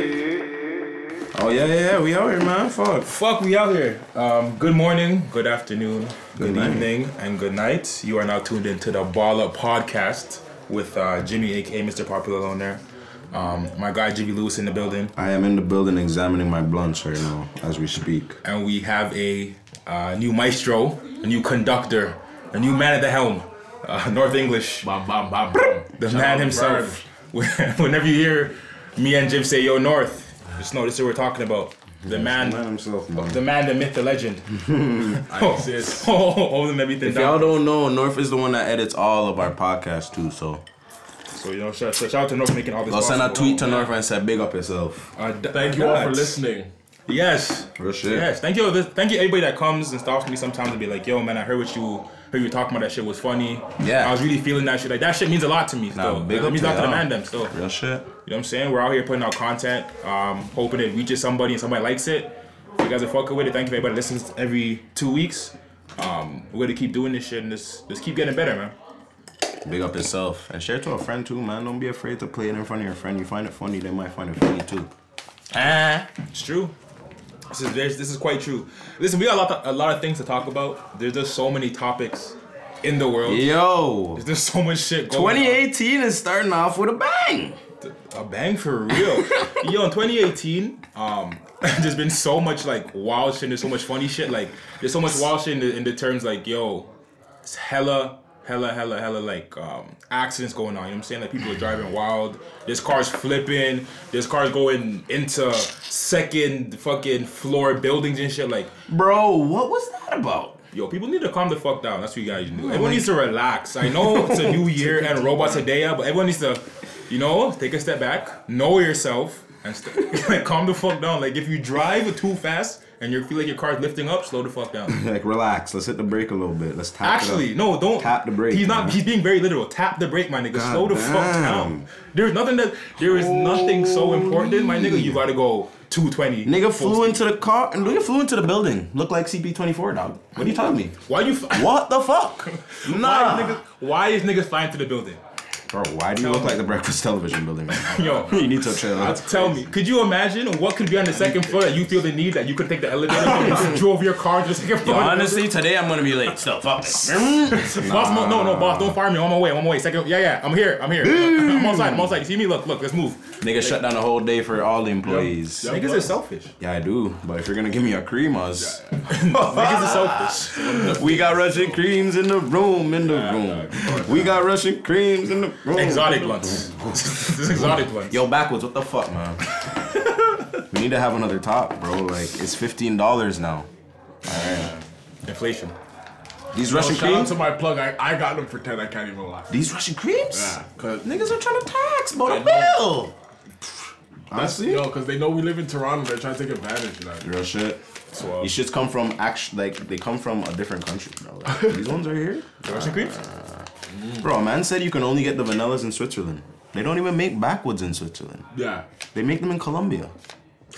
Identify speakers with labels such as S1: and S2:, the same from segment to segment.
S1: Yeah. Oh yeah, yeah, yeah. We out here, man. Fuck.
S2: Fuck, we out here. Um, good morning, good afternoon, good,
S1: Good night.
S2: evening, and good night. You are now tuned into the Ball Up Podcast with uh, Jimmy, aka Mr. Popular on there. Um, my guy Jimmy Lewis in the building,
S1: I am in the building examining my blunts right now as we speak.
S2: and we have a uh, new maestro, a new conductor, a new man at the helm, uh, North English,
S3: Bam, bam, bam, bam.
S2: the
S3: Shout out
S2: man
S3: to
S2: himself. Whenever you hear me and Jim say "Yo North," just know this is what we're talking about. The man.
S1: Man himself, man.
S2: The man, the myth, the legend. I exist. Oh, holding everything
S1: If y'all don't
S2: down.
S1: know, North is the one that edits all of our podcasts too. So
S2: So, you know, shout, shout out to North for making all this
S1: I'll send a
S2: possible.
S1: tweet to North and say, "Big up yourself."
S2: Uh, d-
S3: Thank you all for
S2: that.
S3: listening.
S2: Yes.
S1: Real shit.
S2: Yes. Thank you. This, thank you, everybody that comes and stops me sometimes and be like, yo, man, I heard what you heard you talking about. That shit was funny.
S1: Yeah.
S2: I was really feeling that shit. Like, that shit means a lot to me. Still.
S1: big
S2: it
S1: up
S2: means
S1: to
S2: a lot to the
S1: y'all.
S2: man, them. Still.
S1: Real shit.
S2: You know what I'm saying? We're out here putting out content, um, hoping it reaches somebody and somebody likes it. If you guys are fucking with it, thank you for everybody that listens every two weeks. Um, we're gonna keep doing this shit and just, just keep getting better, man.
S1: Big up yourself and share it to a friend too, man. Don't be afraid to play it in front of your friend. You find it funny, they might find it funny too.
S2: Ah, it's true. This is there's- this is quite true. Listen, we got a lot of, a lot of things to talk about. There's just so many topics in the world.
S1: Yo,
S2: There's so much shit going.
S1: 2018 is starting off with a bang.
S2: on. A bang for real. Yo, in 2018, um, there's been so much like wild shit. There's so much funny shit. Like there's so much wild shit in the, in the terms like yo, it's hella. Hella, hella, hella, like um, accidents going on. You know what I'm saying? Like people are driving wild. There's cars flipping. There's cars going into second fucking floor buildings and shit. Like
S1: Bro, what was that about?
S2: Yo, people need to calm the fuck down. That's what you guys do. Everyone needs to relax. I know it's a new year and robots a day out, but everyone needs to, you know, take a step back, know yourself, and st- like calm the fuck down. Like if you drive too fast and you feel like your car's lifting up, slow the fuck down.
S1: Like, relax. Let's hit the brake a little bit. Let's tap
S2: Actually,
S1: it
S2: no, don't
S1: Tap the brake,
S2: He's not.
S1: man.
S2: He's being very literal. Tap the brake, my nigga. slow the fuck
S1: damn.
S2: down. There's nothing that. There is nothing so important, my nigga. You gotta go 220.
S1: Nigga flew into the car and nigga flew into the building. Looked like CP24, dog. What are you telling me?
S2: Why you? F-
S1: What the fuck?
S2: Why, is
S1: Nah.
S2: niggas, why is niggas flying to the building?
S1: Bro, why do you look like the Breakfast Television building? man?
S2: Yo,
S1: you need to chill out.
S2: Tell me, could you imagine what could be on the second floor that you feel the need that you could take the elevator and just drove your car to the second floor?
S1: today I'm gonna be late. Still, fuck this.
S2: boss, no, no, no, boss, don't fire me. I'm on my way. I'm on my way. Second, yeah, yeah, I'm here. I'm here. I'm outside. I'm outside. You see me? Look, look. Let's move.
S1: Nigga shut down a whole day for all the employees.
S2: Niggas is selfish.
S1: Yeah, I do. But if you're gonna give me a creamas,
S2: Niggas is selfish.
S1: we got Russian creams in the room, in the room. We got Russian creams in the room.
S2: Exotic blunts. this is exotic blunts.
S1: Yo, backwards, what the fuck, man? we need to have another top, bro. Like, it's fifteen dollars now.
S2: Inflation.
S1: These
S3: Oh,
S1: Russian
S3: shout out
S1: creams.
S3: to my plug. I, I got them for 10. I can't even lie.
S1: These Russian creams.
S3: Yeah, 'cause-
S1: Niggas are trying to tax, bro. The
S3: I
S1: bill. Honestly,
S3: Yo, because they know we live in Toronto. They're trying to take advantage of that.
S1: real shit.
S2: So, uh,
S1: These shits come from act like they come from a different country, bro. Like, these ones are here, Uh,
S2: Russian creeps?
S1: bro. a Man said you can only get the vanillas in Switzerland. They don't even make backwoods in Switzerland.
S3: Yeah.
S1: They make them in Colombia.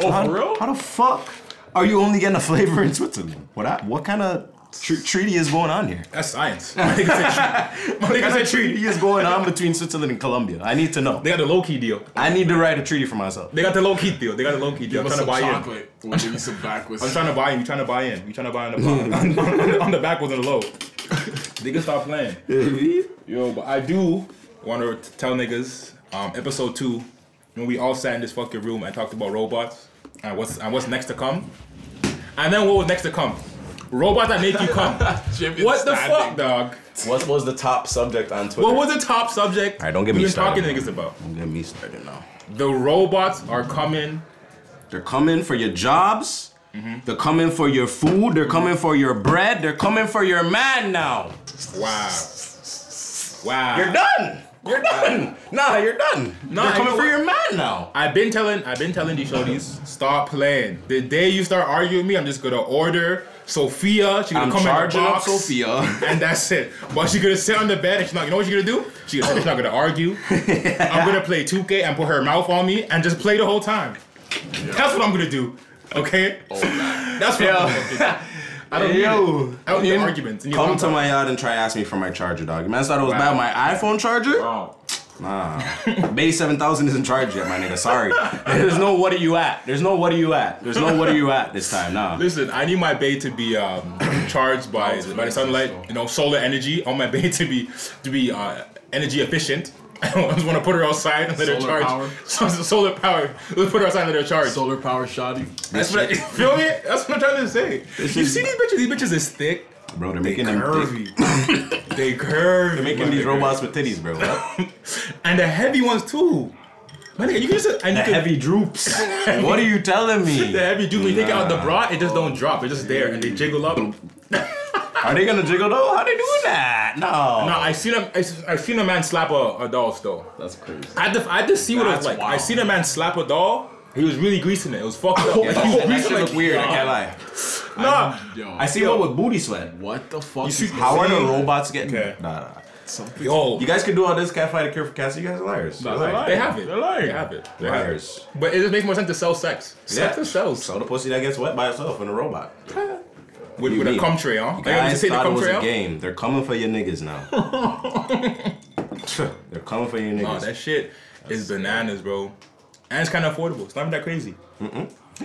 S3: Oh,
S1: how,
S3: for real?
S1: How the fuck are you only getting a flavor in Switzerland? What I, what kind of tr- treaty is going on here?
S2: That's science. My nigga said, my nigga said
S1: treaty
S2: treaty.
S1: is going on between Switzerland and Colombia? I need to know.
S2: They got the low key deal.
S1: I need to write a treaty for myself.
S2: They got the low key deal. They got the low key deal. I'm
S3: Give us
S2: trying to
S3: some
S2: buy in.
S3: chocolate. We'll give you some backwards.
S2: I'm trying to buy in. You trying to buy in. You trying to buy in the on, on, on the back was on the low. Niggas stop playing. Yo, but I do want to tell niggas, um, episode two, when we all sat in this fucking room and talked about robots and what's and what's next to come, and then what was next to come? Robots that make you come.
S3: Jim is
S2: what the fuck,
S3: standing.
S2: dog?
S1: What was the top subject on Twitter?
S2: What was the top subject
S1: All right, don't get
S2: we've
S1: me
S2: been
S1: started.
S2: talking to niggas about?
S1: Don't get me started now.
S2: The robots are coming.
S1: They're coming for your jobs. They're coming for your food. They're coming for your bread. They're coming for your man now.
S2: Wow. Wow.
S1: You're done. You're done. Nah, you're done.
S2: Nah,
S1: they're coming
S2: you know
S1: for your man now.
S2: I've been telling I've been telling these shorties, stop playing. The day you start arguing with me, I'm just gonna order Sophia. She gonna
S1: I'm
S2: come
S1: charging
S2: in the
S1: up
S2: box,
S1: Sophia.
S2: and that's it. But she gonna sit on the bed and she's not. You know what she gonna do? She gonna, she's not gonna argue. I'm gonna play 2K and put her mouth on me and just play the whole time. That's what I'm gonna do. Okay. that's what I'm gonna do. I don't
S1: Yo.
S2: need it. I don't need arguments.
S1: Come to my yard and try ask me for my charger, dog. Man, thought it was
S2: Wow.
S1: bad. My iPhone charger.
S3: Wow.
S1: Nah. Bay 7000 isn't charged yet, my nigga. Sorry. There's no what are you at. There's no what are you at. There's no what are you at this time. Nah.
S2: Listen, I need my bay to be um, charged by by the sunlight. You know, solar energy. I want my bay to be to be uh, energy efficient. I just want to put her outside and let her
S3: Solar
S2: charge.
S3: power.
S2: So- so solar power. Let's put her outside and let her charge.
S3: Solar power shoddy.
S2: That's what I, feel me? That's what I'm trying to say. You see these bitches? These bitches is thick.
S1: Bro, they're making them thick.
S2: Curvy. they curvy.
S1: They're making
S2: my
S1: these
S2: nigga.
S1: robots with titties, bro.
S2: And the heavy ones too. My nigga, you can just and
S1: The
S2: you can,
S1: heavy droops. what are you telling me?
S2: the heavy dude, when you take out the bra, it just don't drop. It's just there and they jiggle up.
S1: Are they gonna jiggle though? How they doing that? No.
S2: No, I seen a I s- I seen a man slap a, a doll still.
S4: That's crazy.
S2: I had to, I had to see what it was
S3: That's
S2: like. I
S3: wild.
S2: seen a man slap a doll. He was really greasing it. It was fucked up. He was
S1: That shit- that
S2: greasing
S1: shit look
S2: like-
S1: weird. I can't lie.
S2: Nah.
S3: Yo,
S1: I see one with booty sweat.
S3: what the fuck?
S2: see-
S3: is
S1: How are the robots getting?
S2: Okay.
S1: Nah, nah.
S2: Yo.
S1: You guys can do all this cat fight to cure for cats. You guys are liars. You're lying.
S2: They have it. They're lying. They have it. They have it.
S1: Liars.
S2: But it just makes more sense to sell sex. Sex
S1: Yeah.
S2: yeah. sells.
S1: So the pussy that gets wet by itself in a robot.
S2: With,
S1: You
S2: with a
S1: mean?
S2: cum tray, huh? Like, I
S1: Guys
S2: Oh, just take the
S1: thought it
S2: cum
S1: was
S2: tray
S1: a
S2: out.
S1: game. They're coming for your niggas now. They're coming for your
S2: Oh,
S1: niggas.
S2: that shit is bananas, bro. And it's kind of affordable. It's not even that crazy.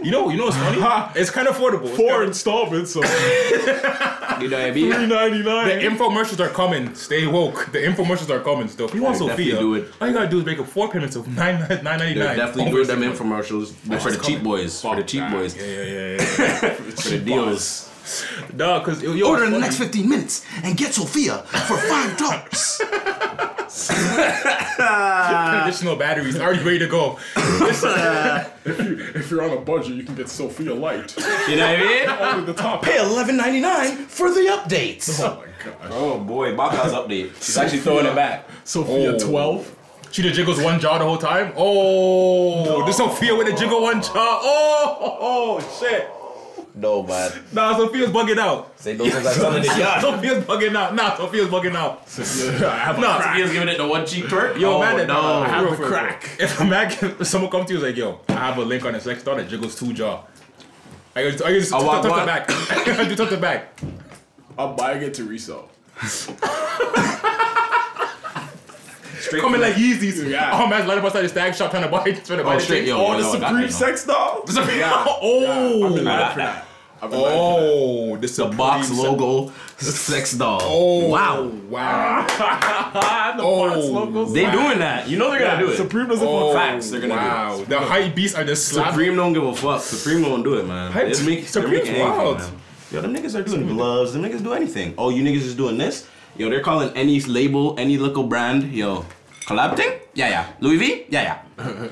S2: You know, you know what's funny? it's kind of affordable. It's kinda-
S3: installments of
S4: You know what I mean?
S3: ninety
S2: the
S3: nine.
S2: infomercials are coming. Stay woke. The infomercials are coming still. If you want
S1: They're definitely
S2: Sophia,
S1: doing-
S2: all you gotta do is make up four payments of nine nine ninety
S1: They're
S2: nine.
S1: definitely doing them infomercials for the cheap boys. For the
S3: Fuck
S1: cheap
S3: that.
S1: boys.
S2: Yeah, yeah, yeah.
S1: For the deals.
S2: Duh, cause yo, yo,
S5: Order in the
S2: funny.
S5: next 15 minutes and get Sophia for $5.
S2: additional batteries already ready to go.
S3: If you're on a budget, you can get Sophia Light.
S1: You know what I mean?
S3: Only the top.
S1: Pay eleven ninety nine for the updates.
S3: Oh my gosh.
S1: Oh boy, Bob has update. She's actually throwing it back.
S3: Sophia
S2: Oh.
S3: 12.
S2: She just jiggles one jaw the whole time. Oh, this Sophia with a jiggle one jaw. Oh, oh, oh, shit.
S4: No, man.
S2: Nah, Sophia's bugging out.
S4: Say those things I'm telling you. Yeah.
S2: Sophia's bugging out. Nah, Sophia's bugging out.
S3: I have
S2: Nah,
S1: He's giving it the one cheek twerk.
S2: Yo,
S1: Yo,
S2: man,
S1: man,
S2: that-
S1: Oh, no.
S2: I have
S3: a
S2: real for-
S3: crack.
S2: If a man, can, if someone come to you is like, yo, I have a link on his sex star that jiggles two jaw. I go, I go, just
S1: want
S2: tuck the
S1: one.
S2: back. I do tuck the back.
S3: I'm buying it to resell.
S1: Oh, Straight
S2: Coming like Yeezys.
S3: Yeah.
S2: Oh, man's lining up outside the stag shop trying to buy, trying to buy
S1: Oh,
S2: the
S1: straight,
S2: thing.
S1: yo,
S2: Oh,
S1: yo,
S2: this
S1: yo,
S2: is-
S1: got me,
S3: Supreme
S1: no.
S3: sex doll? I've
S2: Oh,
S3: been
S1: Nah,
S3: lying for that. I've been lying for that.
S2: oh, this is a
S1: box logo sex doll.
S2: Oh,
S1: wow.
S2: wow.
S3: the
S2: Oh.
S3: box logos.
S1: They doing that. You know they're gonna do it.
S3: Supreme doesn't
S2: Oh,
S3: fuck
S1: facts, they're gonna do
S2: wow. The hype beasts are just slapping.
S1: Supreme don't give a fuck. Supreme don't do it, man.
S2: Hey,
S1: It's make, they're
S2: Supreme's
S1: making anything,
S2: wild.
S1: man. Yo, them niggas are doing gloves. Them niggas do anything. Oh, you niggas just doing this? Yo, they're calling any label, any local brand. Yo, collab thing? Yeah, yeah. Louis V? Yeah, yeah.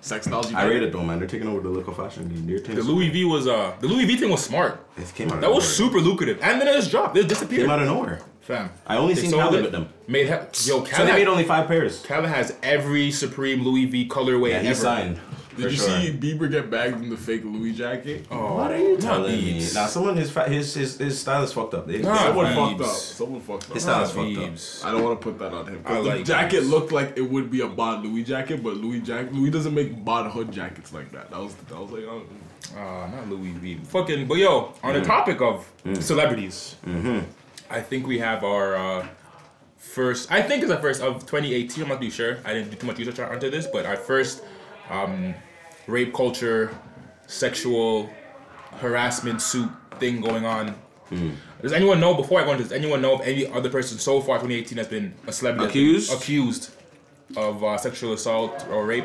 S3: Sex dolls, you
S1: I rate it though, man. They're taking over the local fashion game. They're
S2: The
S1: taking
S2: Louis V was uh the Louis V thing was smart.
S1: It came out.
S2: That
S1: of
S2: was
S1: nowhere.
S2: super lucrative. And then it just dropped. It disappeared.
S1: Came out of nowhere.
S2: Fam.
S1: I only seen
S2: sold
S1: Khaled
S2: it,
S1: with them.
S2: Made hell. Yo, Khaled,
S1: So they
S2: had-
S1: made only five pairs.
S2: Khaled has every Supreme Louis V colorway
S1: Yeah,
S2: ever.
S1: he signed.
S3: Did you see Bieber get bagged in the fake Louis jacket? Oh,
S1: What are you
S2: telling
S1: telling
S2: me?
S1: me? Nah, someone his fa- his his his stylist fucked up. They,
S2: Nah,
S3: someone
S2: Biebs.
S3: fucked up. Someone fucked up.
S1: his stylist fucked up.
S2: Biebs.
S3: I don't want to put that on him. 'Cause
S2: I
S3: the
S2: like
S3: jacket
S2: Biebs.
S3: looked like it would be a Bond Louis jacket, but Louis jack Louis doesn't make Bond hood jackets like that. That was that was like I don't
S2: Uh, not Louis V. Fucking, but yo, on the topic of celebrities, I think we have our uh, first. I think it's the first of 2018. I'm not too sure. I didn't do too much research on- onto this, but our first um, rape culture, sexual harassment suit thing going on. Does anyone know? Before I go into this, anyone know if any other person so far 2018 has been a celebrity that's been
S1: Accused?
S2: accused of uh, sexual assault or rape?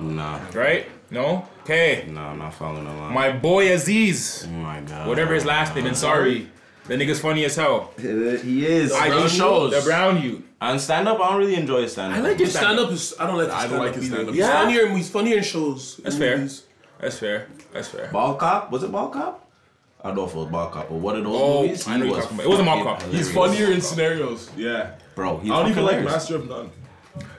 S1: Nah,
S2: Right? No. Okay.
S1: nah, I'm not following along.
S2: My boy Aziz.
S1: oh my god.
S2: Whatever his last name, and sorry. That nigga's funny as hell.
S1: He is. I
S2: do
S1: do shows.
S2: The brown you.
S1: And stand up, I don't really enjoy stand up.
S2: his
S6: Stand up is I don't like. I
S3: don't like his stand-up.
S6: He's
S2: Yeah.
S6: funnier. He's funnier in shows.
S2: That's
S6: in
S2: fair.
S6: movies.
S2: That's fair. That's fair.
S1: Ball Cop? Was it Ball Cop? I don't know if it was Ball Cop, but one of those
S2: Oh,
S1: movies.
S2: I know you're talking about. It wasn't Ball Cop.
S1: fucking
S2: He's
S3: know.
S1: hilarious.
S3: Funnier in scenarios. Yeah.
S1: Bro, he's
S3: I don't even like
S1: hilarious.
S3: Master of None.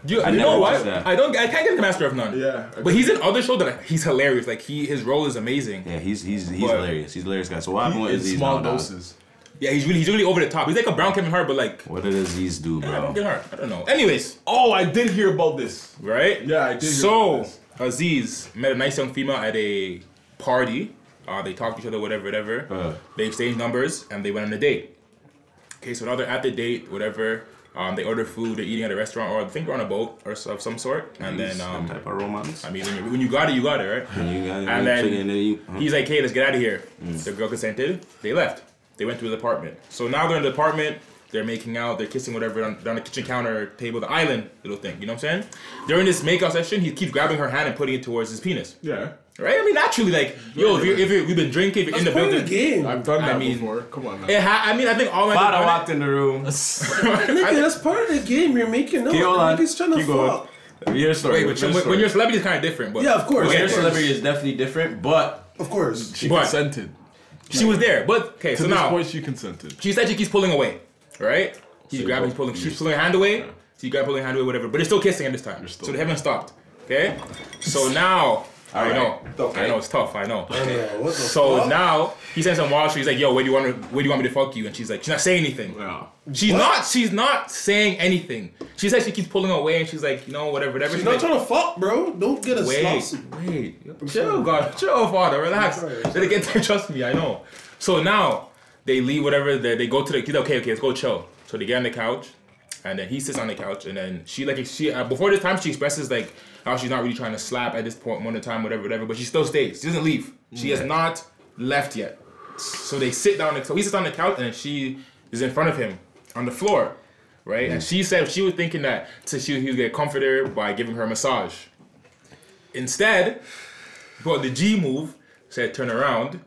S2: Do you, you
S1: never
S2: know what?
S1: watched that.
S2: I don't. I can't get the master of none.
S3: Yeah.
S2: But he's in other shows that I- he's hilarious. Like he, his role is amazing. Yeah,
S1: Yeah, he's he's he's
S2: But-
S1: hilarious. He's a hilarious guy. So what happened
S3: He,
S1: with
S3: in
S1: Aziz?
S3: small
S1: now, dog?
S3: doses.
S2: he's really, he's really over the top. He's like a brown Kevin Hart, but like,
S1: What did Aziz do,
S2: I don't
S1: bro?
S2: get Hart. I don't know. Anyways,
S3: Oh, I did hear about this.
S2: right?
S3: Yeah, I did hear
S2: So
S3: about this.
S2: Aziz met a nice young female at a party. Uh, they talked to each other, whatever, whatever.
S1: Uh.
S2: They exchanged numbers and they went on a date. Okay, so now they're at the date, whatever. Um, they order food. They're eating at a restaurant, or I think they're on a boat or so- of some sort. And then,
S1: Some
S2: um,
S1: type of romance.
S2: I mean, when you, when you got it, you got it, right?
S1: You got it,
S2: And
S1: you're
S2: then
S1: chicken, you- huh?
S2: Uh-huh. he's like, "Hey, let's get out of here." The girl consented. They left. They went to his apartment. So now they're in the apartment. They're making out. They're kissing whatever on, down the kitchen counter table, the island little thing. You know what I'm saying? During this makeout session, he keeps grabbing her hand and putting it towards his penis.
S3: Yeah.
S2: Right? I mean, naturally, like, yo, if you're, if you're, we've been drinking, if you're in the
S6: That's part
S2: building.
S6: of the game.
S3: I've done
S2: I
S3: that
S2: mean-
S3: before. Come on now.
S2: It ha- I mean, I think all my
S1: Father walked in the room.
S6: Nigga, that's part of the game. You're making up.
S1: Keep on.
S6: Niggas trying to
S1: Keep going.
S6: fuck.
S1: Your story.
S2: Wait,
S1: what's
S2: but
S1: your
S2: when,
S1: story?
S2: when you're a celebrity, it's kind of different. But
S6: Yeah, of course.
S2: Okay,
S1: Your
S6: of course.
S1: celebrity is definitely different, but
S6: Of course.
S3: She
S2: But-
S3: consented.
S2: She was there, but okay. so
S3: To this
S2: now
S3: point, she consented.
S2: she said she keeps pulling away, right? He's grabbing, he's pulling, she's pulling her hand away. She's grabbing, pulling her hand away, whatever. But they're still kissing at this time,
S3: still-
S2: so they haven't stopped. Okay, so now I
S1: right.
S2: know, I know it's tough, I know.
S6: I know, what the
S2: So
S6: fuck?
S2: now he sends some wild shit. He's like, "Yo, where do you want me? Where do you want me to fuck you?" And she's like, "She's not saying anything.
S3: Yeah.
S2: She's not. She's not saying anything. She says she keeps pulling away, and she's like, you know, whatever, whatever."
S6: She's
S2: She's
S6: not
S2: like,
S6: trying to fuck, bro. Don't get a
S2: Wait,
S6: sloppy.
S2: wait. Chill, God. Chill, Father. Relax. Let it get there. Trust me. I know. So now they leave whatever. They, they go to the. He's like, okay, okay, let's go chill. So they get on the couch, and then he sits on the couch, and then she like she uh, before this time she expresses like how she's not really trying to slap at this point, moment in time, whatever, whatever. But she still stays. She doesn't leave. She has not left yet. So they sit down. So he sits on the couch, and she is in front of him on the floor. Right, and she said she was thinking that so she he would get comfort her by giving her a massage. Instead, brought the G move, said turn around,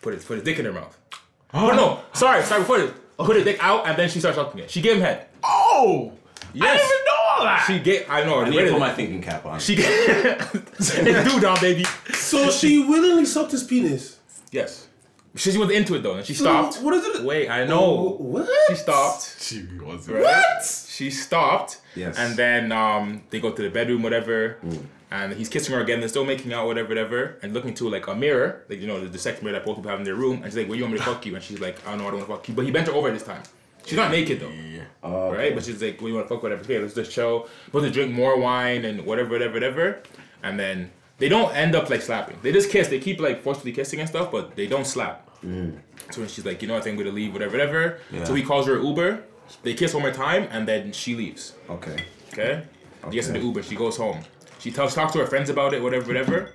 S2: put his put his dick in her mouth. Oh no, sorry, sorry, put it put her dick out and then she starts talking it. She gave him head.
S3: Oh!
S2: Yes.
S3: know all that!
S2: She gave I know
S1: I
S2: I
S1: need to put my thinking cap on.
S2: she gave do down baby.
S6: So she willingly sucked his penis.
S2: Yes. She, she was into it though, and she stopped.
S6: What is it?
S2: Wait, I
S6: Oh,
S2: know.
S6: What?
S2: She stopped.
S3: She was
S2: She stopped.
S1: Yes.
S2: And then um, they go to the bedroom, whatever. And he's kissing her again. They're still making out, whatever, whatever. And looking to like a mirror, like you know, the, the sex mirror that both people have in their room. And she's like, "Where you want me to fuck you?" And she's like, "I don't know, I don't want to fuck you." But he bent her over this time. She's not naked though, right? But she's like, "Well, you want to fuck whatever? Okay, let's just chill. Supposed to drink more wine and whatever, whatever, whatever." And then they don't end up like slapping. They just kiss. They keep like forcefully kissing and stuff, but they don't slap. So she's like, you know, I think we're gonna leave, whatever, whatever. So he calls her an Uber. They kiss one more time, and then she leaves.
S1: Okay.
S2: Okay. She gets in the Uber. She goes home. She tells talks to her friends about it, whatever, whatever.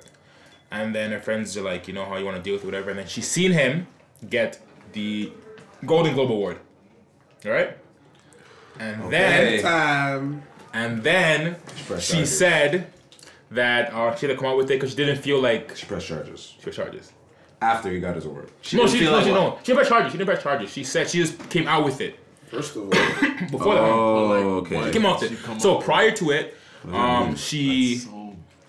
S2: And then her friends are like, you know, how you want to deal with it, whatever. And then she's seen him get the Golden Globe Award. All right. And then
S6: Um,
S2: and then she
S1: charges.
S2: said that uh, she had to come out with it because she didn't feel like she
S1: Press charges.
S2: was charges.
S1: After he got his award. She
S2: No,
S1: didn't
S2: she
S1: feel
S2: no,
S1: like
S2: she
S1: what?
S2: no. She didn't press charges. She didn't press charges. She said she just came out with it
S6: first of all,
S2: before that.
S1: Oh,
S2: She
S1: okay.
S2: came off it.
S3: She come
S2: So
S3: off
S2: prior to it, um, she,
S3: So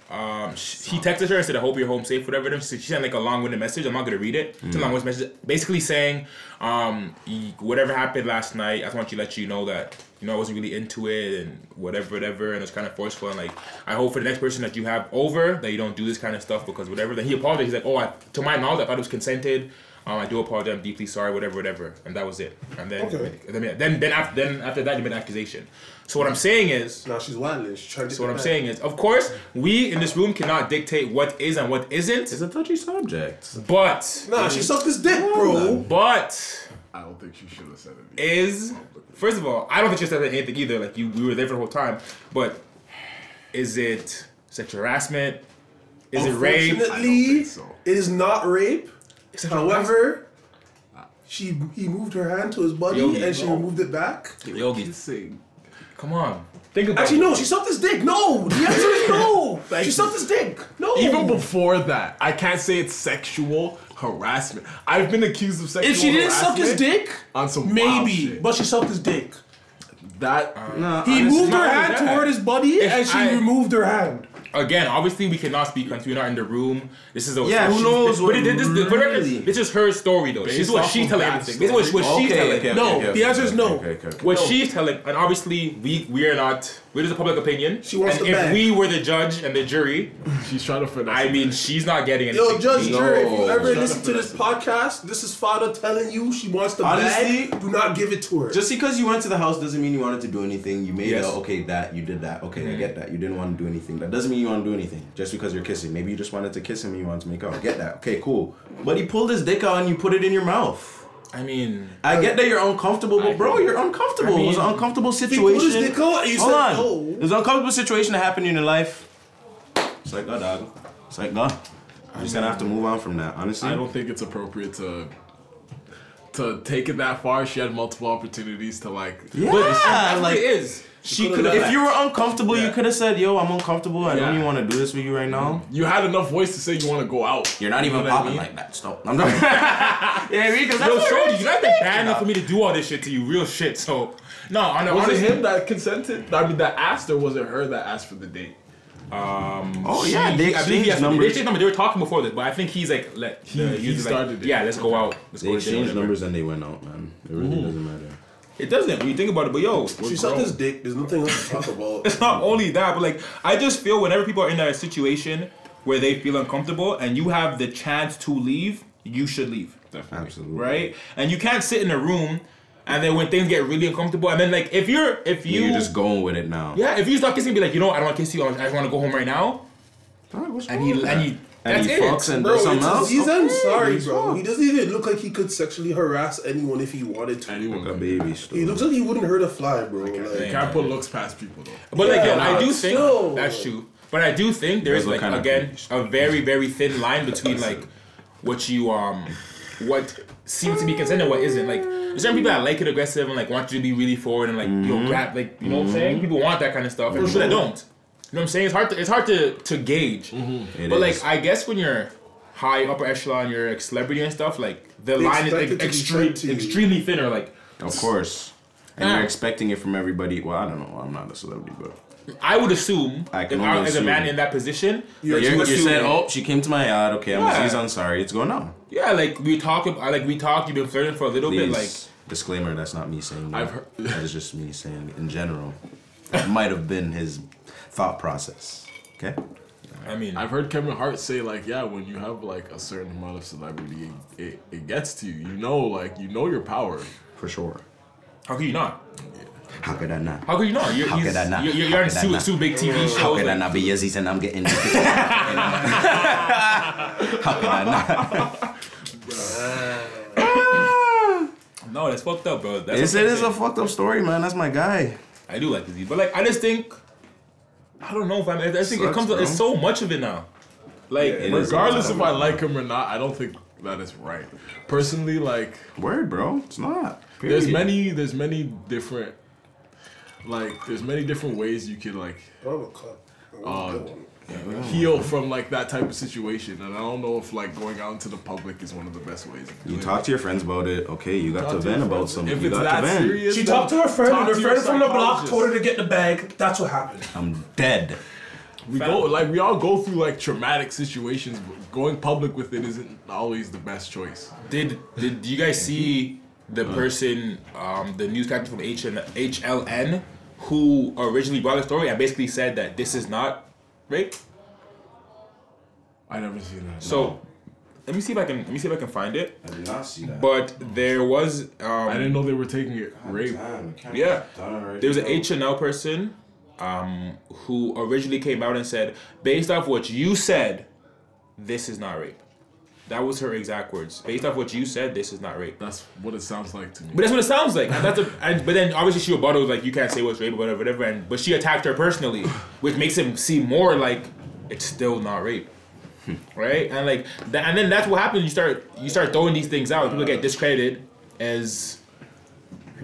S2: um, sh he texted her and said, "I hope you're home safe, whatever." Then She she sent like a long-winded message. I'm not gonna read it. It's a long-winded message, basically saying, um, y- "Whatever happened last night, I just want to let you know that you know I wasn't really into it and whatever, whatever." And it was kind of forceful and like, I hope for the next person that you have over that you don't do this kind of stuff because whatever. Then he apologized. He's like, "Oh, I, to my knowledge, I thought it was consented." Um, I do apologize. I'm deeply sorry. Whatever, whatever. And that was it. And then,
S6: Okay.
S2: then, then, then after, then after that, you made an accusation. So what I'm saying is,
S6: now she's wilding. She's trying to.
S2: so what I'm saying is, of course, we in this room cannot dictate what is and what isn't.
S1: It's a touchy subject.
S2: But
S6: Nah, she sucked his dick, bro.
S2: but
S3: I don't think she should have said it.
S2: is first of all, I don't think you said anything either. Like you, we were there for the whole time. But is it sexual harassment? Is it rape?
S6: Unfortunately,
S3: think so.
S6: it is not rape. However, she he moved her hand to his body
S2: Yo,
S6: and she
S2: no.
S6: removed it back.
S2: Yogi,
S3: Saying,
S2: come on. Think about
S6: Actually,
S2: it.
S6: no, she sucked his dick. No, the answer is no. she sucked his dick. No.
S3: Even before that, I can't say it's sexual harassment. I've been accused of sexual
S6: if she didn't suck his
S3: harassment
S6: dick,
S3: on some wild
S6: maybe,
S3: shit.
S6: but she sucked his dick.
S3: that
S1: Uh,
S6: He moved her
S2: not
S6: hand
S2: that.
S6: toward his body and she
S2: I-
S6: removed her hand.
S2: Again, obviously, we cannot speak because we're not in the room. This is a
S1: Yeah, who
S2: she's-
S1: knows
S2: But it, this, this, this,
S1: really-
S2: this is her story though. This is what
S3: off
S2: she's
S3: of
S2: telling
S3: that
S2: everything. This is what, what she's telling.
S6: No, the answer is no.
S1: Okay, okay, okay.
S2: What she's telling, and obviously we we are not. We're just a public opinion.
S6: She wants
S2: and
S6: the
S2: if
S6: bag.
S2: we were the judge and the jury,
S3: she's trying to finesse.
S2: I mean, she's not getting anything.
S6: Yo, Judge
S1: No.
S6: Jury, if you ever
S1: Shut
S6: listen
S3: up
S6: to
S3: and
S6: this podcast, this is Father telling you she wants the
S1: Honestly,
S6: bag. Do not give it to her.
S1: Just because you went to the house doesn't mean you wanted to do anything. You made
S2: Yes.
S1: a, okay that you did that. Okay, I get that. You didn't want to do anything. That doesn't mean you want to do anything. Just because you're kissing, maybe you just wanted to kiss him. and You wanted to make out. I Get that? Okay, cool. But he pulled his dick out and you put it in your mouth.
S2: I mean,
S1: I get that you're uncomfortable, but bro, you're uncomfortable.
S2: I
S1: it was an
S2: mean-
S1: uncomfortable
S6: pulled his
S1: situation.
S6: dick out and you
S1: Hold
S6: said
S1: on.
S6: no.
S1: It was an uncomfortable situation that happened in your life. It's like, God, dog. It's like, God. You're just gonna have to move on from that, honestly.
S3: I don't think it's appropriate to to take it that far. She had multiple opportunities to like.
S1: yeah,
S2: that's what
S1: like
S2: it is.
S1: she
S3: could've
S1: could.
S3: done
S1: If
S3: that.
S1: you were uncomfortable, you
S3: Yeah.
S1: could have said, "Yo, I'm uncomfortable. I
S3: Yeah.
S1: don't even want to do this with you right now."
S3: You had enough voice to say you want to go out.
S1: You're not even
S3: what I
S1: popping
S3: mean?
S1: like that. Stop. I'm not. yeah, because that's
S2: Yo,
S1: what
S2: Shorty, you're not the bad enough for me to do all this shit to you, real shit. So, no, I know.
S3: Was it
S2: honestly,
S3: him that consented? I mean, that asked, or was it her that asked for the date?
S1: Oh yeah, they
S2: I believe
S1: exchanged
S2: he has
S1: numbers.
S2: numbers. They, number. they were talking before this, but I think he's like, let he,
S3: he started it.
S2: Yeah, let's go out. Let's
S1: They
S2: go to
S1: exchanged
S2: dinner.
S1: numbers and they went out, man. It really doesn't matter.
S2: It doesn't. When you think about it, but yo,
S6: She sucked his dick. There's nothing else to talk about.
S2: it's not only that, but like I just feel whenever people are in that situation where they feel uncomfortable and you have the chance to leave, you should leave.
S1: Absolutely.
S2: Right? And you can't sit in a room and then when things get really uncomfortable and then like if you're if you
S1: You're just going with it now.
S2: Yeah, if you stop kissing be like, you know, what, I don't want to kiss you, I just wanna go home right now. And he and he
S1: And
S2: that's
S1: he
S2: it.
S1: fucks and
S6: Bro,
S1: does
S6: it's
S1: something
S6: his
S1: else.
S6: season. sorry, bro. He doesn't even look like he could sexually harass anyone if he wanted to.
S1: A
S3: Anyone?
S1: baby
S6: He
S1: still.
S6: looks like he wouldn't hurt a fly, bro. Like,
S3: Can't put looks past people though.
S2: But like, yo, I do
S6: it's
S2: think
S6: still-
S2: that's true. But I do think there is
S1: Depends what
S2: like
S1: kind of
S2: again
S1: beach.
S2: a very very thin line between like what you um what seems to be consent and what isn't. Like there's certain people that like it aggressive and like want you to be really forward and like
S1: Mm-hmm.
S2: yo grab like you know
S6: Mm-hmm.
S2: what I'm saying. People want that kind of stuff and people that don't. You know what I'm saying? It's hard to it's hard to to gauge.
S6: Mm-hmm.
S1: It
S2: But
S1: is.
S2: like I guess when you're high upper echelon, you're a celebrity and stuff. Like the line is
S6: expect it
S2: like
S6: to be
S2: extreme,
S6: sent to you.
S2: extremely thinner. Like
S1: Of course. And
S2: Ah.
S1: you're expecting it from everybody. Well, I don't know. I'm not a celebrity, but
S2: I would assume
S1: I can
S2: if I,
S1: only
S2: as a man
S1: assume.
S2: in that position,
S1: But
S2: that
S1: you're, you
S2: would assume-
S1: said, oh, she came to my yard. Okay, I'm
S2: Yeah.
S1: a season. Sorry, it's going on.
S2: Yeah, like we talk about, like we talked. You've been flirting for a little
S1: Please,
S2: bit, like
S1: disclaimer. That's not me saying. That.
S3: I've heard-
S1: that is just me saying in general. That might have been his thought process. Okay.
S2: I mean,
S3: I've heard Kevin Hart say like, yeah, when you have like a certain amount of celebrity, it, it, it gets to you. You know, like you know your power.
S1: For sure.
S2: how could you not?
S1: How could I not?
S2: How could you not? You're,
S1: How
S2: he's-
S1: could I not?
S2: You're, you're,
S1: How
S2: you're on
S1: could I
S2: two,
S1: not?
S2: two big TV shows.
S1: How could I
S2: like,
S1: not be Yeezys and I'm getting? How could I not?
S2: No, that's fucked up, bro. That's
S1: It's,
S2: what
S1: it
S2: I'm
S1: is a
S2: saying.
S1: fucked up story, man. That's my guy.
S2: I do like disease, but like I just think, I don't know if I'm. I think it
S1: Sucks,
S2: comes.
S1: bro.
S2: It's so much of it now. Like
S1: it is.
S3: Regardless if I like him or not, I don't think that is right. Personally, like
S1: Word, bro. It's not.
S3: there's
S1: Period.
S3: many, there's many different, like there's many different ways you could like
S6: I'm a cunt. I'm a good one.
S3: heal from like that type of situation, and I don't know if like going out into the public is one of the best ways. of
S1: You
S3: doing it.
S1: talk to your friends about it. Okay, you got
S3: Talk
S1: to
S3: to your
S1: vent about
S3: friends.
S1: something.
S3: If
S1: you
S3: it's
S1: got
S3: that
S1: to vent.
S3: serious,
S6: She talked to her friend,
S3: Talk
S6: and her
S3: to your
S6: friend from the block
S3: psychologist.
S6: told her to get the bag. That's what happened.
S1: I'm dead.
S3: We go like we all go through like traumatic situations. But going public with it isn't always the best choice.
S2: did did you guys see the
S1: Mm.
S2: person, um, the news captain from HN, HLN, who originally brought the story and basically said that this is not rape?
S3: I never seen that.
S2: So let me see if I can let me see if I can find it.
S1: I did not see that.
S2: But there was
S3: I
S2: um
S3: didn't know they were taking it rape.
S2: yeah there was an H and L person um who originally came out and said based off what you said this is not rape. That was her exact words. Based off what you said, this is not rape.
S3: That's what it sounds like to me.
S2: But that's what it sounds like. And that's a, and, but then obviously she rebutted like you can't say what's rape or whatever, whatever. And but she attacked her personally, which makes him seem more like it's still not rape, right? And like that, and then that's what happens. You start you start throwing these things out. People get discredited as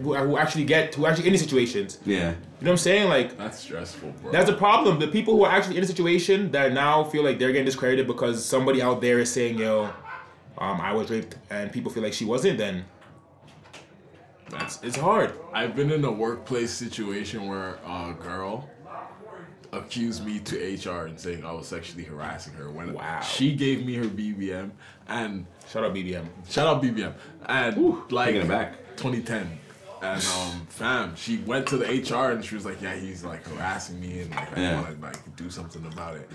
S2: who, who actually get who actually in these situations. You
S1: Yeah.
S2: know what I'm saying? Like
S3: That's stressful, bro.
S2: that's the problem. The people who are actually in a situation that now feel like they're getting discredited because somebody out there is saying yo, um, I was raped, and people feel like she wasn't. Then
S3: That's-
S2: it's hard.
S3: I've been in a workplace situation where a girl accused me to HR and saying I was sexually harassing her when
S2: Wow.
S3: she gave me her BBM and
S2: Shout out BBM.
S3: shout out BBM and like
S1: taking it back.
S3: 2010 and um fam she went to the HR and she was like yeah he's like harassing me and like I
S1: Yeah. Mm.
S3: want to like do something about it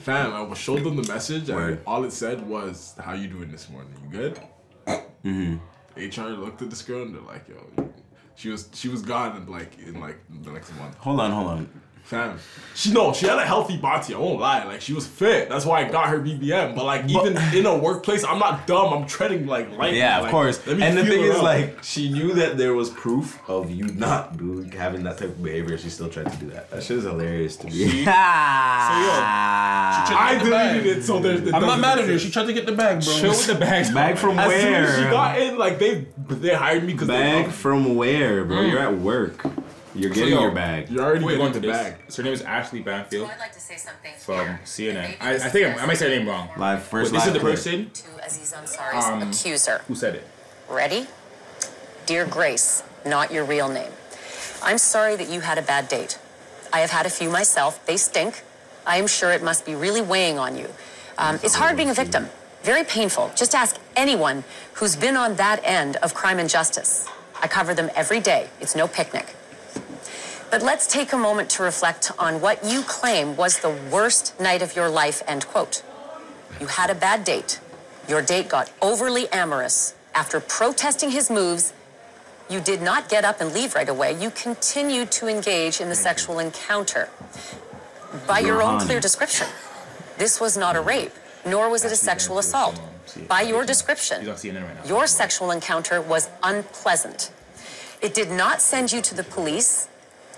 S3: fam I was showed them the message and
S1: Word.
S3: all it said was how you doing this morning you good
S1: Mm-hmm.
S3: HR looked at this girl and they're like yo she was she was gone in like in like the next month
S1: Hold on, hold on.
S3: Fam. She no, she had a healthy body. I won't lie. Like she was fit. That's why I got her BBM. But like even in a workplace, I'm not dumb. I'm treading like lightly.
S1: Yeah, of
S3: Like,
S1: course.
S3: let me
S1: And the
S3: feel
S1: thing
S3: it
S1: is,
S3: out.
S1: like, she knew that there was proof of you not do, having that type of behavior. She still tried to do that. That shit is hilarious to me. Ah.
S3: I deleted it. So there's. it
S7: I'm not
S3: doesn't
S7: mad at her.
S3: exist.
S7: She tried to get the bag, bro.
S2: Chill with the bags.
S1: Back from
S3: As soon as she
S1: where?
S3: got in, like they they hired me because they
S1: Bag
S3: loved
S1: from where, bro? You're at work. You're getting
S2: Hmm. yo,
S1: your bag.
S3: me. You're already
S2: We're
S3: getting
S2: going to
S3: the
S2: this.
S3: bag.
S2: So her name is Ashley Banfield
S8: I'd like to say something
S2: from
S8: here.
S2: CNN.
S8: It may
S2: I,
S8: be
S2: I think I, I might say her name wrong.
S1: Live
S2: But
S1: first.
S2: this is
S1: live
S2: the
S1: clip.
S2: person
S8: To Aziz Ansari's
S2: Um,
S8: accuser.
S2: who said it.
S8: Ready? Dear Grace, not your real name. I'm sorry that you had a bad date. I have had a few myself. They stink. I am sure it must be really weighing on you. Um, it's hard being a victim. Very painful. Just ask anyone who's been on that end of crime and justice. I cover them every day. It's no picnic. But let's take a moment to reflect on what you claim was the worst night of your life, end quote. You had a bad date. Your date got overly amorous. After protesting his moves, you did not get up and leave right away. You continued to engage in the sexual encounter. By your own
S1: Johan.
S8: clear description, this was not a rape, nor was it a sexual assault. By your description,
S2: He's on CNN right now.
S8: your sexual encounter was unpleasant. It did not send you to the police.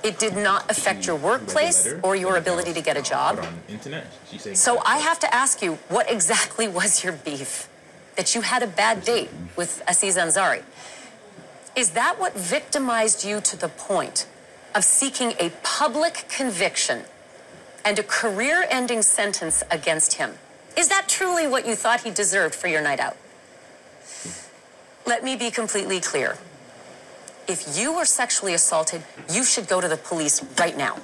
S8: It did not affect your workplace
S2: letter?
S8: or your ability to get a
S2: Put
S8: job.
S2: on internet. She's saying.
S8: So I have to ask you, what exactly was your beef? That you had a bad date with Aziz Ansari. Is that what victimized you to the point of seeking a public conviction and a career ending sentence against him? Is that truly what you thought he deserved for your night out? Let me be completely clear. If you were sexually assaulted, you should go to the police right now.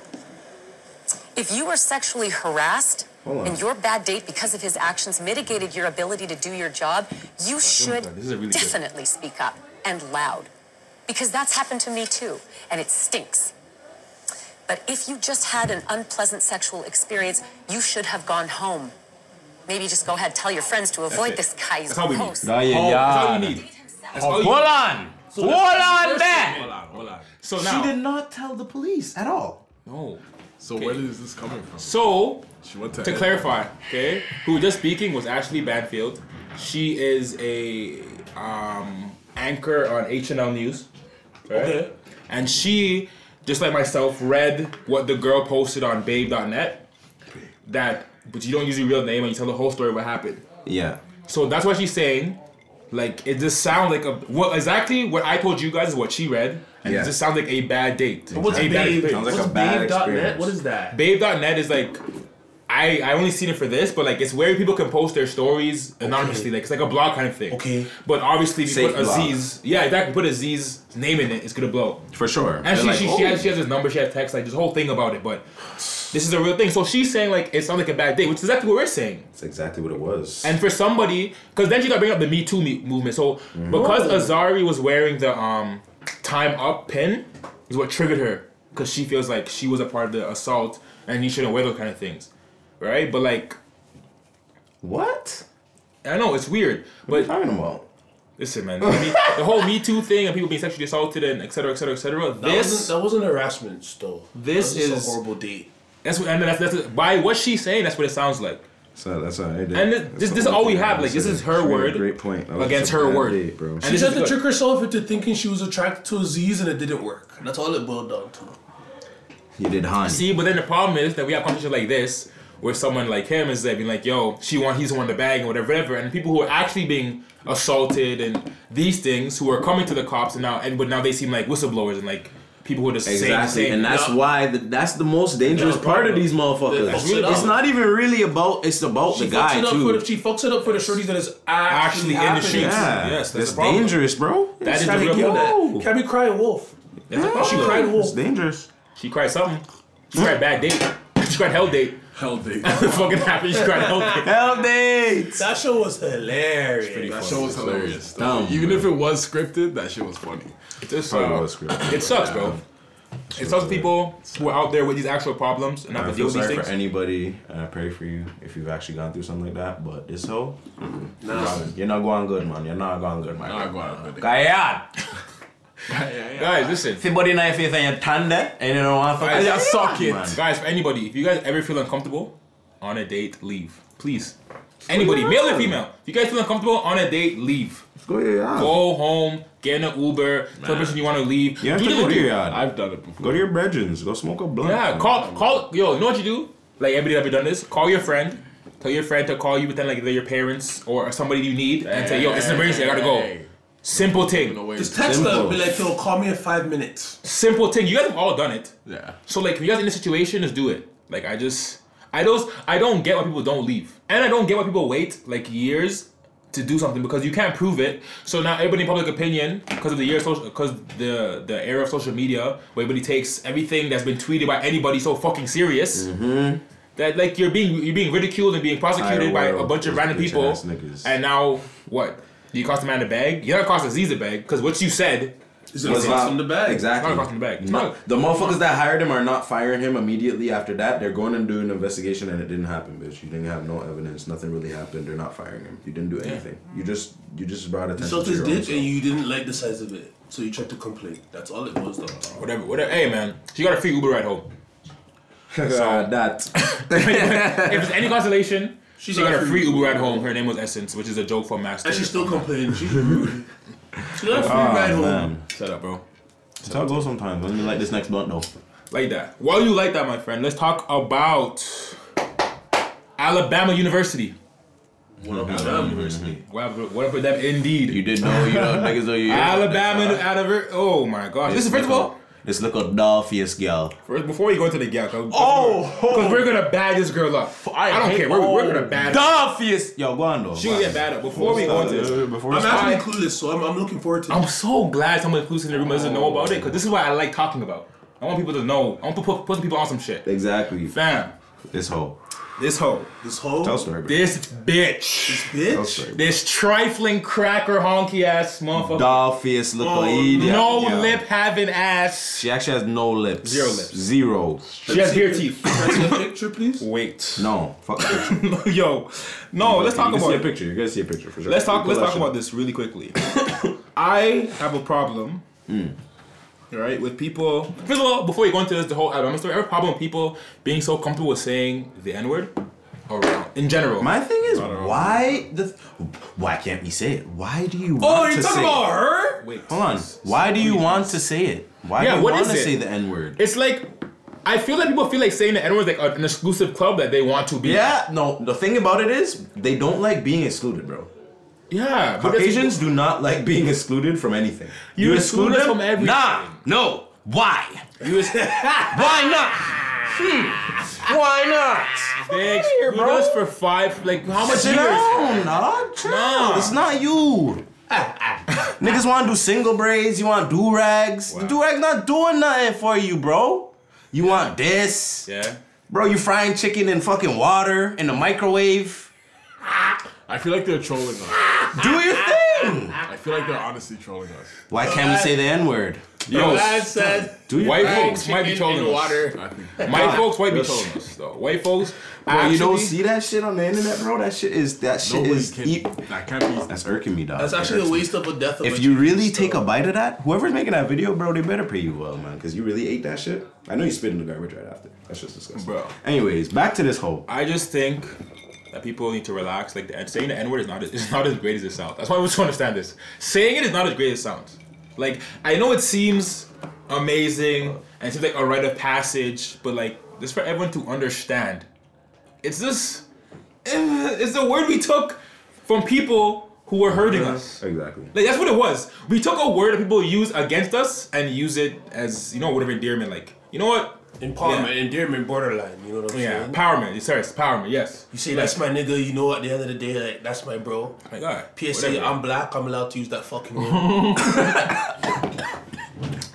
S8: If you were sexually harassed and your bad date because of his actions mitigated your ability to do your job, you should
S2: this is a really good-
S8: definitely speak up and loud. Because that's happened to me too, and it stinks. But if you just had an unpleasant sexual experience, you should have gone home. Maybe just go ahead, tell your friends to avoid
S2: it.
S8: this guy's
S2: That's all we need.
S8: post.
S1: Nah, yeah,
S2: Oh, that's all
S1: yeah.
S2: you need. That's all you
S7: Hold on. Hold on, man.
S2: Hold on, hold on. So
S1: She
S2: now.
S1: did not tell the police at all.
S2: no.
S3: So where is this coming from?
S2: So
S3: She went to,
S2: to clarify, okay, who just speaking was Ashley Banfield. She is a um, anchor on H and L News, right?
S3: Okay.
S2: And she, just like myself, read what the girl posted on Babe.net. That, but you don't use your real name and you tell the whole story of what happened.
S1: Yeah.
S2: So that's what she's saying. Like it just sounds like a what exactly what I told you guys is what she read, and
S1: Yeah.
S2: it just sounds like a bad date.
S7: What's
S2: a bad
S7: Babe?
S2: experience.
S1: Sounds like
S7: What's
S1: a bad
S7: Babe dot net?
S1: experience.
S7: What is that?
S2: Babe.net is like I I only seen it for this, but like it's where people can post their stories anonymously. Like it's like a blog kind of thing.
S6: Okay.
S2: But obviously if you
S1: Safe
S2: put
S1: blog.
S2: Aziz, yeah, exactly put Aziz name in it, it's gonna blow.
S1: For sure.
S2: And she,
S1: They're
S2: she,
S1: like,
S2: she,
S1: "Oh."
S2: has, she has his number, she has text, like this whole thing about it, but this is a real thing. So she's saying like it sounds like a bad date, which is exactly what we're saying.
S1: That's exactly what it was.
S2: And for somebody, because then you got to bring up the Me Too me- movement. So because Azari was wearing the um, time up pin, is what triggered her because she feels like she was a part of the assault and he shouldn't wear those kind of things, right? But like,
S1: what?
S2: I know it's weird,
S1: What are you
S2: but
S1: talking about?
S2: listen, man, the, Me- the whole Me Too thing and people being sexually assaulted and et cetera, et cetera, et cetera.
S6: That wasn't,
S2: This
S6: that wasn't harassment, though.
S2: This
S6: that was just
S2: is-
S6: a horrible date.
S2: that's what, and that's, that's by what she's saying. That's what it sounds like.
S1: So that's all I did.
S2: And this-
S1: That's
S2: this-
S1: the
S2: this is
S1: whole
S2: all we
S1: thing I
S2: have, like, this
S1: said.
S2: is her
S1: She made a
S2: word
S1: Great point. That was
S2: against
S1: just a
S2: her
S1: bad
S2: word.
S1: date, bro.
S2: And
S6: She
S2: this
S6: tried
S2: is
S6: to
S2: good.
S6: trick herself into thinking she was attracted to Aziz and it didn't work. And that's all it boiled down to.
S1: You did Han.
S2: See, but then the problem is that we have conversations like this where someone like him is like being like, yo, she want he's the one in the bag and whatever, whatever. And people who are actually being assaulted and these things who are coming to the cops and now and but now they seem like whistleblowers and like people who are just saying the
S1: Exactly,
S2: same
S1: and that's why the, that's the most dangerous part of these motherfuckers.
S6: fucks it
S1: it's
S6: up.
S1: not even really about it's about
S6: She
S1: the
S6: fucks
S1: guy
S6: it up for the,
S1: too.
S6: she fucks it up for the shorties that is
S2: Actually in
S6: actually,
S2: the
S6: happening.
S2: streets.
S1: yeah,
S2: Yes, that's
S1: that's
S2: the problem.
S1: dangerous, bro.
S2: That
S1: It's
S2: is
S1: like,
S2: the real
S1: yo,
S2: problem.
S6: Can't be crying wolf.
S2: That's a
S6: She
S2: problem.
S6: cried
S1: It's
S6: wolf.
S1: dangerous.
S2: She cried something. She cried bad date. She cried hell date.
S3: hell date.
S2: fucking happened. She cried hell date.
S1: Hell dates.
S6: That show was hilarious.
S3: that show was hilarious.
S1: dumb,
S3: Even if it was scripted, that shit was funny.
S2: This,
S1: Probably
S2: uh,
S1: was scripted.
S2: it sucks, bro. It sucks people who are out there with these actual problems and have
S1: I
S2: to
S1: feel
S2: deal with these
S1: sorry
S2: things.
S1: for anybody, and I pray for you if you've actually gone through something like that. But this whole, you're not going good, man. You're not going good, man.
S3: Not going on.
S1: Kayan.
S2: Guys, listen.
S1: If your body not your face and you're tanned eh, and you don't want to fuck
S2: Guys,
S1: it,
S2: just suck
S1: man.
S2: Guys, for anybody, if you guys ever feel uncomfortable on a date, leave. Please. Anybody, male or female, if you guys feel uncomfortable on a date, leave.
S1: Go to your house.
S2: Go home, get an Uber, tell the person you want to leave.
S1: You have
S2: Do
S1: to
S2: the-
S1: go to
S2: do-
S1: your yard.
S3: I've done it before.
S1: Go to your brethrens. Go smoke a blunt.
S2: Yeah, call, call, yo, you know what you do? Like, everybody ever done this? Call your friend. Tell your friend to call you, but then, like, they're your parents or somebody you need and say, yo, it's an emergency, I gotta go. Simple thing.
S6: Just text
S1: Simple.
S6: her and be like, yo, call me in five minutes.
S2: Simple thing. You guys have all done it.
S3: Yeah.
S2: So like, if you guys in this situation, just do it. Like, I just, I don't, I don't get why people don't leave, and I don't get why people wait like years to do something because you can't prove it. So now everybody in public opinion, because of the year, of social, because the the era of social media, where everybody takes everything that's been tweeted by anybody so fucking serious. That like you're being you're being ridiculed and being prosecuted
S1: Entire
S2: by a
S1: world
S2: bunch of
S1: is
S2: random
S1: bitch
S2: people,
S1: ass niggas.
S2: and now what? Do you cost a man a bag? You're not cost Aziz a bag because what you said
S6: Is it across from the bag?
S1: Exactly.
S2: Not across from the bag.
S1: No, the motherfuckers that hired him are not firing him immediately after that. They're going and doing an investigation, and it didn't happen, bitch. You didn't have no evidence. Nothing really happened. They're not firing him. You didn't do anything. You just you just brought attention
S6: So
S1: to
S6: this
S1: your own
S6: dick
S1: self.
S6: and you didn't like the size of it. So you tried to complain. That's all it was though.
S2: Whatever, whatever. Hey, man, she got a free Uber ride home.
S1: Ah, that.
S2: If it's any consolation, she,
S6: She
S2: got, a
S6: got a
S2: free Uber ride home. Her name was Essence, which is a joke for Master.
S6: And she still complained. She's rude. She got a free ride home.
S2: Shut up, bro.
S1: That's how it goes sometimes. Let me like this next blunt though.
S2: Like that. While you like that, my friend, let's talk about Alabama University.
S6: What up with them, university?
S2: What up with- what up with them? Indeed.
S1: You did know, you know, niggas know you.
S2: Alabama, Alabama. Oh my gosh. This is first of all.
S1: This little Dolphius girl.
S2: First, before we go into the gal, because
S3: Oh, oh.
S2: we're gonna bag this girl up. I, don't
S3: hate-
S2: care. We're, we're gonna
S3: oh,
S2: bag. her.
S1: Dolphius! Yo, go on though.
S2: She gonna get bad up. Before we go into this,
S1: Before
S6: I'm actually clueless, so I'm, I'm looking forward to
S2: I'm so glad someone who's in the room doesn't know about it because this is what I like talking about. I want people to know. I want to put, put some people on some shit.
S1: Exactly.
S2: Fam,
S1: This whole.
S2: this hoe,
S6: this whole
S1: Tell story, bro.
S2: this bitch,
S1: Tell
S6: bitch.
S1: story.
S2: this trifling cracker honky ass motherfucker,
S1: Dolphius little idiot.
S2: Oh, no
S1: yo.
S2: lip having ass.
S1: She actually has no lips.
S2: Zero lips.
S1: Zero.
S2: She has beer teeth.
S6: Can I see a picture, please?
S2: Wait,
S1: No. Fuck the picture.
S2: yo, no, let's talk
S1: you can
S2: about
S1: see a picture. You guys see a picture for sure.
S2: Let's talk.
S1: Pull
S2: Let's
S1: that
S2: talk
S1: shit
S2: about
S1: up.
S2: this really quickly. I have a problem.
S1: Hmm.
S2: All right, with people. First of all, before we go into this, the whole Alabama story, I have a problem with people being so comfortable with saying the N word around in general.
S1: My thing is, why the? Why can't we say it? Why do you?
S2: oh,
S1: want
S2: you
S1: to
S2: talking
S1: say
S2: about
S1: It?
S2: her? Wait,
S1: Hold on. Why do you want to say it? Why
S2: Yeah,
S1: do you
S2: what
S1: want
S2: is
S1: to
S2: it?
S1: say the N word?
S2: It's like I feel like people feel like saying the N word is like an exclusive club that they want to be.
S1: Yeah. No. The thing about it is, they don't like being excluded, bro.
S2: yeah. but that's-
S1: Caucasians do not like being excluded from anything.
S2: You exclude us from everything.
S1: Nah. No. Why?
S2: You is
S1: Why not? Hmm. Why not?
S2: they exclude us for five. Like how much
S1: Sit
S2: years?
S1: down, dog. Chill.
S2: Nah.
S1: It's not you. Niggas want to do single braids. You want do rags. The do rag's not doing nothing for you, bro. You want this,
S2: Yeah.
S1: bro? You frying chicken in fucking water in the microwave.
S3: I feel like they're trolling us.
S1: Do your thing.
S3: I feel like they're honestly trolling us.
S1: Why can't we say the n word?
S2: Yo,
S7: said
S2: white folks might be
S7: chicken
S2: trolling
S7: in
S2: us.
S7: water.
S3: I think.
S2: White folks might be trolling us though. White folks,
S1: Bro, you don't
S2: actually-
S1: see that shit on the internet, bro. That shit is that shit
S3: Nobody
S1: is.
S3: can.
S1: e-
S3: that can't be.
S1: That's irking me, dog.
S6: That's actually a waste of a death of
S1: If
S6: a
S1: you really take a bite of that, whoever's making that video, bro, they better pay you well, man, because you really ate that shit. I know you spit in the garbage right after. That's just disgusting.
S2: Bro.
S1: Anyways, back to this whole.
S2: I just think that people need to relax. Like the, saying the N word is not is not as great as it sounds. That's why I want to understand this. Saying it is not as great as it sounds. Like I know it seems amazing and it seems like a rite of passage, but like this for everyone to understand. It's this. It's the word we took from people who were hurting us.
S1: Exactly.
S2: Like that's what it was. We took a word that people use against us and use it as you know word of endearment. Like you know what?
S6: empowerment,
S2: Yeah.
S6: endearment, borderline. You know what I'm
S2: Yeah,
S6: saying?
S2: empowerment. Sorry, it's empowerment. Yes.
S6: You say that's my nigga. You know, at the end of the day, like that's my bro.
S2: my God.
S6: PSA,
S2: Whatever.
S6: I'm black. I'm allowed to use that fucking word.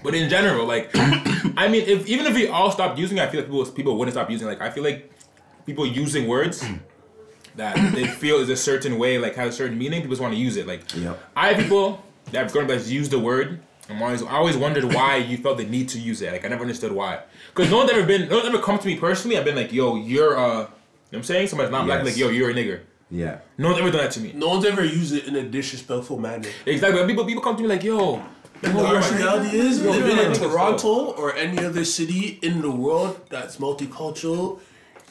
S2: But in general, like, I mean, if even if we all stopped using, it, I feel like people people wouldn't stop using. it. Like, I feel like people using words that they feel is a certain way, like has a certain meaning. People just want to use it. Like,
S1: Yep.
S2: I have people that have grown up that's used the word. I'm always, I always wondered why you felt the need to use it. Like, I never understood why. Because no one's ever been, no one's ever come to me personally. I've been like, yo, you're a, you know what I'm saying? Somebody's not black,
S1: Yes.
S2: like, yo, you're a nigger.
S1: Yeah.
S2: No one's ever done that to me.
S6: no one's ever used it in a disrespectful manner.
S2: Exactly. People people come to me like, yo,
S6: And the harsh reality is living in
S2: Yeah.
S6: Toronto or any other city in the world that's multicultural,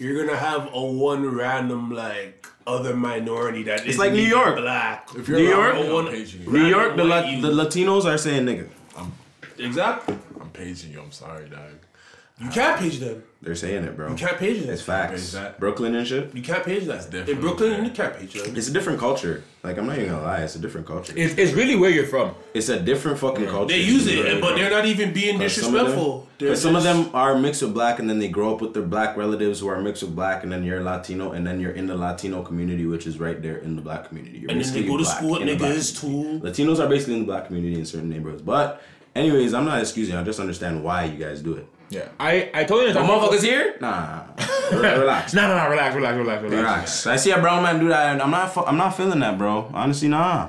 S6: you're gonna have a one random like other minority that is
S1: like New York.
S6: black.
S3: If you're
S1: New
S3: around,
S1: York?
S3: yo, I'm paging you.
S1: New York, the,
S6: White
S1: La-
S6: you-
S1: the Latinos are saying nigga.
S6: exactly.
S3: I'm paging you. I'm sorry, dog.
S6: You can't page them.
S1: They're saying it, bro.
S6: You can't page them.
S1: It's facts.
S3: that.
S1: Brooklyn and shit.
S6: You can't page that.
S3: definitely
S6: In Brooklyn,
S3: fair.
S6: you can't page them.
S1: It's a different culture. Like I'm not even gonna lie, it's a different culture.
S7: It's, it's really where you're from.
S1: It's a different fucking culture.
S6: They use it, but they're not even being disrespectful.
S1: Some of, them,
S6: They're
S1: 'cause some of
S6: just-
S1: them are mixed with black, and then they grow up with their black relatives who are mixed with black, and then you're Latino, and then you're in the Latino community, which is right there in the black community. You're
S6: And then they
S1: basically
S6: go to
S1: black
S6: school with
S1: in the black
S6: niggas
S1: community.
S6: too.
S1: Latinos are basically in the black community in certain neighborhoods. But, anyways, I'm not excusing. I just understand why you guys do it.
S2: Yeah, I I totally understand.
S7: motherfuckers here?
S1: Nah, re- relax.
S2: No, no, no, relax, relax, relax, relax.
S1: Relax. I see a brown man do that, and I'm not. fu- I'm not feeling that, bro. Honestly, nah.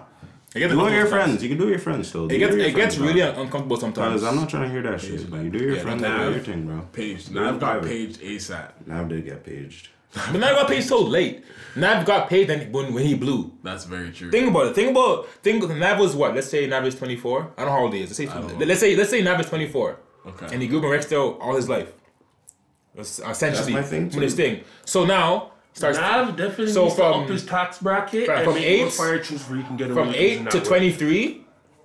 S2: It gets
S1: Do it with your
S2: uncomfortable
S1: friends. You can do it with your friends still.
S2: sometimes. It gets it gets really uncomfortable sometimes.
S1: Because I'm not trying to hear that shit. But you do your friends,
S3: nah,
S1: do your
S3: I've-
S1: thing, bro.
S3: Paged.
S1: Really
S3: Now I've got
S1: private.
S3: paged ASAP.
S1: Nav did get paged.
S2: But Nav got paid so late. Nav got paid then when when he blew.
S3: That's very true.
S2: Think about it. Think about think. Nav was what? Let's say Nav is 24. I don't know how old he is. Let's say let's say let's say Nav is 24.
S3: Okay.
S2: And he grew up in Rexdale all his life. Es- Essentially,
S1: That's my thing,
S2: from this
S1: too.
S2: thing. So now starts
S6: Nav definitely
S2: So
S6: needs to
S2: from-
S6: up his tax bracket
S2: from-
S6: and
S2: from
S6: make
S2: eight-
S6: more fire truths where you can get away
S2: from
S6: with using
S2: eight
S6: that
S2: to
S6: word.
S2: 23.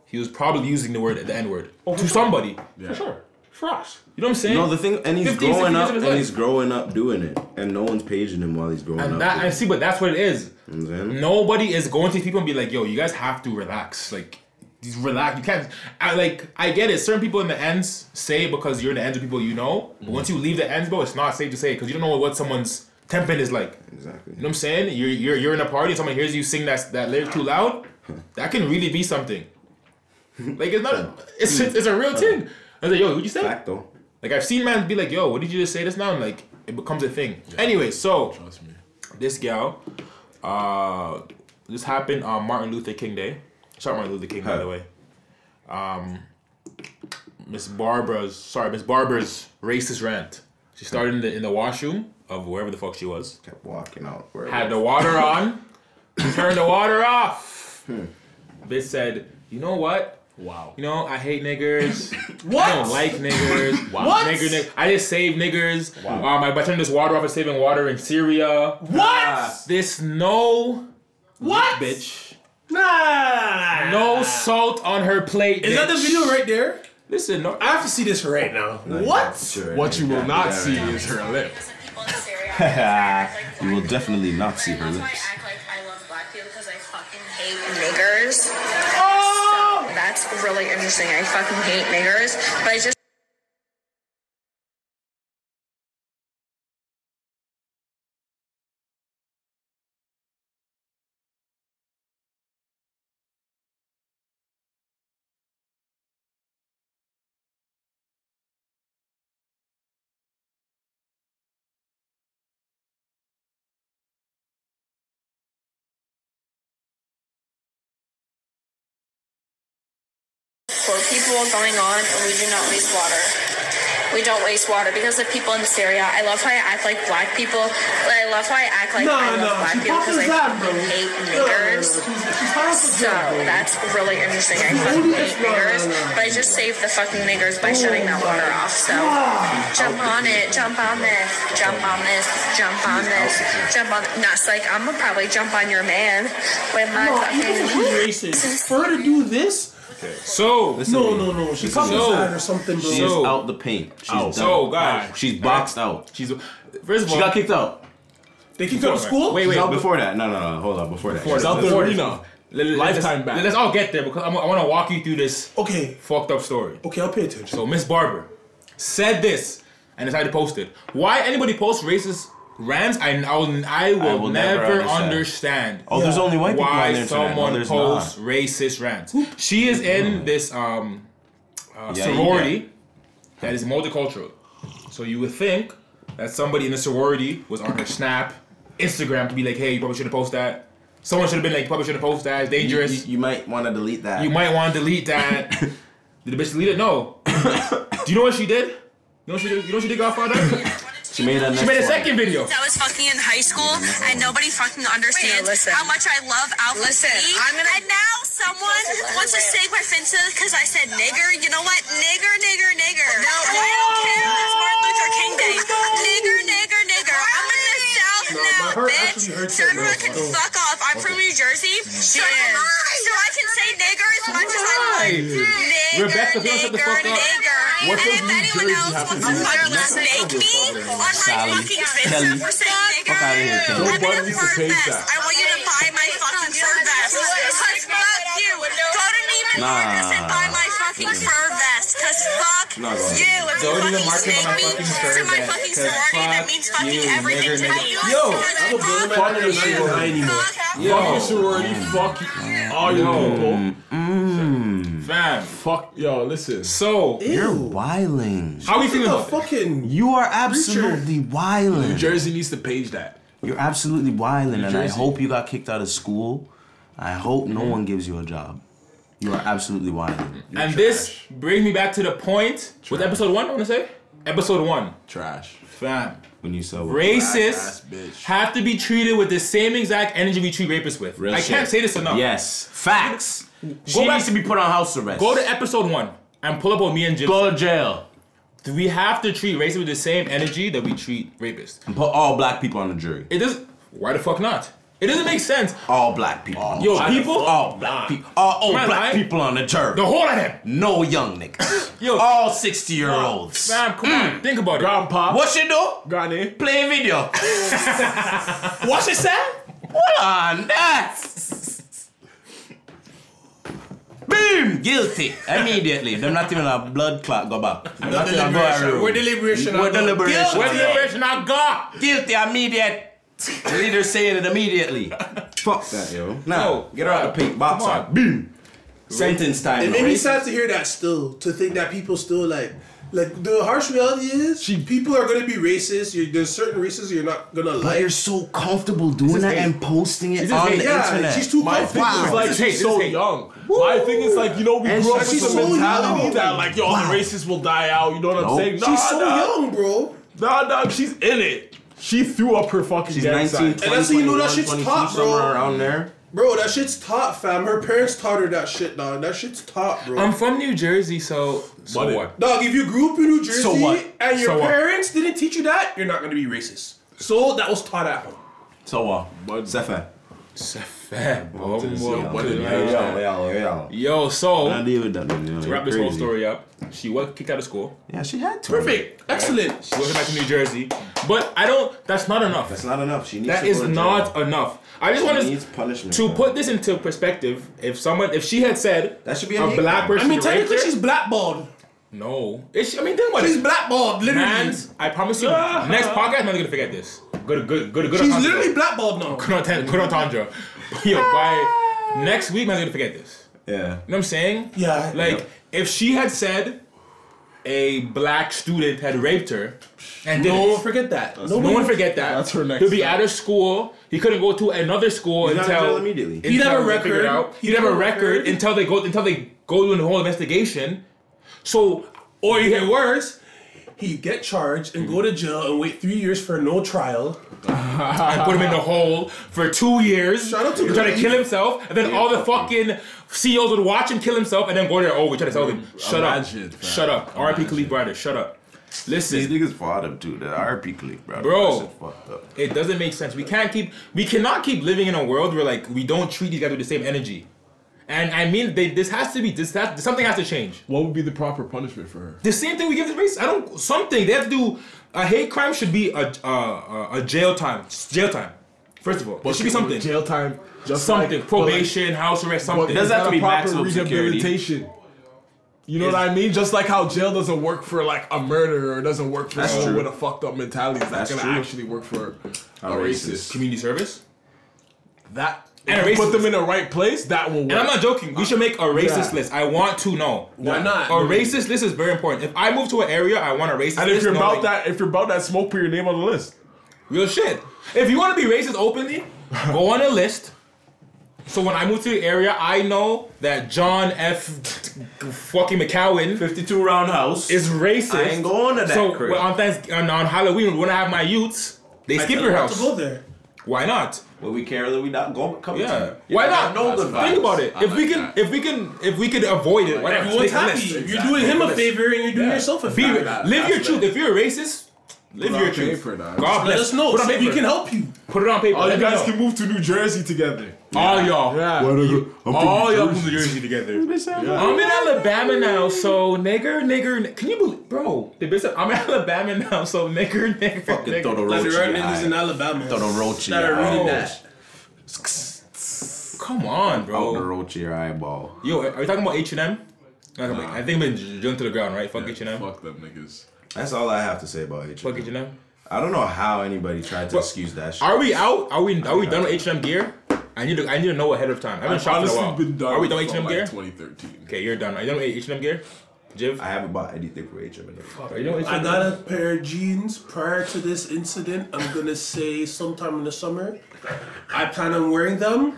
S2: He was probably using the word the N word
S6: Oh,
S2: to somebody.
S6: For sure. For us.
S2: You know what I'm saying?
S1: No, the thing, and he's
S2: 15,
S1: growing
S2: 16 years
S1: up,
S2: of his
S1: and
S2: life.
S1: he's growing up doing it, and no one's paging him while he's growing up.
S2: And that, Mm. I
S1: doing
S2: see, but that's what it is.
S1: it. You know what I'm saying?
S2: Nobody is going to these people and be like, "Yo, you guys have to relax." Like, just relax. You can't. I like. I get it. Certain people in the ends say it because you're in the ends of people you know. But
S1: Mm.
S2: once you leave the ends, bro, it's not safe to say because you don't know what someone's temperament is like.
S1: Exactly.
S2: You know what I'm saying? You're you're you're in a party and someone hears you sing that that lyric too loud. That can really be something. Like it's not. It's it's, it's a real thing. I was like, "Yo, what'd you say?"
S1: Fact though.
S2: Like I've seen man be like, "Yo, what did you just say this now?" And like it becomes a thing. Anyway, so
S3: Trust me.
S2: this gal, uh, this happened on Martin Luther King Day. Shout out Martin Luther King, by the way. Um, Miss Barbara's sorry, Miss Barbara's racist rant. She started in the in the washroom of wherever the fuck she was.
S1: Kept walking out. where it was.
S2: Had the water on, turned the water off. Bitch said, "You know what?
S3: Wow.
S2: You know I hate niggers. I don't like niggers.
S7: What?
S2: Nigger, nigger. I just save niggers. Um, I, I turned this water off. I'm saving water in Syria.
S7: What?
S2: This no
S7: What?
S2: bitch.
S6: Nah.
S2: No salt on her plate.
S6: Is that the
S2: bitch.
S6: video right there?
S2: Listen, no.
S6: I have to see this right now.
S7: What?
S1: Sure,
S3: What you will
S1: yeah,
S3: not
S1: yeah,
S3: see
S1: yeah.
S3: is her lip.
S1: You will definitely not see her
S9: That's why
S1: lips.
S9: I act like I love black people because I fucking hate niggers.
S6: Oh!
S9: So that's really interesting. I fucking hate niggers, but I just. for people going on and we do not waste water. We don't waste water because of people in Syria. I love how I act like black people. but I love how I act like
S6: No,
S9: I love
S6: no,
S9: black
S6: she
S9: people because I
S6: fucking that, bro.
S9: fucking hate
S6: No, no,
S9: niggers.
S6: no, she's- she's high off the
S9: So
S6: drug, bro.
S9: that's really interesting. I fucking
S6: Only
S9: hate
S6: if- no, no,
S9: niggers,
S6: no, no.
S9: but I just saved the fucking niggers by shutting that water off. So jump on it, jump on this, jump on this, jump on this, jump on. Not like I'm gonna probably jump on your man with my
S6: No, even if
S9: fucking.
S6: she's racist, for her to do this?
S2: So,
S6: No, no, no. She's
S1: Listen to
S6: fucking
S1: me.
S6: sad or something, bro.
S1: She's
S2: So- Oh.
S1: out the paint. She's done.
S2: so guys,
S1: She's boxed out.
S2: she's first of all.
S1: She got kicked out.
S6: they keep going to school?
S2: Wait, wait.
S1: No, before that. No, no, no. Hold on. Before that.
S2: Before
S1: She's
S2: that.
S1: out the-
S3: South Arena.
S2: let, let,
S3: Lifetime
S2: let's,
S3: back.
S2: Let's all get there because I'm, I want to walk you through this
S6: Okay.
S2: fucked up story.
S6: Okay, I'll pay attention.
S2: So Miss Barber said this and decided to post it. Why anybody posts racist rants? I I will, I will,
S1: will
S2: never,
S1: never
S2: understand.
S1: Oh, there's only white people on
S2: why
S1: there tonight. No,
S2: someone
S1: there's
S2: posts
S1: not.
S2: racist rants. She is in this um, uh,
S1: Yeah,
S2: sorority
S1: yeah.
S2: that is multicultural. So you would think that somebody in the sorority was on her Snap, Instagram to be like, hey, you probably shouldn't post that. Someone should have been like, you probably shouldn't post that. It's
S1: You,
S2: dangerous.
S1: you- you might want to delete that.
S2: You might want to delete that. did the bitch delete it? No. do you know what she did? You know what she did? You know what she did, Godfather? she
S10: She made a,
S2: She made a second video.
S8: I was fucking in high school and nobody fucking understands
S11: listen.
S8: how much I love Alpha
S11: Listen,
S8: T.
S11: I'm gonna-
S8: and now someone wants to say my fence because I said nigger. You know what? Nigger, nigger, nigger. No, I don't care if it's Martin Luther King Day. Nigger, nigger, nigger. I'm in the South now,
S6: heart
S8: bitch.
S6: actually hurts
S8: So
S6: right
S8: everyone
S6: now.
S8: can fuck off. I'm from New Jersey. So, I can, so I can say nigger as much as I
S2: Why?
S8: like. Nigger,
S2: Rebecca, if you don't shut the
S8: nigger,
S2: fuck up.
S8: nigger.
S3: What
S8: And
S3: does
S8: if
S3: New
S8: anyone
S3: Jersey
S8: else
S3: have to
S8: wants
S3: do
S8: to
S3: with
S8: fucking snake me on my
S12: Sally,
S8: fucking
S12: Kelly,
S8: Facebook for saying nigger,
S12: fuck outta here, Kelly.
S8: I'm in
S3: Nobody
S8: a
S3: needs to
S8: fur
S3: pay
S8: vest.
S3: that.
S8: I want you to buy my fucking fur vest. Cause fuck you. Go to Neiman
S12: Nah.
S8: Marcus and buy my fucking fur vest. Cause fuck
S10: Nah, go ahead.
S8: you. If you
S13: Go to the
S8: fucking
S13: market
S8: snake
S13: on my
S8: me
S13: fucking
S8: to
S13: fur
S8: my
S13: vest,
S8: fucking
S13: 'cause
S8: sorority, that
S13: fuck
S8: means
S13: you,
S8: fucking everything
S13: nigger,
S8: to
S13: nigger.
S8: me.
S13: Yo,
S8: I'm
S3: Fuck your sorority. Fuck your sorority. Fuck all your people.
S2: Fam.
S3: Fuck yo. Listen.
S2: So,
S1: You're wiling.
S2: how we feeling
S6: The
S2: about that?
S6: fucking
S1: You are absolutely wiling.
S3: Jersey needs to page that.
S1: You're absolutely wilding, and I
S3: Jersey.
S1: hope you got kicked out of school. I hope no
S2: Mm-hmm.
S1: one gives you a job. You are absolutely wilding.
S2: And this brings me back to the point. Was episode one, I want to say? Episode one.
S3: Trash.
S2: Fam.
S1: When you sell
S3: Ass
S2: Racists
S3: bitch.
S2: have to be treated with the same exact energy we treat rapists with.
S1: Real
S2: I can't
S1: shit.
S2: say this enough.
S1: Yes, facts. she
S2: back-
S1: needs to be put on house arrest.
S2: Go to episode one and pull up on me and Jim.
S1: go to jail.
S2: Do we have to treat racists with the same energy that we treat rapists?
S1: And put all black people on the jury.
S2: It doesn't. Why the fuck not? It doesn't make sense.
S1: All black people. on the
S2: Yo,
S1: jury.
S2: people-
S1: All black people. All old
S2: Man,
S1: black
S2: I-
S1: people on the jury.
S2: The whole of them.
S1: No young niggas.
S2: Yo.
S1: all sixty year olds.
S2: Fam, come
S6: Hmm.
S2: on. Think about it.
S3: Grandpa.
S1: What you do?
S3: Granny.
S1: Play video.
S2: Watch it, Sam.
S1: What on Eh. that? Boom! Guilty. Immediately. Them not even a blood clot go back. Them not even a go around.
S6: We're deliberation.
S1: We're deliberation.
S2: Where's the liberation I got?
S1: Guilty immediate. The leader saying it immediately.
S10: Fuck that, yo.
S2: Yo,
S10: Now, get her out the pink box.
S2: come on.
S10: out. Boom. Sentence time.
S6: It made me
S10: right?
S6: sad to hear that still, to think that people still like, like the harsh reality is people are gonna be racist. You're, there's certain races you're not gonna
S1: But
S6: like.
S1: you're so comfortable doing that and posting it
S2: this
S1: on
S2: hate?
S1: the
S6: yeah,
S1: internet.
S6: she's too
S3: My thing
S6: comfortable.
S3: is like
S2: Oh, This is hate,
S3: she's
S2: this is
S3: so
S2: hate.
S3: young. My thing is like you know we grew up with
S1: she's
S3: the
S1: so
S3: mentality
S1: young.
S3: that like yo
S1: Wow.
S3: the racists will die out. You know what I'm
S1: Nope.
S3: saying? Nah,
S6: She's so
S3: nah.
S6: young, bro.
S3: Nah, nah, she's in it. She threw up her fucking
S10: She's
S3: gang
S10: 19,
S3: sign.
S10: 20,
S6: And that's how you know that shit's
S10: 21,
S6: top,
S10: 22,
S6: bro.
S10: Somewhere around there.
S6: Bro, that shit's top, fam. Her parents taught her that shit, dog. That shit's top, bro.
S2: I'm from New Jersey, so so
S3: But it-
S2: what?
S6: dog, if you grew up in New Jersey
S1: So what?
S6: and your
S2: So what?
S6: parents didn't teach you that, you're not gonna be racist. So that was taught at home.
S1: so what?
S10: Zephyr.
S2: Fam,
S10: Yo,
S2: what did I-
S10: yo, yo, yo.
S2: Yo, so
S1: I deal with that. man.
S2: to wrap this
S10: crazy.
S2: whole story up, she was kicked out of school.
S1: Yeah, she had to.
S6: Perfect. Excellent.
S2: She went back to New Jersey, but I don't. That's not enough.
S10: That's not enough. She needs
S2: That
S10: to go
S2: is
S10: to jail.
S2: not enough. I just
S10: She
S2: want
S10: needs
S2: to
S10: punishment.
S2: to
S10: bro.
S2: put this into perspective. If someone, if she had said
S10: That should be a hate
S2: black
S10: crime.
S2: person,
S6: I mean,
S2: raped her-
S6: technically, she's blackballed.
S2: no. It's, I mean, think about
S6: She's
S2: it.
S6: blackballed, literally.
S2: Mans, I promise you, next podcast, I'm not gonna forget this. Good, good, good, good.
S6: She's
S2: entendre.
S6: literally blackballed now.
S2: Good entendre- good entendre. Yo, by next week, I'm not gonna forget this.
S10: Yeah.
S2: You know what I'm saying?
S6: Yeah.
S2: Like, if she had said a black student had raped her, and
S6: No
S2: didn't-
S6: one forget that.
S2: no
S6: Nobody
S2: one forget that.
S3: That's her next
S2: He'll be
S3: step.
S2: out of school. He couldn't go to another school
S10: He's out of
S2: until
S10: jail immediately.
S2: until
S6: He'd have a
S2: they figure it
S6: record.
S2: Out. He'd,
S6: He'd
S2: have a
S6: have a
S2: record,
S6: record.
S2: until they go until they go through the whole investigation. So, or you
S6: Get
S2: can work.
S6: worse. He get charged and go to jail and wait three years for no trial.
S2: I put him in the hole for two years.
S6: Shout out to
S2: He's trying to
S6: Glee.
S2: kill himself, and then all the fucking CEOs would watch him kill himself, and then go there. Oh, we tried to tell him. Shut
S3: Imagine,
S2: up.
S3: fam.
S2: Shut up. R.I.P. Khalid Browder. Shut up.
S10: These
S2: Listen,
S10: niggas fought him too. The RP clique, bro.
S2: Bro.
S10: That shit fucked up.
S2: it doesn't make sense. We can't keep. We cannot keep living in a world where like we don't treat these guys with the same energy. And I mean, they, this has to be. This has, something has to change.
S3: What would be the proper punishment for her?
S2: The same thing we give the race. I don't. Something they have to do. A hate crime should be a a, a, a jail time. Jail time. First of all, it should be something.
S3: Jail time. Just
S2: something.
S3: like-
S2: probation, house arrest.
S3: But like,
S2: Something.
S3: but
S12: have
S3: not
S12: to
S3: a
S12: be
S3: proper
S12: maximum security.
S3: rehabilitation. You know
S2: Is-
S3: what I mean? Just like how jail doesn't work for like a murderer, it doesn't work for
S10: That's
S3: someone
S10: true.
S3: with a fucked up mentality. It's not
S10: That's
S3: gonna
S10: true.
S3: actually work for a,
S10: A
S3: racist.
S10: racist.
S2: Community service.
S3: That
S2: And
S3: and
S2: a
S3: you
S2: racist.
S3: put them in the right place, that will work.
S2: And I'm not joking. We should make a racist
S3: Yeah.
S2: list. I want to know.
S3: Why not?
S2: A racist list is very important. If I move to an area, I want a racist.
S3: And if
S2: list
S3: you're about
S2: knowing-
S3: that, if you're about that, smoke put your name on the list.
S2: real shit. If you want to be racist openly, go on a list. So when I moved to the area, I know that John F. fucking McCowan,
S1: fifty-two round house,
S2: is racist.
S1: I ain't going to that
S2: So
S1: crib.
S2: well, on Thanks on, on Halloween when I have my youths, they skip your
S7: To
S2: house.
S7: go there.
S2: Why not?
S1: When we care that we not go come
S2: Yeah.
S1: to.
S2: Why not?
S1: know the
S2: Think
S1: vibes.
S2: about it.
S3: I
S2: if we
S3: like
S2: can,
S3: that.
S2: if we can, if we could avoid it, why not?
S7: Everyone's
S2: Make a
S7: happy.
S2: list.
S7: You're doing him a favor and you're doing
S2: Yeah.
S7: yourself a
S2: Be,
S7: favor.
S2: live your truth. If you're a racist, live your truth.
S3: paper, dog.
S2: God
S7: Let
S2: bless.
S7: us know.
S2: Put it on
S7: See if
S2: paper.
S7: we can help you.
S2: Put it on paper.
S3: All
S2: Let
S3: you
S2: me
S3: guys
S2: know.
S3: can move to New Jersey together.
S2: All y'all.
S3: Yeah.
S2: All y'all from New Jersey together. I'm in Alabama now, so nigger, nigger. n- Can you believe, bro? The bitch said, I'm in Alabama now, so nigger, nigger.
S1: Fucking
S2: nigger.
S1: throw the
S7: Like
S1: roach
S7: there
S1: in
S7: are
S1: your
S7: niggas
S1: eye.
S7: in Alabama
S1: Throw the roach in
S7: that
S1: your
S7: are really
S1: eye.
S7: bad.
S2: Come on,
S1: Throw the
S2: bro.
S1: roach in your eyeball.
S2: Yo, are we talking about H and M? I think I'm gonna jump to the ground, right? Fuck H and M.
S3: Fuck them niggas.
S1: That's all I have to say about H.
S2: Fuck H and M.
S1: I don't know how anybody tried to
S2: But-
S1: excuse that shit.
S2: Are we out? Are we? Are we done with H and M gear? I need to. I need to know ahead of time. I haven't
S3: I've
S2: shopped in a while.
S3: honestly been done.
S2: Are we done
S3: with
S2: with H and M
S3: like
S2: gear?
S3: 2013.
S2: Okay, you're done. Are you done with H and M gear? Jiv,
S1: I haven't bought anything for H M.
S2: are you done with
S6: I
S2: H&M?
S6: got a pair of jeans prior to this incident. I'm gonna say sometime in the summer. I plan on wearing them.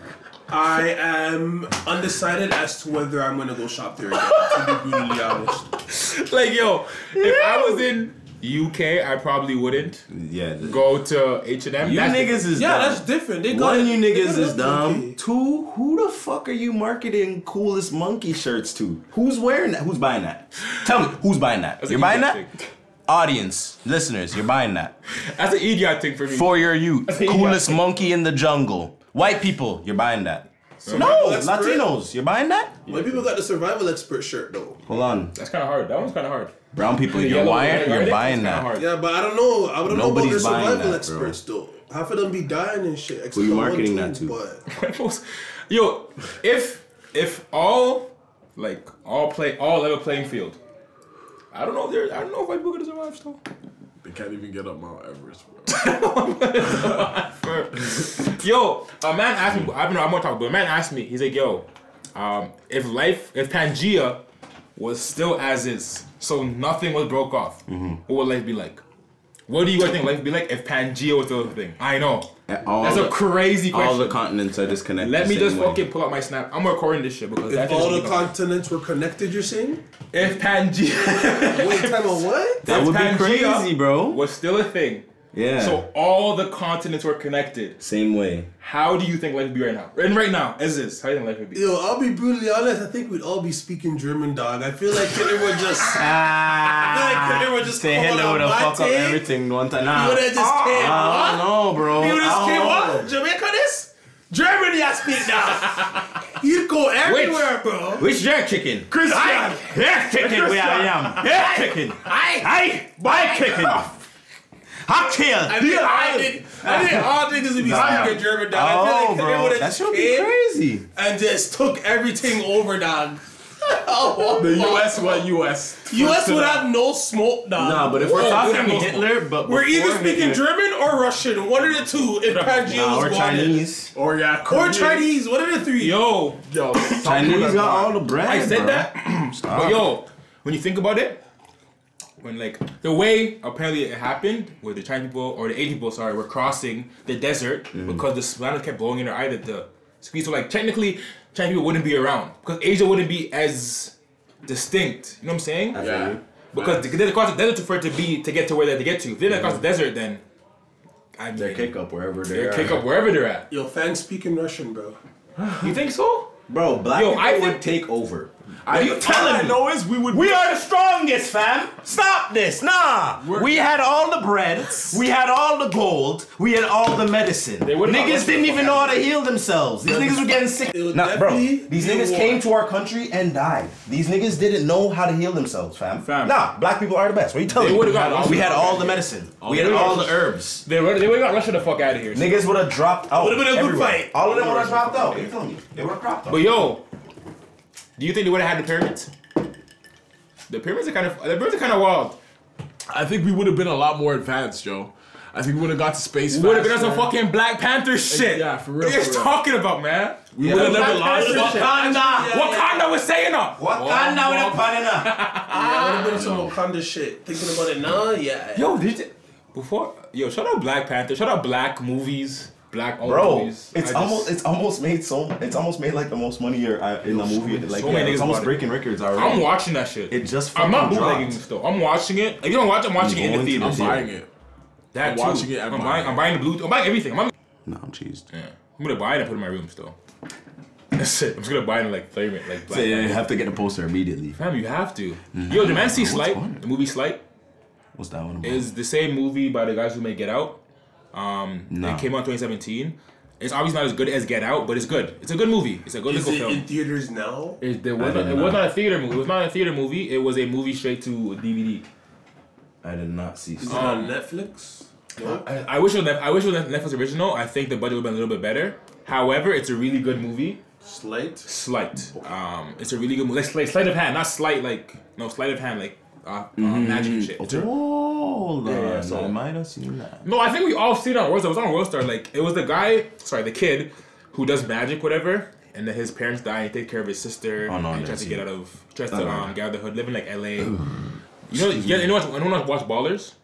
S6: I am undecided as to whether I'm gonna go shop there again. To be brutally honest,
S2: Like yo, if I was in UK, I probably wouldn't
S1: Yeah. th-
S2: go to H and M.
S1: You niggas is
S6: yeah,
S1: dumb.
S6: that's different. They got
S1: One,
S6: it-
S1: you
S6: they got
S1: niggas
S6: it
S1: is
S6: up
S1: dumb.
S6: okay.
S1: Two, who the fuck are you marketing coolest monkey shirts to? Who's wearing that? Who's buying that? Tell me, who's buying that?
S2: That's
S1: You're
S2: an
S1: buying
S2: idiot
S1: that?
S2: thing.
S1: Audience, listeners, you're buying that.
S2: That's an idiot thing for me.
S1: For your youth,
S2: an idiot
S1: coolest
S2: thing.
S1: monkey in the jungle. White people, you're buying that.
S6: people,
S1: no,
S6: that's
S1: Latinos, you're buying that?
S6: White people got the survival expert shirt though.
S1: Hold on.
S2: That's kind of hard. That one's kind of hard.
S1: Brown people, you're,
S2: Yellow,
S1: wired,
S2: red,
S1: you're
S2: red,
S1: buying
S2: it's kinda
S1: that.
S2: hard.
S6: Yeah, but I don't know. I don't know
S1: Nobody's
S6: about
S1: buying
S6: their survival
S1: that,
S6: experts though. Half of them be dying and shit.
S1: Who you
S6: except for one,
S1: marketing
S6: two,
S1: that to?
S6: But
S2: Yo, if if all like all play all level playing field, I don't know if there. I don't know if white people could survive still.
S3: They can't even get up Mount Everest, bro.
S2: Yo, a man asked me. I don't know. I'm gonna talk, but a man asked me. He's like, "Yo, um, if life, if Pangea was still as is, so nothing was broke off,
S1: Mm-hmm.
S2: what would life be like? What do you guys think life would be like if Pangea was still a thing? I know
S1: And all
S2: that's
S1: the-
S2: a crazy
S1: All
S2: question.
S1: the continents are disconnected.
S2: Let me
S1: the
S2: just
S1: same way.
S2: fucking pull out my snap. I'm recording this shit because
S6: if
S2: that's
S6: all the continents were connected, you're saying?
S2: if Pangea
S6: Wait, time of what?
S1: That would be
S2: Pangea.
S1: crazy, bro.
S2: was still a thing,
S1: Yeah.
S2: so all the continents were connected.
S1: same way.
S2: How do you think life would be right now? And right now, as is, how do you think life would be?
S6: Yo, I'll be brutally honest. I think we'd all be speaking German, dog. I feel like Kinder would just. I feel like Kinder would just
S1: Ah. Say
S6: come
S1: hello
S6: on
S1: to
S6: my
S1: fuck up
S6: take.
S1: everything one time.
S6: He would have just came.
S1: Ah, I
S6: What?
S1: don't know, bro.
S6: He would have just
S1: I
S6: came.
S1: don't
S6: What?
S1: know.
S6: Jamaica this? Germany, I speak now. He'd go everywhere, bro.
S1: Which jerk chicken?
S6: Christian.
S1: Jerk chicken where I am. Jerk chicken. Hey, my chicken. Hot tail.
S6: I think I did. I think all niggas would be speaking German, dog. I
S1: Oh,
S6: feel like Kinder
S1: bro.
S6: would have
S1: That
S6: just
S1: should be
S6: came
S1: crazy.
S6: and just took everything over, dog. oh,
S3: The U.S. What U.S.
S6: U.S. would have no smoke, dog.
S1: Nah, but if we're talking
S6: no
S1: Hitler, but
S6: We're either
S1: before
S6: speaking
S1: Hitler-
S6: German or Russian, one of the two. If Pangea
S1: Nah,
S6: was
S1: we're
S6: going Chinese.
S1: Chinese.
S3: Or yeah,
S6: or
S3: Korean.
S6: Chinese, one of the three.
S2: Yo,
S3: Yo,
S1: Chinese got all the bread.
S2: I said
S1: bro.
S2: that, but yo, when you think about it, when like the way apparently it happened, where the Chinese people or the Asian people, sorry, were crossing the desert because the planet kept blowing in their eye that the squeeze. So like technically, Chinese people wouldn't be around because Asia wouldn't be as distinct. You know what I'm saying?
S3: Yeah.
S2: Because they had to cross the desert for it to be to get to where they had to get to. If they didn't cross the desert, then I mean,
S1: Their kick up wherever they're
S2: their kick up wherever they're at.
S6: Yo, fans speaking Russian, bro.
S2: You think so?
S1: Bro, black
S2: Yo,
S1: people
S2: I
S1: would
S2: think-
S1: take over.
S3: Are you telling I know is we would.
S5: We are the strongest, fam. Stop this. Nah. we had all the bread. We had all the gold. We had all the medicine.
S2: would've not
S5: Niggas
S2: left
S5: didn't
S2: the
S5: even know how to heal themselves. These niggas were getting sick.
S6: It would
S5: Nah, bro.
S6: definitely
S5: These
S6: be
S5: niggas
S6: war.
S5: came to our country and died. These niggas didn't know how to heal themselves, fam.
S2: Fam.
S5: Nah, black people are the best. What are you telling
S2: They
S5: me?
S2: would've got lost
S5: we
S2: in
S5: had
S2: the
S5: all
S2: fucking-
S5: the medicine. we had
S2: would've
S5: all
S2: got-
S5: the herbs.
S2: They were they would got Russia the fuck out of here.
S5: Niggas would have dropped out.
S6: Would've been a good
S5: everywhere.
S6: fight.
S5: All of them would have dropped out. What are you telling me? They would have dropped out.
S2: But yo, do you think they would have had the pyramids? The pyramids are kind of the pyramids are kind of wild.
S3: I think we would have been a lot more advanced, Joe. I think we would have got to space.
S2: Would have been on
S3: faster.
S2: some fucking Black Panther shit.
S3: yeah, for real,
S2: What are you
S3: for real.
S2: talking about, man? We
S3: would have never
S2: Black
S3: lost.
S2: Panther shit.
S5: Wakanda.
S2: Wakanda was saying up.
S5: Wakanda with a banana.
S6: Yeah, would have been some Wakanda shit. Thinking about it now, yeah.
S2: Yo, did you, before yo shout out Black Panther. Shout out Black movies. black owned
S14: Bro,
S2: movies.
S14: it's almost it's almost made so it's almost made like the most money year uh, in the movie. Like
S2: so
S14: yeah,
S2: many
S14: it's
S2: niggas
S14: almost
S2: bought it.
S14: breaking records already.
S2: I'm watching that shit.
S14: It just
S2: I'm not
S14: fucking dropped.
S2: bootlegging this though. I'm watching it. If you don't watch, it, I'm watching it in the
S14: going to
S2: theater.
S14: the theater. I'm buying
S2: it. That
S3: I'm
S2: too.
S3: watching it, I'm
S2: I'm,
S3: buying
S2: buying. I'm buying the Bluetooth. I'm buying everything. I'm,
S1: No, I'm cheesed.
S2: yeah. I'm gonna buy it and put it in my room still. That's it. I'm just gonna buy it in like thirty minutes. Like black.
S1: So yeah, you have to get the poster immediately.
S2: Fam, you have to.
S1: Mm-hmm.
S2: Yo, the man see Slight, the movie Slight,
S1: What's that one? About?
S2: is the same movie by the guys who made Get Out. Um,
S1: No.
S2: It came out in 2017. It's obviously not as good as Get Out, but it's good. It's a good movie. It's a good
S6: Is
S2: little
S6: it
S2: film.
S6: in theaters now?
S2: It, there was
S1: I
S2: not, it
S1: didn't
S2: was
S1: know.
S2: not a theater movie. It was not a theater movie. It was a movie straight to DVD.
S1: I did not see.
S6: Is it on Netflix? No.
S2: I, I wish it was Nef- I wish it was Nef- Netflix original. I think the budget would have been a little bit better. However, it's a really good movie.
S6: Slight.
S2: Slight. Um, it's a really good movie. Like, slight, sleight of hand, not slight like no sleight of hand like uh, uh,
S3: Mm-hmm.
S2: magic and shit. It's a-
S1: Hold on,
S2: yeah, so-
S1: I might have seen that.
S2: No, I think we all seen it on Worldstar. It was on Worldstar. Like it was the guy, sorry, the kid who does magic, whatever, and then his parents die. and take care of his sister.
S1: Oh, no, I
S2: and
S1: didn't
S2: he tries to
S1: see
S2: get
S1: it.
S2: out of tries
S1: Oh,
S2: to
S1: no.
S2: um, get out of the hood, living like L.A. you know, you, you know, what, you know, what, watch Ballers.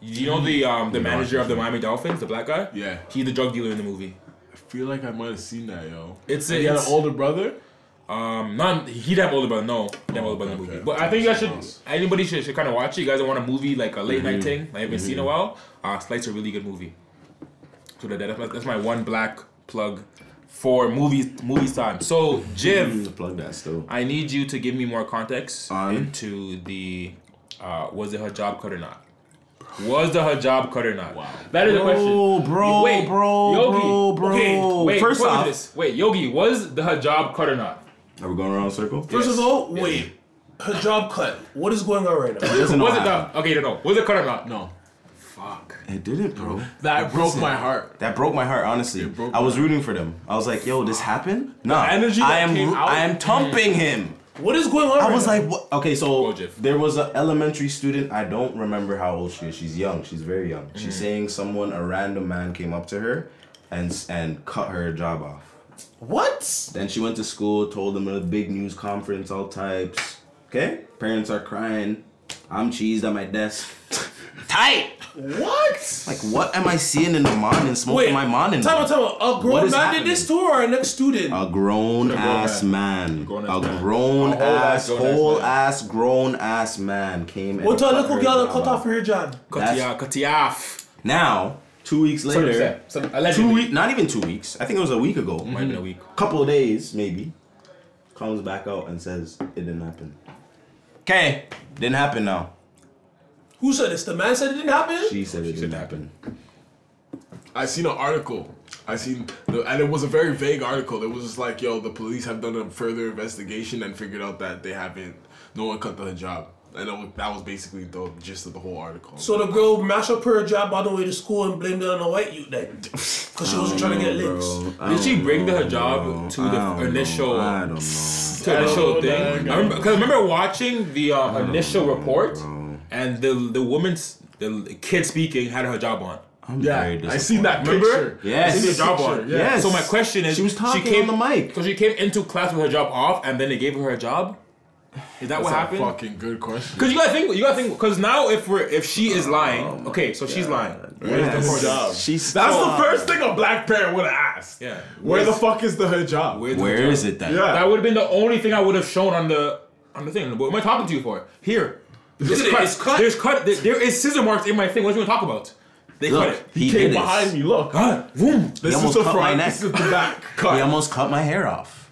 S2: You
S3: Mm-hmm.
S2: know the um, the manager of the Miami Dolphins, the black guy.
S3: Yeah.
S2: he's the drug dealer in the movie.
S3: I feel like I might have seen that, yo.
S2: It's
S3: And he had an
S2: it's-
S3: older brother.
S2: Um, not he'd have older brother. No, he'd have older brother in the movie. But I think you guys should. Anybody should, should kind of watch it. You guys want a movie like a late
S1: Mm-hmm.
S2: night thing? I haven't seen in a while. Uh, Slight's a really good movie. So that, that's, my, that's my one black plug for movies. Movies time. So Jiv,
S1: Plug that still.
S2: I need you to give me more context
S1: On?
S2: into the uh, was it hijab cut or not? Was the hijab cut or not? Wow, that is the question.
S1: Bro, bro, bro, bro, bro.
S2: Okay, wait,
S1: First
S2: before we do
S1: off-
S2: this, wait, Yogi, was the hijab cut or not?
S1: Are we going around in a circle?
S6: First of all, wait. Her job cut. What is going on right now?
S1: Doesn't know
S2: Was
S1: what
S2: it
S1: happened.
S2: the okay? No, no. Was it cut or not?
S3: No,
S1: It didn't, bro.
S3: that broke my heart.
S1: That broke my heart, honestly.
S3: broke
S1: I was rooting for them. I was like, yo, this happened? Nah.
S3: energy that
S1: I am
S3: came out-
S1: I am tumping him.
S6: What is going on?
S1: I
S6: right
S1: was
S6: now?
S1: like, what? okay, so
S2: Go, Jeff.
S1: there was an elementary student. I don't remember how old she is. She's young. She's very young. She's saying someone, a random man, came up to her, and s- and cut her job off.
S6: what?
S1: Then she went to school, told them at a big news conference, all types. Okay? Parents are crying. I'm cheesed at my desk. Tight!
S6: What?
S1: Like, what am I seeing in the mon and smoking my mon in
S6: Time out, time out. A
S1: What
S6: grown
S1: is Uh,
S6: man did this to her or an ex student?
S1: A grown ass man.
S2: Grown ass
S1: A
S2: man.
S1: grown
S2: A whole
S1: ass,
S2: ass grown ass
S1: whole
S2: man.
S1: ass, grown ass man came and.
S6: What a
S1: cut
S6: little
S1: her
S6: girl
S1: job
S6: cut
S1: off.
S6: off her job?
S2: Cut you off. Cut you off.
S1: Now, two weeks later, two
S2: Allegedly.
S1: week, not even two weeks. I think it was a week ago.
S2: Might have been a week.
S1: Couple of days, maybe. Comes back out and says it didn't happen. Okay, didn't happen. Now
S6: Who said this? The man said it didn't happen?
S1: she said it didn't happen.
S3: I seen an article. I seen, the, and it was a very vague article. It was just like, yo, the police have done a further investigation and figured out that they haven't. No one cut the hijab, and that was, that was basically the gist of the whole article.
S6: So the girl mashed up her job on the way to school and blamed it on a white youth then. Because she wasn't trying to get links.
S2: Did she bring the hijab to the initial
S1: I don't know.
S2: to the initial thing? I remember, cause I remember watching the uh, initial report, and the the woman's the kid speaking had her hijab on.
S1: I'm very
S3: yeah, I
S1: disappointed.
S3: seen that picture.
S2: Remember?
S1: Yes.
S2: I seen the hijab on.
S1: Yeah. Yes.
S2: So my question is,
S1: She was talking
S2: came,
S1: on the mic.
S2: So she came into class with her job off, and then they gave her her job. Is that what
S3: That's a
S2: happened?
S3: fucking good question.
S2: Cause you gotta think, you gotta think, cause now if we're if she
S1: Oh
S2: is lying, okay, so she's lying.
S1: Yes.
S3: Where's the hijab?
S1: She's
S3: That's the first thing a black parent would have asked.
S2: Yeah.
S3: Where the fuck is the hijab?
S2: Where's the
S1: Where
S2: hijab?
S1: is it then?
S3: Yeah.
S2: That would have been the only thing I would have shown on the on the thing. What am I talking to you for? Here. This is cut. There's cut. There, there is scissor marks in my thing. What do you want to talk about? They
S1: Look,
S2: cut it.
S1: he
S3: Came
S1: did
S3: behind
S1: this.
S3: me. Look.
S2: God, boom.
S3: This is
S1: almost
S3: the
S1: cut my
S3: front.
S1: neck.
S3: This is the back.
S1: He
S3: Cut.
S1: almost cut my hair off.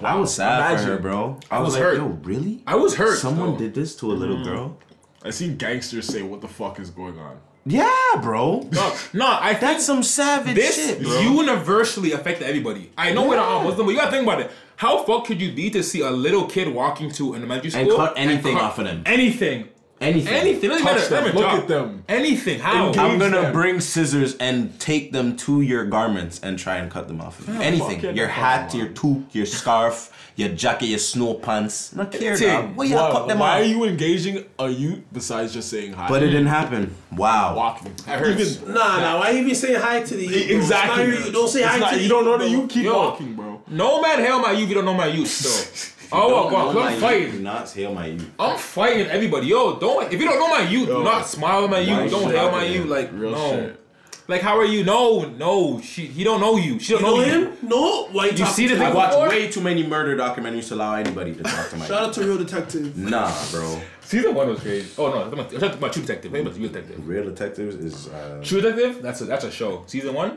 S1: I was sad
S3: Imagine.
S1: for her, bro. I,
S2: was
S1: was, like,
S2: hurt.
S1: yo, really?
S2: I was hurt.
S1: Someone
S2: though.
S1: did this to a little girl.
S3: I seen gangsters say, "What the fuck is going on?"
S1: Yeah, bro.
S2: No, no, I think
S1: That's some savage
S2: this
S1: shit, bro.
S2: universally affected everybody. I know we're not all Muslim, but you gotta think about it. How fucked could you be to see a little kid walking to an elementary school
S1: And cut anything off of them.
S2: Anything.
S1: Anything.
S2: Anything. Doesn't
S3: Touch
S2: matter.
S3: them.
S2: Doesn't
S3: Look
S2: matter.
S3: at them.
S2: Anything. How?
S1: I'm
S3: Engage
S1: gonna
S3: them.
S1: bring scissors and take them to your garments and try and cut them off. of you. Anything.
S3: fucking
S1: Your
S3: fuck,
S1: hat,
S3: man.
S1: your toque, your scarf, your jacket, your snow pants. Not care,
S2: Ting.
S1: dog. Well, yeah,
S3: Why-
S1: cut them
S3: why
S1: off.
S3: are you engaging a youth besides just saying hi?
S1: But it didn't happen. Wow.
S3: walking.
S2: That hurts.
S3: Even-
S6: Nah, nah, why even say hi to the youth? bro? It's
S3: exactly.
S6: not your- you don't say
S3: It's
S6: hi
S3: not-
S6: to the
S3: You don't know that
S6: youth,
S3: you keep
S2: Yo.
S3: walking, bro.
S2: No man hail my youth, you don't know my youth. So. Oh, well, well, 'cause I'm fighting.
S1: Not hail my youth.
S2: I'm fighting everybody. Yo, don't if you don't know my youth, do not smile at my youth. Don't
S1: shit,
S2: hail my
S1: yeah.
S2: youth. Like
S3: Real
S2: no.
S3: shit.
S2: Like, how are you? No, no, she, he don't know you. She don't
S6: You
S2: know,
S6: know
S2: you.
S6: him? No. Why
S1: You see the thing? I
S6: I
S1: watch way too many murder documentaries to allow anybody to talk to my.
S6: Shout out to Real Detective.
S1: Nah, bro.
S2: Season one was crazy. Oh no, I'm talking about- I'm talking about True Detective. I'm talking about True Detective.
S1: Real Detectives is. Uh,
S2: True Detective. That's a that's a show. Season one,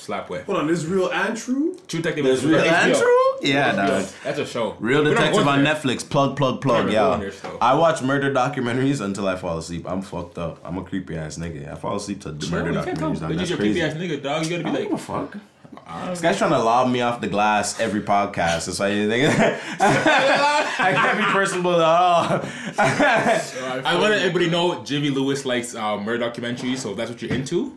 S2: slapway.
S6: Hold on, is real and true?
S2: True Detective.
S1: There's
S2: is
S1: Real
S2: HBO.
S1: and True? Yeah,
S2: HBO.
S1: dog.
S2: that's a show.
S1: Real
S2: We're not
S1: Detective
S2: going
S1: on
S2: there.
S1: Netflix. Plug, plug, plug.
S2: We're
S1: Yeah.
S2: going there still.
S1: I watch murder documentaries until I fall asleep. I'm fucked up. I'm a creepy ass nigga. I fall asleep to
S2: Chill,
S1: murder
S2: you can't tell-
S1: documentaries. dog.
S2: They're just
S1: That's
S2: your
S1: crazy.
S2: creepy ass nigga, dog. You gotta be like,
S1: fuck. This guy's trying to lob me off the glass every podcast. That's why you think I can't be personable at all.
S2: I
S1: Oh,
S2: want everybody to know Jivy Lewis likes uh, murder documentaries, so if that's what you're into.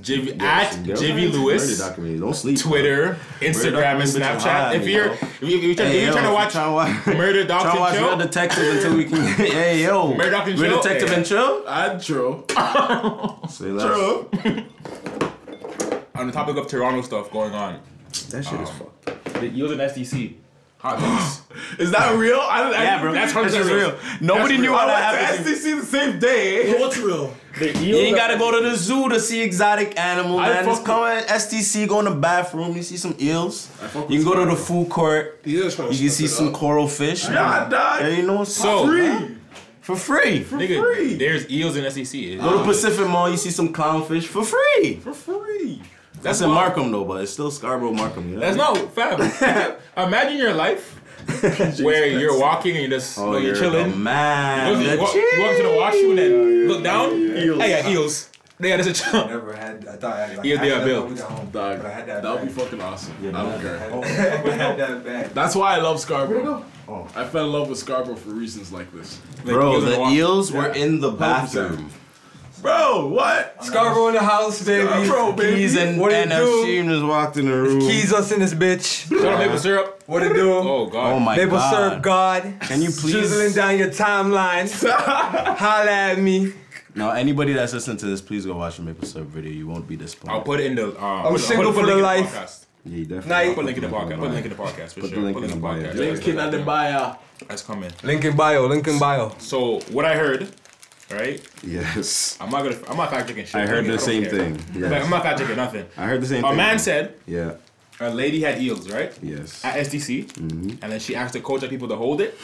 S2: Jivy at
S1: Yo,
S2: Jivy Lewis,
S1: Murder documentaries. Don't sleep. bro.
S2: Twitter, Instagram, and
S1: documentaries are
S2: Snapchat.
S1: high,
S2: if you're
S1: yo.
S2: if you- if you're trying,
S1: Hey,
S2: if you're
S1: yo,
S2: trying to
S1: if
S2: watch
S1: tryna watch-
S2: Murder Doc
S1: Trying to
S2: and
S1: watch Real
S2: Chill,
S1: Detective until we can. hey yo,
S2: Murder Doc and
S1: Real
S2: Chill?
S1: Detective
S2: Hey.
S1: and Chill.
S3: I true.
S1: Say less.
S3: True.
S2: on the topic of Toronto stuff going on,
S1: That shit is fucked.
S2: the- he was an SDC. Hot mess.
S3: Is that real? I, I,
S1: Yeah, bro.
S2: That's
S1: That's
S2: hundred
S1: just
S2: real.
S1: real. Nobody knew how that
S3: I went
S1: happened.
S3: to SDC the same day.
S6: What's real?
S2: The
S1: You ain't gotta go to the zoo to see exotic animal,
S3: I
S1: man.
S3: fuck
S1: Just come at STC, go in the bathroom, you see some eels. You can go to the food court.
S6: These are trying to
S1: You can
S6: step
S1: see
S6: it
S1: some
S6: up.
S1: coral fish.
S3: Nah, dog.
S1: There you know what's
S2: So-
S1: so free. For free.
S2: nigga.
S3: free.
S2: There's eels in E SEC.
S1: Go to Pacific Mall, you see some clownfish for free.
S3: For free.
S1: That's in Markham though, but it's still Scarborough Markham. You know?
S2: That's no fam. Imagine your life where you're walking and you're just
S1: Oh,
S2: like, you're,
S1: you're
S2: chilling.
S1: the man. E
S2: You,
S1: The
S2: walk, you walk to the
S1: cheese.
S2: washroom and look down. Hey, yeah, eels. They got this a chunk.
S15: Never had. I thought I had. Like,
S2: Yeah, they
S15: I
S2: are
S15: had
S2: built.
S15: that when we got home,
S3: Dog,
S15: But I had that.
S3: that would be
S15: bag.
S3: fucking awesome. I don't care.
S15: I had that bag.
S3: That's why I love Scarborough. I fell in love with Scarborough for reasons like this.
S1: Bro,
S2: in
S1: the
S2: washroom.
S1: eels were in the
S3: 100%.
S1: bathroom.
S3: Bro, what?
S15: Scarborough in the house, baby.
S3: Bro, baby.
S1: Keys and,
S15: What do you
S1: and
S15: do?
S1: Hashim just walked in the room.
S15: Keys us in this bitch.
S2: Shout out maple syrup.
S15: What it do?
S2: Oh god.
S1: Oh my
S15: Maple
S1: god.
S15: syrup God.
S1: Can you please-
S15: Drizzling down your timeline. Holla at me.
S1: Now, anybody that's listening to this, please go watch the Maple Syrup video. You won't be disappointed.
S2: I'll put it in the. Uh, I'm
S15: single for the life.
S1: yeah, you definitely.
S15: Night.
S2: Put a link in the podcast. Put a link in the podcast for
S1: Put the
S2: sure.
S1: link
S2: Put a link in the
S1: in the
S2: podcast.
S1: bio.
S2: Link in the bio.
S3: Baya.
S2: That's coming.
S15: Link in bio. Link in bio.
S2: So what I heard, right?
S1: Yes.
S2: I'm not gonna. I'm not fact checking shit.
S1: I heard
S2: don't
S1: the same
S2: care.
S1: thing.
S2: I'm not-
S1: Yes.
S2: I'm not fact checking nothing.
S1: I heard the same
S2: A
S1: thing.
S2: man said
S1: Yeah.
S2: a lady had eels, right?
S1: Yes.
S2: At SDC,
S1: Mm-hmm.
S2: and then she asked the coach and people to hold it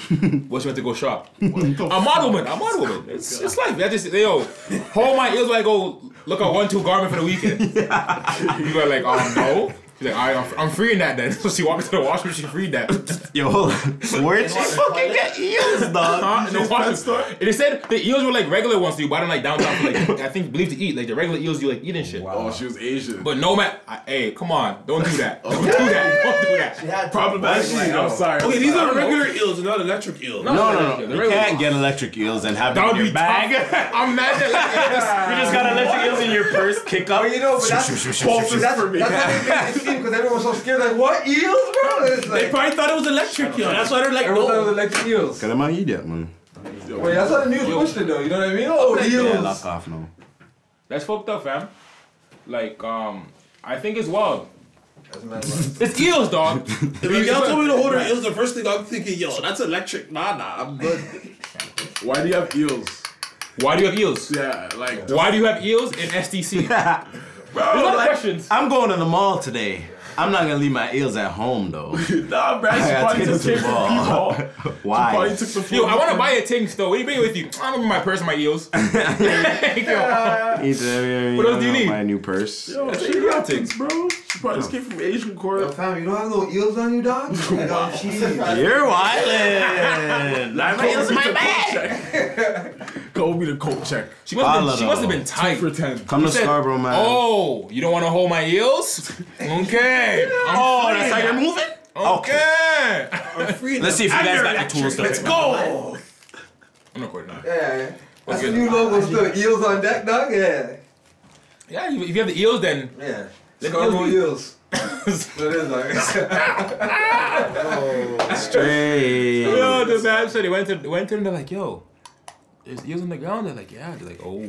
S2: when she went to go shop. a mod woman, a mod woman. It's, it's life. That just yo, hold my ears while I go look at one two garment for the weekend. You were like, um, no. She's like, all right, I'm, I'm freeing that then. So she walked into the washroom, she freed that.
S1: Yo, hold on. where'd you fucking get eels, dog?
S2: Huh? In the washroom. And It said the eels were like regular ones you buy them like downtown for like I think believe to eat like the regular eels you like eating shit.
S3: Oh, she was Asian.
S2: But no man, I, hey, come on, don't do that. Don't do that. Don't do that.
S3: problematic. I'm sorry.
S6: Okay, these are regular eels, and not electric eels.
S1: No, no, no. You can't get electric eels and have
S2: That
S1: them
S2: would
S1: in
S2: be
S1: your bag.
S2: tough. I'm mad that
S1: You just got electric eels in your purse. Kick up.
S15: But Oh, you know, but that's, that's, that's what they made it because everyone was so scared. Like, what eels, bro? It's like,
S6: They probably thought it was electric eel. That's why they're like,
S15: everyone thought it was
S6: no.
S15: electric eels.
S1: Can I not eat yet, man?
S15: Wait, that's how the news pushed it, though. You know what I mean? Oh,
S1: Yeah,
S15: eels.
S1: lock off now.
S2: That's fucked up, fam. Like, um, I think it's wild.
S15: That's mad, bro.
S2: It's eels, dog.
S6: If Miguel told me to hold her eels, the first thing I'm thinking, yo, that's electric. Nah, nah, I'm good.
S3: Why do you have eels?
S2: Why do you have eels?
S3: Yeah, like.
S2: Why do you have eels in SDC? There's a lot of questions.
S1: I'm going to the mall today. I'm not gonna leave my eels at home though.
S3: Nah, bro. She
S1: I gotta
S3: probably
S1: take them
S3: just
S1: to the
S3: came from
S1: mall.
S3: people. Probably
S1: Why?
S3: took the food.
S2: Yo, I want to buy a thing still. What do you bring with you? I'm gonna bring my purse and my eels. Like, yo,
S1: What
S2: else do you need?
S1: My new purse.
S2: that's what you got things.
S3: bro. She probably just came from Asian quarter.
S15: Fam, you don't have no eels on you, dog? oh, Wow.
S1: You're wildin'.
S3: My eels in my bag. Go be the coat check.
S2: She must have been,
S1: Follow
S2: she must have been
S1: those.
S2: tight.
S3: For 10.
S1: Come to
S2: Said,
S1: Scarborough, man.
S2: Oh, you don't want to hold my eels? Okay. oh,
S1: that's how you're moving.
S2: Okay.
S1: Let's see if you guys got the tools. to
S6: Let's
S1: fix it.
S6: go.
S2: I'm recording now.
S15: Yeah. That's the
S2: good.
S15: new logo still. Eels on deck, dog? Yeah.
S2: Yeah, if if you have the eels, then
S15: Yeah.
S2: Let
S15: Scarborough
S2: eels be.
S15: eels. That is like.
S1: Straight.
S2: Yo, the man said they went to they went to him. They're like, yo, there's eels on the ground. They're like, yeah. They're like, oh.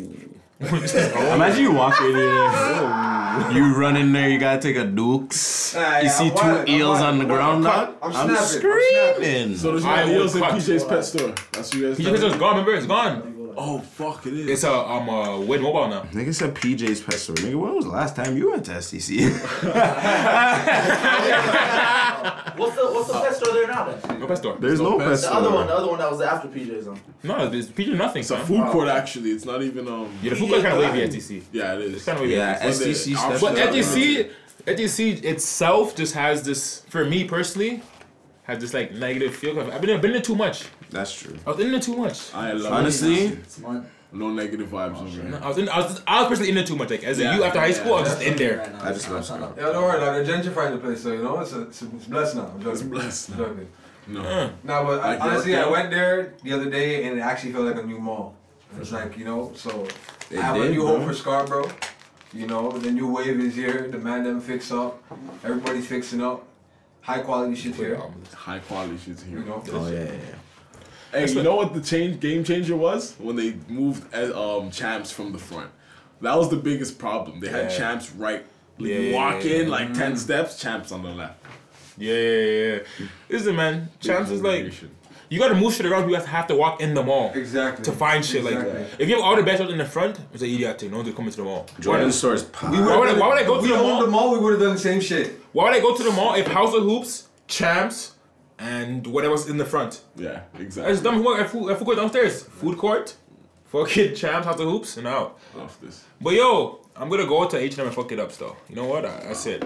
S1: Imagine you walk in there. You run in there. You gotta take a dukes.
S15: Nah,
S1: you
S15: yeah,
S1: see
S15: I'm
S1: two
S15: wildin', I'm
S1: eels on the
S15: wildin'.
S1: ground. dog?
S15: I'm
S1: I'm,
S15: snapping, I'm snapping.
S1: screaming.
S3: So there's
S2: I
S3: no
S2: would
S3: eels in
S2: cut.
S3: PJ's pet store. That's what you guys
S2: He just it's gone. Remember, it's gone.
S15: like
S3: Oh fuck, it is.
S2: It's a um uh, Win Mobile now.
S1: Nigga said PJ's pet store. Nigga, when was the last time you went to SDC?
S15: What's the what's the pet store there now then?
S2: No pet store.
S1: There's no pet
S15: The
S1: store.
S15: other one, the other one that was after PJ's on.
S2: No, it's PJ nothing. It's
S3: a food court actually. It's not even um.
S2: Yeah, the food court kind of wavy at DC.
S3: Yeah, it is.
S2: It's kind of wavy. at DC. But SDC, SDC itself just has this. For me personally, has this like negative feel. I've been I've been there too much.
S1: That's true.
S2: I was in there too much.
S3: I love
S1: Honestly,
S3: no negative vibes over
S2: No,
S3: here.
S2: I was in. I was, just, I was personally in there too much. Like as a
S3: Yeah.
S2: you after high school, I was
S15: Yeah.
S2: just in there.
S1: I just love Scott.
S15: Yeah, don't worry, like, they're gentrifying the place, so you know it's a, it's, a, it's blessed now. I'm joking. It's blessed. Now. Joking.
S3: No.
S15: No, but I,
S3: Like,
S15: honestly,
S3: yeah.
S15: I went there the other day and it actually felt like a new mall. It's like you know, so
S1: It
S15: I have a
S1: did,
S15: new home
S1: bro.
S15: for Scarborough. You know, the new wave is here. The man them fix up. Everybody's fixing up. High quality shit here.
S3: High quality shit's here.
S15: You know.
S1: Oh yeah, yeah,
S3: Hey, you know what the change game changer was when they moved uh, um champs from the front. That was the biggest problem. They had
S2: Yeah.
S3: champs right. Like,
S2: Yeah,
S3: you
S2: yeah,
S3: walk
S2: yeah,
S3: in like
S1: mm-hmm.
S3: ten steps, champs on the left.
S2: Yeah, yeah, yeah. Listen, man. Champs is like
S3: Congregation.
S2: you gotta move shit around. You have to have to walk in the mall
S15: Exactly.
S2: to find shit.
S15: Exactly.
S2: Like if you have all the best in the front, it's an idiot thing. No one's coming to the mall.
S1: Jordan stores
S15: We
S1: pop.
S15: would've
S2: Why would I-
S15: done-
S2: why would I go to
S15: we
S2: the
S15: owned
S2: mall?
S15: The mall, we would have done the same shit.
S2: Why would I go to the mall if House of Hoops, Champs, and whatever's in the front?
S3: Yeah,
S2: That's
S3: exactly.
S2: dumb. If we, if we go downstairs, food court, fucking Champs, House of Hoops, and out.
S3: Off this.
S2: But yo, I'm gonna go to H and M and fuck it up, still. You know what? I, that's it.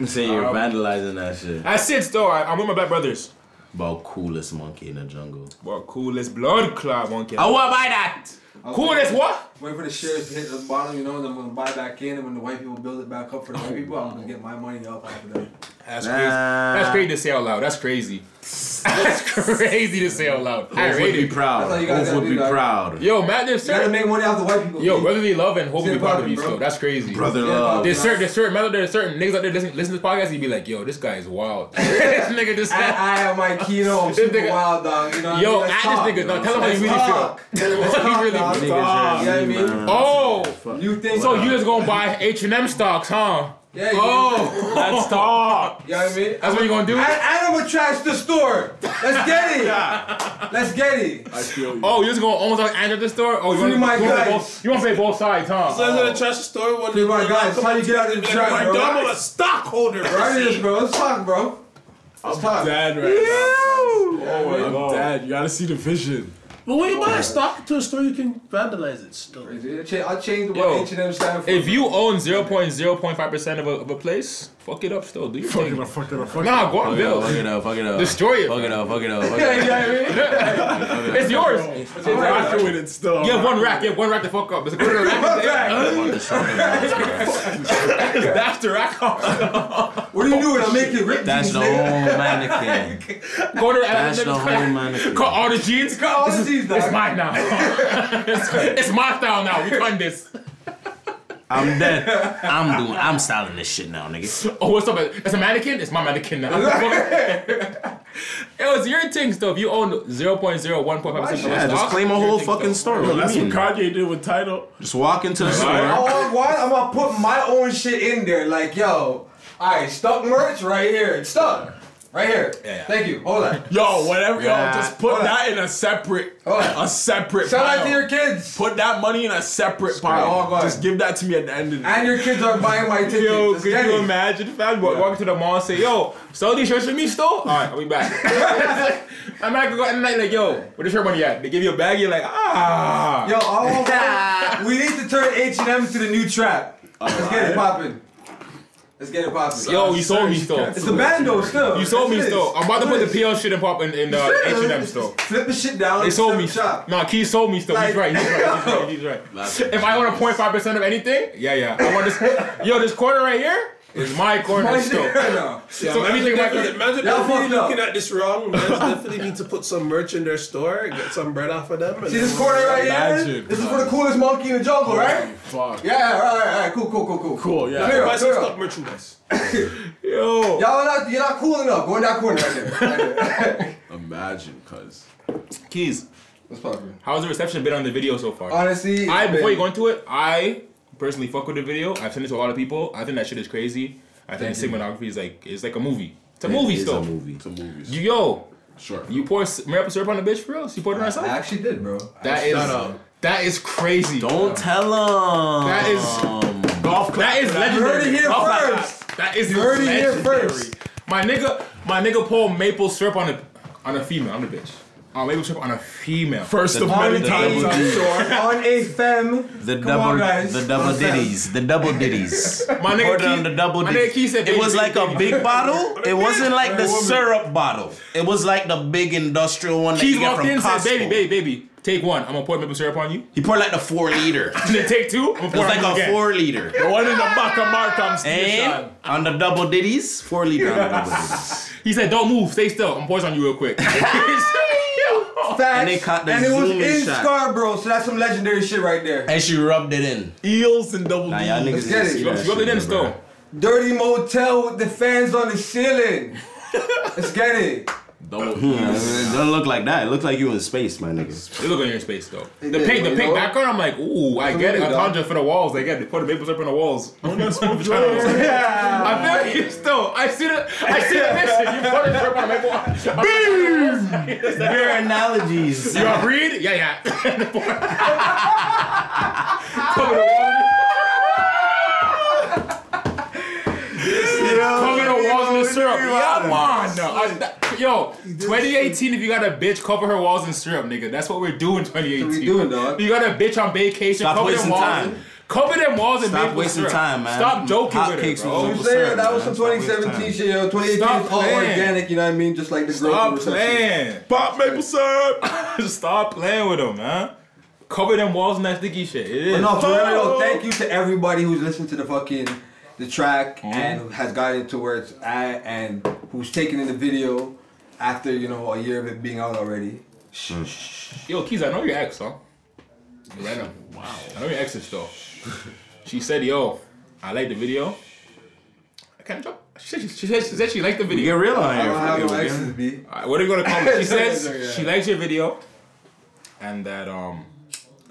S1: I'm saying you're vandalizing that shit.
S2: That's it, still. I, I'm with my black brothers.
S1: About coolest monkey in the jungle.
S2: Well, coolest blood club monkey.
S1: I wanna buy that.
S2: Coolest what?
S15: Wait for the shares to hit the bottom, you know, and then we'll buy back in. And when the white people build it back up for the white people, I'm gonna get my money up after that.
S2: That's crazy. That's crazy to say out loud. That's crazy. That's crazy to say out loud. I
S1: Both would
S2: rate
S1: be
S2: it.
S1: proud.
S15: That's all you guys
S1: Both would
S15: gotta
S1: be
S15: do, dog.
S1: proud.
S2: Yo, Matt, there's
S15: You gotta
S2: certain.
S15: make money off the white people.
S2: Yo, brotherly love and hope
S15: Say
S2: we
S15: about
S2: proud of
S15: it,
S2: you
S15: bro.
S2: still. That's crazy.
S1: Brother
S15: Yeah,
S1: love.
S2: There's certain, there's certain, there's certain niggas out there listen, listen to this podcast. You be like, yo, this guy is wild. this nigga just.
S15: I, I am my kilo. I'm super
S2: nigga-
S15: wild, dog. You know what
S2: Yo,
S15: I mean? Let's
S2: I just
S15: talk.
S2: think it's not- tell him how you really
S15: Let's
S2: feel.
S15: talk. Let's
S2: How you
S15: talk,
S2: really
S15: dog.
S2: feel.
S15: You know what I mean?
S2: oh,
S15: You think
S2: so you just gonna buy H and M stocks, huh?
S15: Yeah, you-
S2: oh, let's talk.
S15: You know what I mean?
S2: That's what you gonna do?
S15: I, I don't trash the store. Let's get it. Let's get it.
S3: I feel you.
S2: Oh, you just gonna almost like end at the store? Oh, you
S15: Free
S2: wanna,
S15: my
S2: you wanna,
S15: guys.
S2: both, you wanna play both sides, huh?
S6: So I'm gonna trash the store when
S15: Free my guys. How you get out of the trap,
S6: Like,
S15: bro?
S6: bro, I'm a stockholder.
S15: Right here, bro. Let's talk, bro. Let's talk.
S3: Dad, right? now. Oh my I'm dad. You gotta see the vision.
S6: But when you buy a stock to a store, you can vandalize it still.
S15: I'll cha- I'll change the
S2: Yo,
S15: one H&M stand for.
S2: If you own 0.0.5% of a, of a place, fuck it up still. Do your thing.
S3: Fuck it, Oh, fuck
S2: Nah, go on,
S1: Fuck it up, Oh,
S2: Bill.
S1: fuck it up, fuck it up.
S2: Destroy it.
S1: Fuck it up, fuck it up, fuck
S15: Yeah,
S1: it
S15: you
S1: up.
S15: know what I mean?
S2: It's yours.
S3: I'm rocking with it still.
S2: You have one rack. You have one rack to fuck up. It's a quarter rack.
S1: I want this fucking monkey.
S2: That's the rack off.
S15: What are you doing? I'm making ripped
S1: That's
S15: jeans.
S1: the whole mannequin.
S2: Quarter rack.
S1: That's the whole mannequin.
S2: Cut all the jeans.
S15: Got all the jeans,
S2: It's
S15: dog.
S2: mine now. it's, it's my style now. We done this.
S1: I'm dead. I'm doing. I'm styling this shit now, nigga.
S2: Oh, what's up? It's a mannequin. It's my mannequin now. it was your thing, though. If you own 0.01.5% of
S1: Yeah,
S2: a
S1: just
S2: stock,
S1: claim a
S2: your
S1: whole
S2: thing,
S1: fucking
S2: though.
S1: store.
S3: Yo,
S1: What
S3: that's
S1: do you
S3: what
S1: mean?
S3: Kanye did with title.
S1: Just walk into the
S15: I
S1: store.
S15: want one. Oh, I'm gonna put my own shit in there. Like, yo, all right, stuck merch right here. It's stuck. Right here.
S2: yeah.
S15: Thank you. Hold on.
S3: Yo, whatever.
S1: Yeah.
S3: Yo, just put
S15: Hold
S3: that in a separate,
S15: Hold on.
S3: a separate
S15: Shout
S3: pile.
S15: out to your kids.
S3: Put that money in a separate pile.
S15: Oh, God.
S3: Just give that to me at the end of the
S15: and your kids are buying my tickets.
S2: Yo,
S15: Let's
S2: could
S15: get
S2: you
S15: it.
S2: imagine, fam? Walk Walking to the mall and say, yo, sell these shirts for me still? All right, I'll be back. I'm not gonna go at night like, yo, where the shirt money at? They give you a bag, you're like, ah.
S15: Yo, I want one. we need to turn H and M to the new trap. Let's get it popping. Let's get it popping.
S2: Yo, you sold me still.
S15: it's the bando still.
S2: You sold me
S15: That's it.
S2: still. I'm about to put the
S15: That's it.
S2: PL shit in pop in, in uh, H&M still.
S15: Flip the shit down.
S2: They sold me.
S15: Shop.
S2: Nah, Key sold me still. He's
S15: Like-
S2: right. He's right. He's right. He's right. If I own a 0.5% of anything, yeah, yeah. I want this. Yo, this corner right here is my corner
S15: My
S2: still.
S15: shit right now.
S2: So everything I
S6: Definitely-
S2: can.
S6: Imagine
S15: Y'all
S6: if you're
S15: fucked up.
S6: looking at this wrong. Man, definitely need to put some merch in their store and get some bread off of them. and
S15: See this
S6: then-
S15: corner right here?
S3: Imagine.
S15: This is for the coolest monkey in the jungle, right?
S3: Fuck.
S15: Yeah, all right, all right, cool, cool, cool, cool.
S3: Cool, Oh, yeah.
S15: Clear
S6: Buy
S15: up,
S6: some
S15: clear
S6: stock
S15: up.
S6: merchandise.
S2: Yo.
S15: Y'all are not, you're not cool enough. Go in that corner right there. Right there.
S3: Imagine, cuz.
S2: Keys.
S15: What's poppin'?
S2: How's the reception been on the video so far?
S15: Honestly,
S2: I
S15: it's
S2: before
S15: been-
S2: you go into it, I personally fuck with the video. I've sent it to a lot of people. I think that shit is crazy. I think cinematography is like it's like a movie. It's a movie
S1: It is
S2: still.
S1: a movie.
S3: It's a movie.
S2: You yo,
S3: Sure.
S2: you pour s- maple syrup on the bitch for real? You poured it on
S15: I
S2: herself?
S15: actually did, bro.
S2: That is
S3: Shut up.
S2: That is crazy.
S1: Don't tell them.
S2: That is golf. Clap that is legendary.
S1: You heard it here
S2: Golf clap.
S1: first.
S2: That is
S1: You heard it here
S2: legendary.
S1: first.
S2: My nigga, my nigga pulled maple syrup on a on a female. I'm the bitch. On maple syrup on a female.
S3: First of many times, I'm sure.
S15: on a femme.
S5: The
S15: Come
S5: double,
S15: on, guys.
S5: the double
S15: On femme.
S5: ditties, the double ditties.
S2: My nigga
S5: Order
S2: Keith-
S5: on the double
S2: my
S5: ditties.
S2: nigga Keith said
S5: it
S2: baby,
S5: was like a
S2: baby.
S5: big bottle. It wasn't like the
S2: Or a woman.
S5: syrup bottle. It was like the big industrial one that
S2: Keys
S5: you get
S2: walked
S5: from
S2: in and
S5: Costco.
S2: said, "Baby, baby, baby, take one. I'm gonna pour maple syrup on you."
S5: He poured like the four liter.
S2: And then take two. I'm gonna
S5: It's
S2: pour
S5: like
S2: on you
S5: a
S2: again.
S5: four liter.
S2: The one in the Baca Markham's
S5: And on the double ditties, four liter on the double ditties.
S2: He said, "Don't move. Stay still. I'm poison you real quick."
S15: Facts.
S5: And they caught the
S15: And it was
S5: zoom in
S15: in
S5: shot.
S15: Scarborough, so that's some legendary shit right there.
S5: And she rubbed it in.
S3: Eels and double
S5: Nah, y'all niggas
S15: Let's
S5: didn't
S15: get
S5: see
S15: it.
S5: that
S2: Rub it
S5: shit,
S2: in
S5: bro.
S2: still.
S15: Dirty motel with the fans on the ceiling. Let's get it.
S3: Double
S5: Yeah, It doesn't look like that. It looked like you in space, my nigga.
S2: They look on your space though. The
S15: did,
S2: pink, the
S15: you
S2: pink
S15: know?
S2: background. I'm like, ooh, I get it. I
S15: Absolutely,
S2: told you for the walls. They get it. They put the maple syrup on the walls. I feel you still. I see the. I see the mission. You put the syrup on the maple.
S5: Your analogies.
S2: You want breed? Yeah, yeah. Cover the wall. Cover the walls in the syrup. Yeah, come on. No. I- Yo, 2018. If you got a bitch, cover her walls in syrup, nigga. That's what we're doing. 2018.
S15: What we doing, dog?
S2: You got a bitch on vacation.
S5: Stop
S2: cover them
S5: wasting
S2: walls.
S5: time.
S2: Cover them walls and
S5: Stop
S2: maple
S5: wasting
S2: syrup.
S5: time, man.
S2: Stop joking
S5: Hot
S2: with
S5: cakes
S2: it,
S5: and
S2: bro.
S5: water.
S15: I'm saying, that was
S5: Stop
S15: some
S5: wasting
S15: 2017 shit, yo. 2018
S2: Stop
S15: is all
S2: playing.
S15: organic, you know what I mean? Just like the growth.
S2: Stop
S15: and reception.
S2: playing.
S3: Pop maple syrup.
S2: Stop playing with them, man. Cover them walls in that sticky shit. It is.
S15: But no, for real,
S3: Oh.
S15: yo, thank you to everybody who's listened to the fucking the track and who has gotten it to where it's at and who's taken in the video after you know a year of it being out already.
S2: Yo, Keys, I know your ex, huh? Random. Wow. I know your ex's though. she said, "Yo, I like the video." I can't drop. She said she, she said she said she liked the
S5: You
S2: video.
S5: get real on
S15: I
S5: here.
S15: don't
S5: for
S15: have
S5: real,
S15: no
S5: yeah.
S15: exes, B.
S2: Alright, what are you gonna call it? She says
S15: Yeah.
S2: she likes your video, and that um,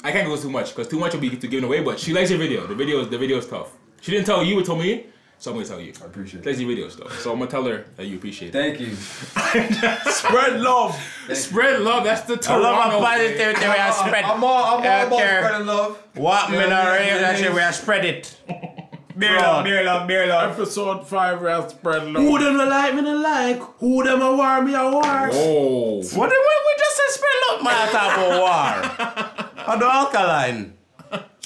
S2: I can't go too much because too much will be to given away. But she likes your video. The video is the video is tough. She didn't tell you, it told me. So I'm gonna tell you. I
S15: appreciate it.
S2: Likes your video stuff. So I'm gonna tell her that you appreciate it.
S15: Thank you.
S3: Spread love.
S2: Spread love. That's the
S5: I
S2: Toronto.
S5: love my body
S2: way.
S5: there, there I spread.
S15: I'm all, I'm all about
S5: Okay.
S15: spreading love.
S5: What
S15: Yeah,
S5: man
S15: yeah,
S5: are
S15: yeah,
S5: you? That
S15: yeah.
S5: shit where I spread it. Beer
S2: love,
S5: beer love, beer love.
S3: Episode five. Round spread
S6: Who
S3: love.
S6: them a like me a like? Who them a war me a war?
S2: Oh.
S5: What did we, we just said spread love man I talk about war? On the alkaline.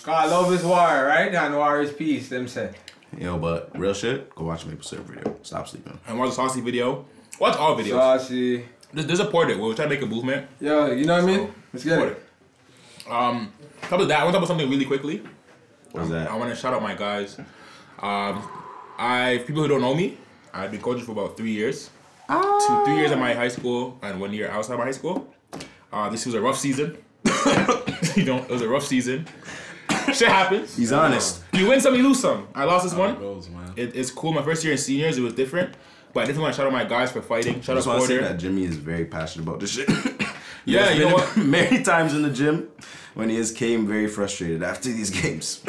S15: God, love is war, right? And war is peace. Them say.
S1: Yo, but real shit, go watch Maple Syrup video. Stop sleeping.
S2: and watch the saucy video. Watch all videos.
S15: Saucy.
S2: There's, there's a portrait. We'll try to make a movement.
S15: Yo, you know what I mean? Let's get
S2: Support
S15: it.
S2: Um, top of that, I want to talk about something really quickly.
S1: What's
S2: I
S1: that?
S2: want to shout out my guys. Um, I people who don't know me, I've been coaching for about three years. Two, three years at my high school and one year outside my high school. Uh, this was a rough season. you know, it was a rough season. Shit happens.
S1: He's honest.
S2: You win some, you lose some. I lost this one.
S3: Goes, man.
S2: It, it's cool. My first year in seniors, it was different. But I definitely want to shout out my guys for fighting. Shout out
S1: That's why I say
S2: Porter.
S1: that Jimmy is very passionate about this shit.
S2: Yeah,
S1: He's
S2: you know
S1: been
S2: what?
S1: Many times in the gym when he is came very frustrated after these games.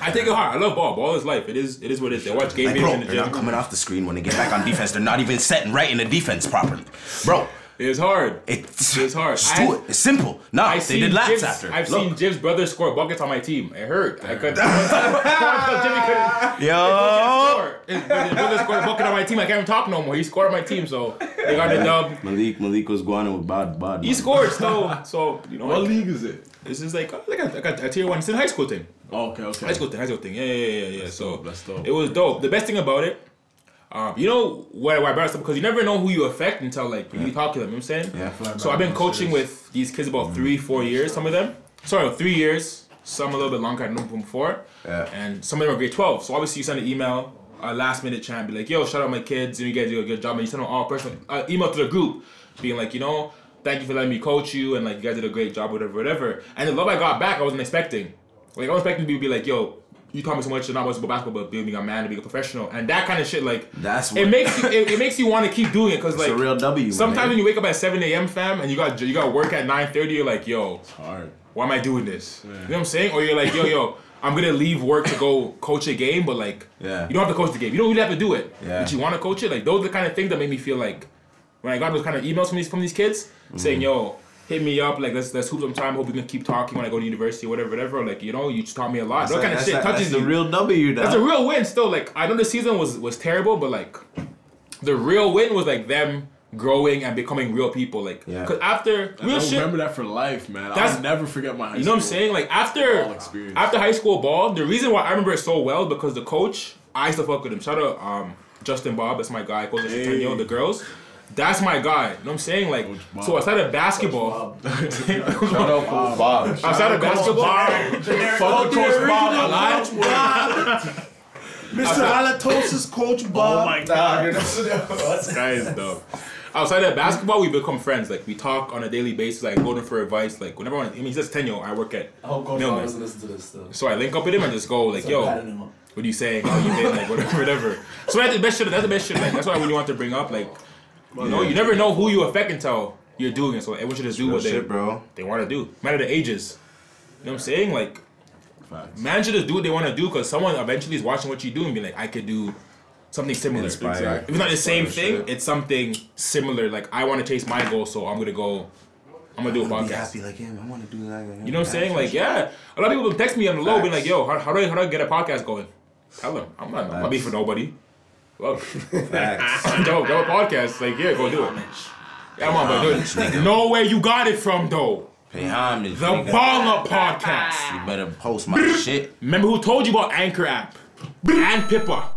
S2: I take it hard. I love ball. Ball is life. It is. It is what it is. They watch game
S1: Like,
S2: videos
S1: bro,
S2: in the
S1: they're not
S2: gym.
S1: coming off the screen when they get back on defense. They're not even setting right in the defense properly. Bro,
S2: It's hard.
S1: it's,
S2: It's hard.
S1: Just
S2: I-
S1: do it. It's simple. No,
S2: I
S1: they did laps
S2: Jib's,
S1: after.
S2: I've
S1: Look.
S2: seen Jib's brother score buckets on my team. It hurt. I could. Jimmy couldn't.
S1: Yo.
S2: score. His his brother scored a bucket on my team. I can't even talk no more. He scored on my team, so they got the dub.
S1: Malik, Malik was going with bad, bad.
S2: He scored, so so you know.
S3: What
S2: Like,
S3: league is it?
S2: this is like like a, like a, a tier one. It's a high school thing.
S3: Okay, okay.
S2: High school thing. High school thing. Yeah, yeah, yeah, yeah. so
S3: dope, that's dope.
S2: it was dope. The best thing about it. Um, you know why, why I brought this up because you never know who you affect until like when you talk to them. You know what I'm saying.
S1: Yeah.
S2: So I've been coaching with these kids about
S1: Mm.
S2: three, four years. Some of them, sorry, three years. Some a little bit longer. I know from before.
S1: Yeah.
S2: And some of them are grade twelve. So obviously you send an email, a last minute chat, and be like, "Yo, shout out my kids. You, know, you guys do a good job." And you send them all personal uh, email to the group, being like, "You know, thank you for letting me coach you, and like you guys did a great job, whatever, whatever." And the love I got back, I wasn't expecting. Like I was expecting to be like, "Yo." You taught me so much, and not much about basketball, but being a man, to being a professional, and that kind of shit. Like
S1: That's
S2: it
S1: what-
S2: makes you, it, it makes you want to keep doing it because
S1: It's
S2: like
S1: a real W. my
S2: Sometimes
S1: nigga.
S2: when you wake up at 7 a.m. fam and you got you got work at 9:30, you're like, yo,
S3: Hard.
S2: why am I doing this? You know what I'm saying? Or you're like, yo, yo, I'm gonna leave work to go coach a game, but like,
S1: Yeah.
S2: you don't have to coach the game. You don't really have to do it,
S1: Yeah.
S2: but you want to
S1: Mm-hmm.
S2: coach it. Like those are the kind of things that made me feel like when I got those kind of emails from these from these kids saying, yo, hit me up. Like let's let's hoop some time. Hope we can keep talking when I go to university, or whatever, whatever. Like you know, you just taught me a lot.
S1: That's
S2: That
S1: like-
S2: kind of
S1: that's
S2: shit
S1: like-
S2: touches
S1: that's the
S2: you.
S1: real W,
S2: That's
S1: dawg.
S2: a real win. Still, like I know the season was was terrible, but like the real win was like them growing and becoming real people. Like
S3: Yeah.
S2: 'cause after
S3: And
S2: real
S3: I'll
S2: shit.
S3: remember that for life, man.
S2: That's-
S3: I'll never forget my high
S2: You know what I'm
S3: school.
S2: saying? Like after
S3: experience.
S2: after high school ball, the reason why I remember it so well because the coach, I used to fuck with him. Shout out um, Justin Bob, that's my guy. Coach
S3: Hey.
S2: Centennial, the girls. That's my guy. You know what I'm saying? Like so outside of basketball. Shout out Coach Bob. Outside of basketball.
S6: Fuck the coach Bob.
S2: alive.
S6: Coach Bob. Mr.
S2: Outside-
S6: Halatosis, Coach Bob. Oh my God.
S2: This guy is dope. Outside of basketball, we become friends. Like we talk on a daily basis. Like going for advice. Like whenever I, want- I mean, he says Tenyo, I work at.
S16: I hope Coach
S2: Mailman.
S16: Bob doesn't listen to this still.
S2: So I link up with him and just go like,
S16: So
S2: yo,
S16: patting him up.
S2: what are you saying? How you been? Like whatever, whatever. So that's the best shit. That's the best shit. Like that's what I really want to bring up. Like, you know, you never know who you affect until you're doing it. So everyone should just do
S1: Real
S2: what they
S1: shit, bro.
S2: they want to do. Matter the ages. You know what I'm saying? Like, man should just do what they want to do because someone eventually is watching what you do and be like, I could do something similar.
S1: Inspire.
S2: If it's not the same
S1: Inspire
S2: thing, it's something similar. Like I want to chase my goal, so I'm gonna go. I'm gonna do a
S1: Be
S2: podcast.
S1: happy like him. I want to do that.
S2: You know what I'm saying? Like, yeah. A lot of people text me on the low, being like, "Yo, how, how do I how do I get a podcast going?" Tell them I'm not, I'm not beef for nobody. Look, Yo, go podcast. Like, yeah, go do it. Yeah, I'm on, but
S1: homage,
S2: do
S1: nigga.
S2: it. Know where you got it from, though.
S1: Pay homage.
S2: The
S1: nigga.
S2: Baller Podcast.
S1: You better post my shit.
S2: Remember who told you about Anchor app and Pippa?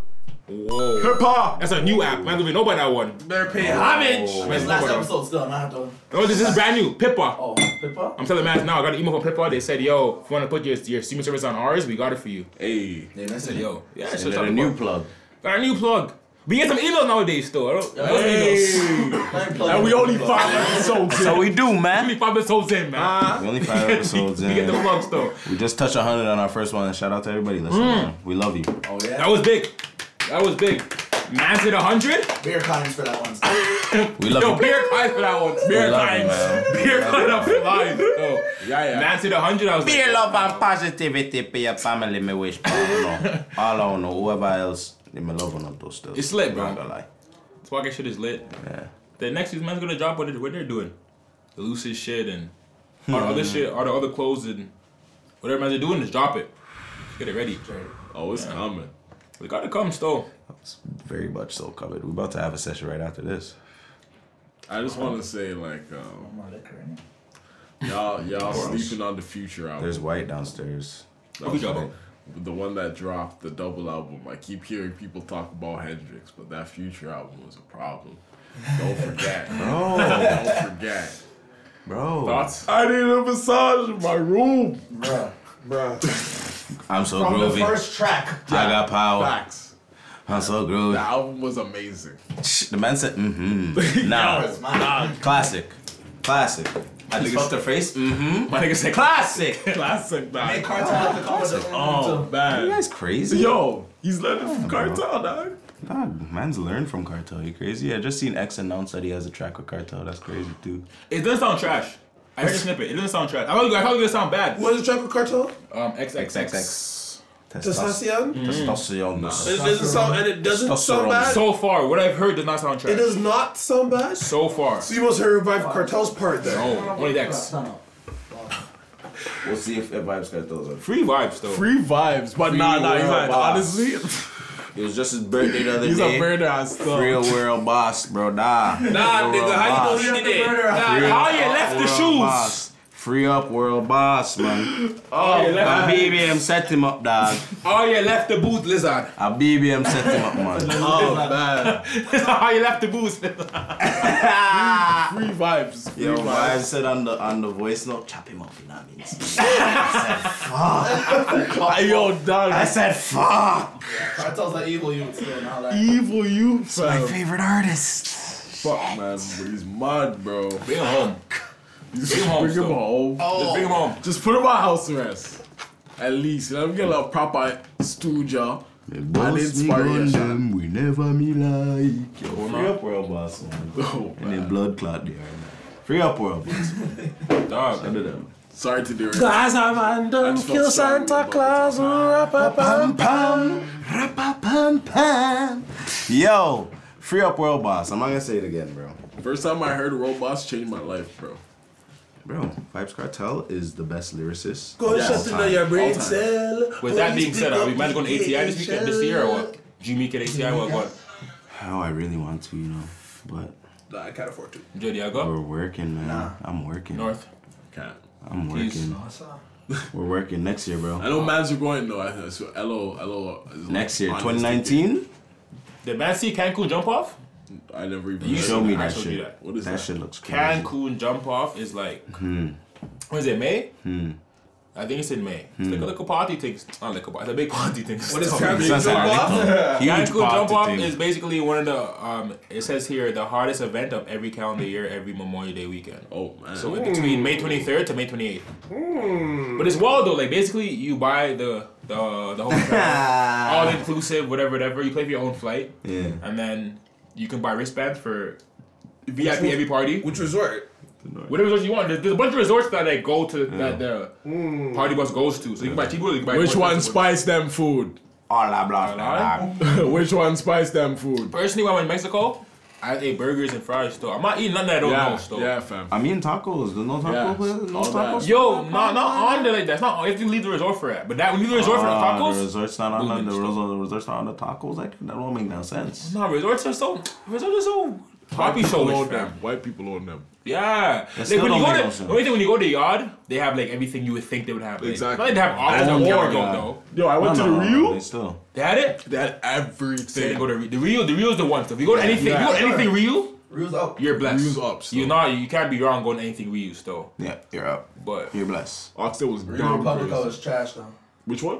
S2: Whoa. Pippa. That's a new app. Man, don't even know about that one.
S6: Better pay
S2: Oh.
S16: This last episode's done. I have to.
S2: No, Oh, this is brand new. Pippa. Oh, Pippa? I'm telling Matt now. I got an email from Pippa. They said, yo, if you want to put your, your streaming service on ours, we got it for you. Hey. They said, yo. Yeah,
S1: Send
S2: so
S1: it
S2: talk
S1: a
S2: about-
S1: new plug.
S2: Got a new plug. We get some emails nowadays, still. I don't- I don't
S1: Hey.
S2: emails.
S1: And we only
S2: five episodes
S1: That's in. what we
S2: do, man. Only five episodes in, man.
S1: We only five episodes in.
S2: We get the plugs, though.
S1: We just touched hundred on our first one. And shout out to everybody listening.
S2: Mm.
S1: man. We love you. Oh
S16: yeah.
S2: That was big. That was big. Man's hit 100?
S16: Beer kinds for that one.
S1: We love
S2: Yo,
S1: you.
S2: beer kinds for that one. Beer
S1: love you,
S2: kinds.
S1: man.
S2: Beer kind of flies, though. Yeah, yeah. Man's hit 100. I was like,
S1: Be love and positivity for your family, me wish. But I don't know. All I don't know, whoever else, they me love on them though still.
S2: It's lit, bro.
S1: I'm not gonna lie.
S2: This podcast shit is lit.
S1: Yeah.
S2: The next week's man's gonna drop what, they, what they're doing. The loosest shit and all the other shit, all the other clothes and whatever man's doing is drop it. Get it ready. Oh, it's coming. We gotta come still.
S1: Very much so covered. We're about to have a session right after this.
S3: I just want to say, like, um, y'all, y'all sleeping on the future album.
S1: There's white downstairs.
S3: That was the- The one that dropped the double album. I keep hearing people talk about Hendrix, but that future album was a problem. Don't forget.
S1: Bro.
S3: Don't forget.
S1: Bro.
S3: Thoughts? I need a massage in my room.
S16: Bruh.
S3: Bruh.
S1: I'm so
S3: From the
S1: groovy.
S3: first track.
S1: I got power.
S3: Facts.
S1: I'm so
S3: The
S1: groovy.
S3: album was amazing.
S1: The man said, mm-hmm. Nah.
S3: it's mine.
S1: Classic. Classic. I just
S3: Nigga
S1: fucked her face. Mm-hmm.
S2: My nigga said
S1: classic.
S3: Classic, dog.
S16: Hey, Cartel had to come with us.
S3: Oh, bad.
S1: You guys crazy?
S3: Yo, he's learning from Cartel, dog.
S1: Dog, man's learned from Cartel. You crazy? I just seen X announce that he has a track with Cartel. That's crazy, too.
S2: It doesn't sound trash. I heard a snippet. It doesn't sound trash. I thought, I thought it was gonna sound bad.
S6: What is the track with Cartel?
S2: Um, XXX.
S6: Testosterone?
S1: Testosterone.
S6: It doesn't sound- and it doesn't sound bad?
S2: So far, what I've heard does not sound trash.
S6: It does not sound bad.
S2: So far.
S6: So you must have revived Cartel's part there.
S2: No, only Dex.
S1: We'll see if, if Vibes Cartel's on.
S2: Free vibes, though.
S3: Free vibes, but
S1: Free
S3: nah, nah. He's
S1: world
S3: like,
S1: boss.
S3: honestly,
S1: It was just his birthday the other
S3: He's a
S1: day.
S3: murder ass though.
S1: Real world boss, bro. Nah.
S2: Nah,
S1: Real
S2: nigga, how
S1: world
S2: you gonna
S1: boss.
S2: eat it? Nah,
S1: Free
S2: how
S1: up
S2: you left the
S1: world
S2: shoes?
S1: boss. Free up world boss, man.
S2: Oh, you left the
S1: Habibi, I'm set him up, dog.
S2: Oh, you left the booth, lizard.
S1: Habibi, I'm set him up, man.
S3: Oh, man.
S2: how you left the booth,
S3: free, free vibes. Free
S1: Yo,
S3: vibes.
S1: Vibes said on the on the voice note, chop him up, you know what I mean?
S3: Hey, yo, dog.
S1: I said, fuck.
S16: Cartel's an evil unit still and all that.
S3: Evil you. It's
S1: my favorite artist.
S3: Fuck, man. But he's mud, bro.
S2: Bring him home.
S3: Just
S2: Bring him home,
S3: bring him
S2: still.
S3: home.
S2: Just bring him home.
S6: Oh.
S3: Just put him on house arrest. At least. Let him get a proper studio. And inspiration.
S1: we never me like. Yo,
S3: man.
S1: free up world boss, man.
S3: Oh,
S1: and then blood clot there. Free up world boss.
S2: Dog.
S1: Shout it out.
S3: Sorry to do it.
S6: Guys, I'm undone.
S3: just felt
S6: Kill
S3: sorry
S6: Santa Claus.
S1: Pam
S6: Ra-pa-pam.
S1: pam, pam pam. Yo, free up world boss. I'm not gonna say it again, bro.
S3: First time I heard World Boss changed my life, bro.
S1: Bro, Vibes Cartel is the best lyricist. of
S6: Go
S1: all
S6: shut
S1: time.
S6: down your
S1: All
S6: brain
S1: time.
S6: cell.
S2: With that being said, are we managed going to ATI this week this year or what? G Meek at ATI or what?
S1: How I really want to, you know, but
S6: Nah, I can't afford to.
S2: Jody, I go.
S1: we're working, man.
S2: Nah.
S1: I'm working.
S2: North.
S3: Can't.
S1: I'm
S3: Please.
S1: working. We're working next year, bro.
S3: I know Mavs are going though. I think so. LO, LO. is
S1: Next
S3: like
S1: year,
S3: on this
S1: 2019.
S2: Did Man see Cancun jump off?
S3: I never even.
S1: You
S3: heard
S1: showed
S3: of
S1: me
S3: it.
S1: that
S3: I showed you
S1: shit.
S3: What is
S1: that,
S3: that?
S1: shit looks crazy.
S2: Cancun jump off is like,
S1: Hmm.
S2: what is it, May?
S1: Hmm.
S2: I think it's in May. It's
S1: Hmm.
S2: like a little party thing. Not like a party. It's a big party thing.
S1: What is
S2: Stop.
S1: Cancun Sounds like jump a off? little- huge
S2: Cancun jump
S1: party
S2: off
S1: thing.
S2: is basically one of the. Um, it says here the hardest event of every calendar year, every Memorial Day weekend.
S3: Oh man.
S2: So in between May 23rd to May 28th.
S1: Hmm.
S2: But it's wild though. Like basically, you buy the the the whole travel, all inclusive, whatever, whatever. You pay for your own flight,
S1: Yeah.
S2: and then you can buy wristbands for VIP every party.
S6: Which resort?
S2: Whatever resort you want. There's, there's a bunch of resorts that like go to that the party bus goes to. So you can buy cheaper. You can buy
S3: Which
S2: more
S3: one
S2: expensive
S3: spiced them food?
S1: All I blah
S3: Which one spiced them food?
S2: Personally, when I'm in Mexico, I ate burgers and fries. Though I'm not eating nothing that I don't
S3: Yeah,
S2: know. Still,
S3: yeah, fam.
S1: I mean tacos. There's no taco.
S2: Yeah,
S1: place? No
S2: all
S1: tacos.
S2: that. Yo, not not on the like that's not on. You have to leave the resort for that. But that when you leave the resort for the
S1: Ah,
S2: tacos,
S1: The resort's not
S2: Boom,
S1: on the,
S2: it's
S1: the resort. The resort's not on the tacos. Like that don't make no sense.
S2: No, resorts are so resorts are so
S3: White
S2: poppy
S3: people
S2: shoulders,
S3: own
S2: fam.
S3: them. White people own them.
S2: Yeah,
S3: That
S2: like
S3: still
S2: when
S3: don't
S2: you
S3: make
S2: go to
S3: no sense.
S2: the only thing when you go to the yard, they have like everything you would think they would have. Like,
S3: Exactly.
S2: Not like they have
S3: I
S2: options
S3: don't
S2: on
S3: care
S2: Warwick
S3: about
S2: though.
S3: that. Yo, I went No, to the no, no, Rio? they
S1: still.
S2: They had it.
S3: They had everything.
S2: So they go to Rio. the Rio. The Rio's the one. So if you go to
S3: Yeah.
S2: anything, if you go to
S3: Yeah.
S2: anything Rio,
S16: Rio's up.
S2: You're blessed.
S3: Rio's up,
S2: You know you can't be wrong going to anything Rio still.
S1: Yeah, you're up.
S2: But
S1: you're blessed.
S3: Oxtail was
S16: Rio Republico is trash though.
S3: Which one?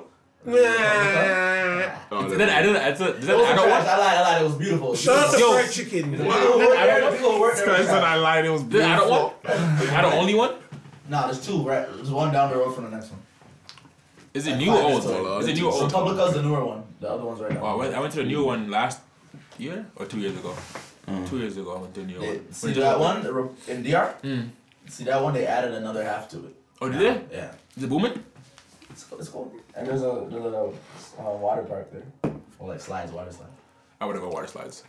S16: Oh,
S2: Is that- I don't. that's a- is that-
S16: It was
S2: I don't
S16: trash.
S2: want-
S16: I lied. I lied. It was beautiful.
S2: Shut up, the
S16: Yo,
S2: fried
S6: chicken.
S16: People work there. People work there.
S3: lied. It was
S2: Is that- I don't want. I don't only one.
S16: Nah, there's two. Right, there's one down the road from the next one.
S2: Is it new or old? Is it new or old?
S16: Republica's the newer one. The other one's right now.
S2: Wow, I went, I went to the new one last year or two years ago.
S16: Mm.
S2: Two years ago, I went to the new one.
S16: See
S2: Went to
S16: that
S2: the-
S16: one the re- in DR?
S3: Hmm.
S2: Mm.
S16: See that one? They added another half to it.
S2: Oh, did they?
S16: Yeah.
S2: Is it booming?
S16: It's, cool- it's cool. And there's a, there's a uh, water park there. Well, like slides, water slides.
S2: I would have go water slides.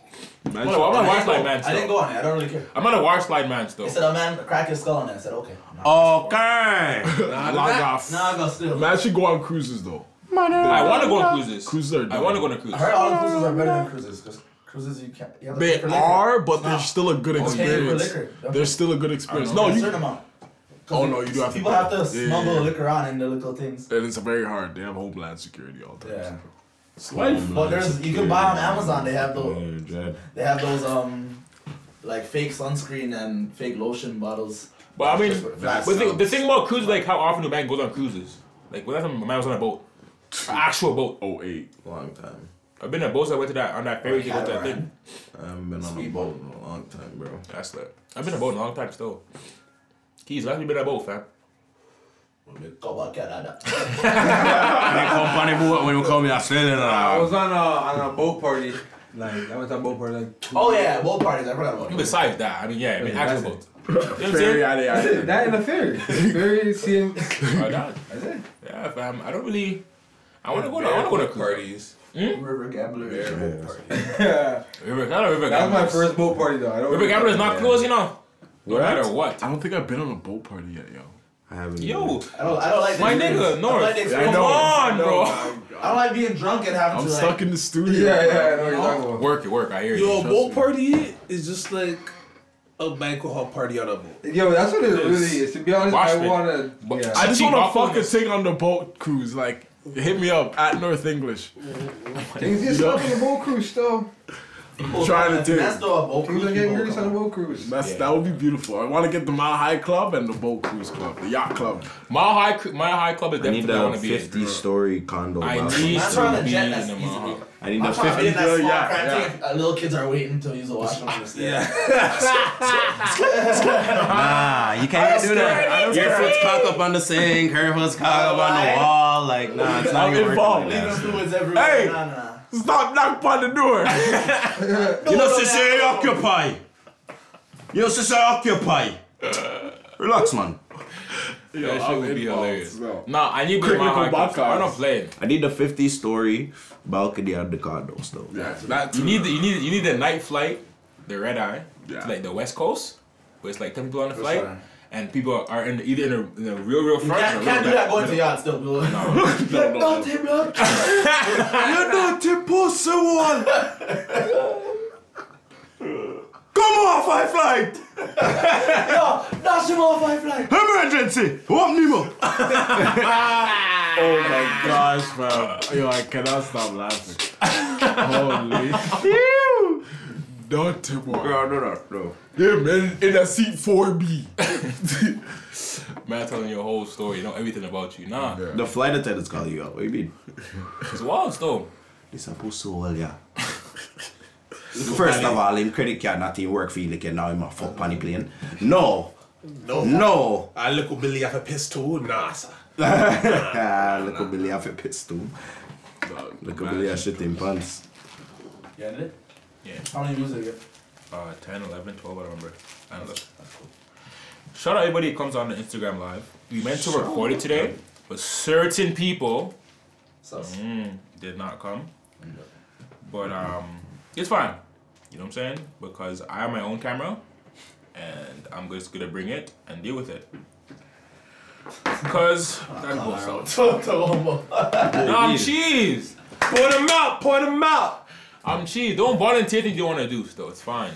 S2: I'm
S16: Man,
S2: not, I'm not a
S16: I
S2: water
S16: didn't
S2: slide
S16: go-
S2: man.
S16: I didn't
S2: still.
S16: go on it. I don't really care.
S2: I'm not a water slide man still.
S16: They said a man cracked his skull on it. I said, okay.
S1: Okay.
S3: Nah, log off.
S16: Nah, I go still.
S3: Oh. Man, I should go on cruises though.
S2: I want to go on cruises.
S3: Cruises are.
S2: I want to go on a cruise.
S16: I heard all the cruises are better than cruises because cruises you can't. You have to pay
S3: They
S16: for liquor.
S3: are, but they're still a good
S16: Okay, for
S3: experience.
S16: liquor.
S3: They're still a good experience.
S16: I don't
S3: No,
S16: know.
S3: you.
S16: Certain amount. 'Cause
S3: Oh no, you do have to.
S16: People
S3: pay.
S16: have to
S3: Yeah,
S16: smuggle
S3: yeah, yeah.
S16: liquor on in the little things.
S3: And it's very hard. They have homeland security all the time.
S16: Yeah.
S3: It's
S16: But there's you can buy on Amazon. They have those.
S3: Dread.
S16: They have those um, like fake sunscreen and fake lotion bottles.
S2: But I mean,
S16: Just for
S2: but
S16: fast
S2: the, the
S16: sounds.
S2: thing about cruises, like how often do man goes on cruises? Like when last time a man was on a boat, an actual boat.
S3: Oh eight,
S1: long time.
S2: I've been on boats. I went to that on that ferry. to go to that thing.
S1: I haven't been on a boat in a long time, bro.
S2: That's lit. I've been on a boat in a long time still. Keys, last me been on a boat, fam.
S16: Copa Canada.
S1: when you call me Australian.
S15: I was on a on a boat party. Like I went to a boat party. Like two-
S16: Oh yeah, boat parties. I forgot about
S2: You
S16: that.
S2: Besides that, I mean, yeah, I mean,
S15: Yeah,
S2: actual
S15: that's
S2: boats. You know what I'm saying?
S15: that in a ferry. Ferry seeing.
S2: Oh, that- Yeah, fam. I don't really. I want to go to. I want to go to parties. Hmm?
S16: River Gambler.
S15: Yeah.
S2: River, not a river.
S15: That was my
S2: Gamblers.
S15: first boat party though. I don't
S2: River
S15: really-
S2: Gambler is not
S15: Yeah.
S2: close, you know. No matter what.
S3: I don't think I've been on a boat party yet, yo.
S1: I haven't.
S2: Yo,
S16: I don't. I don't like. the
S2: my
S16: experience.
S2: nigga, North.
S16: I don't like the
S2: come
S16: experience.
S2: on,
S16: I know.
S2: bro.
S16: I don't like being drunk and having
S3: I'm
S16: to.
S3: stuck
S16: like,
S3: in the studio.
S15: Yeah, yeah, I know
S3: bro.
S15: you're talking about.
S2: Work it, work. I hear you.
S6: Yo, a
S2: Trust
S6: boat
S2: me.
S6: party is just like a alcohol party on a boat.
S15: Yo, that's what it really is. To be honest, I
S6: Watchmen.
S15: wanna. Yeah.
S3: I just
S2: Cheap
S3: want to
S2: awfulness.
S3: fuck a thing on the boat cruise. Like, hit me up at North English.
S15: Things get
S3: Yo.
S15: stuck on the boat cruise still.
S3: I'm trying to do.
S16: That's the boat
S15: Things are
S16: cruise.
S15: getting
S16: people
S15: greased
S16: come
S15: on the
S16: on.
S15: boat cruise.
S3: That's that would be beautiful. I want to get the Mile High Club and the boat cruise club, the yacht club.
S2: Mile High, Cru- Mile High Club is
S1: I need
S2: definitely I want
S1: that
S2: to be in.
S1: 50 story condo.
S2: I
S1: balcony.
S2: need
S16: That's
S2: to
S16: on the
S2: be
S16: jet.
S2: in
S16: That's
S2: the
S16: easy.
S2: Mile High.
S1: I need
S16: I'm
S1: that
S16: trying to be
S1: 50
S16: in that small
S1: story.
S16: crab
S1: Yeah,
S16: tank. Uh, little kids are waiting until you wash them. Yeah.
S1: Nah, Ah, you can't do that. Your foot's cocked up on the sink, her foot's cocked up on the wall. Like, nah, it's not
S3: I'm
S1: gonna work like
S3: involved.
S1: that.
S16: Fluids everywhere.
S3: Hey!
S16: Nah, nah.
S3: Stop knock on the door.
S1: You know, sister, occupy. You know, sister, occupy. Relax, man.
S2: That shit would be hilarious.
S3: bro.
S2: Nah, I need to be in Mile
S3: Critical
S2: High Club.
S3: Bacchanals.
S2: I'm not playing.
S1: I need the 50 story balcony of the condo still.
S3: Yeah, that
S2: You need the, you need you need the night flight, the red eye,
S3: Yeah.
S2: to like the West Coast, where it's like ten people on the flight,
S16: one?
S2: and people are, are in the, either in the, in the real, real front.
S16: Can't, can't do that going to yard still, bro.
S2: no, no.
S16: You're not
S5: a pussy one. Come off my flight.
S16: Yo, dash him off my flight.
S5: Emergency. What Nemo?
S3: Oh my gosh, bro. Yo, I cannot stop laughing. Holy. Don't tip one.
S1: No, no, no, no.
S3: Yeah, man, in that seat 4B.
S2: Man telling your whole story, you know everything about you. Nah.
S1: The flight attendants call you out. What do you mean?
S2: It's wild still.
S1: It's supposed to well, yeah. First of all, him credit card not in work for you looking now him a fuck on the plane. No.
S6: No.
S1: No.
S6: I look at Billy have a pistol. Nah, sir.
S1: Ah, Look at Billy have a pistol. Look at Billy have shit in pants.
S16: You ended it?
S2: Yeah.
S16: How many views did it
S2: Uh, 10, 11, 12, I remember. 10, 11. Shout out everybody who comes on the Instagram live. We meant to
S16: Shout
S2: record it
S16: out.
S2: today, but certain people mm, did not come. But um, it's fine. You know what I'm saying? Because I have my own camera, and I'm just gonna bring it and deal with it. Cause that goes out. no, I'm cheese. Point them out. Point them out. I'm cheese. Don't volunteer things you want to do. Though it's fine.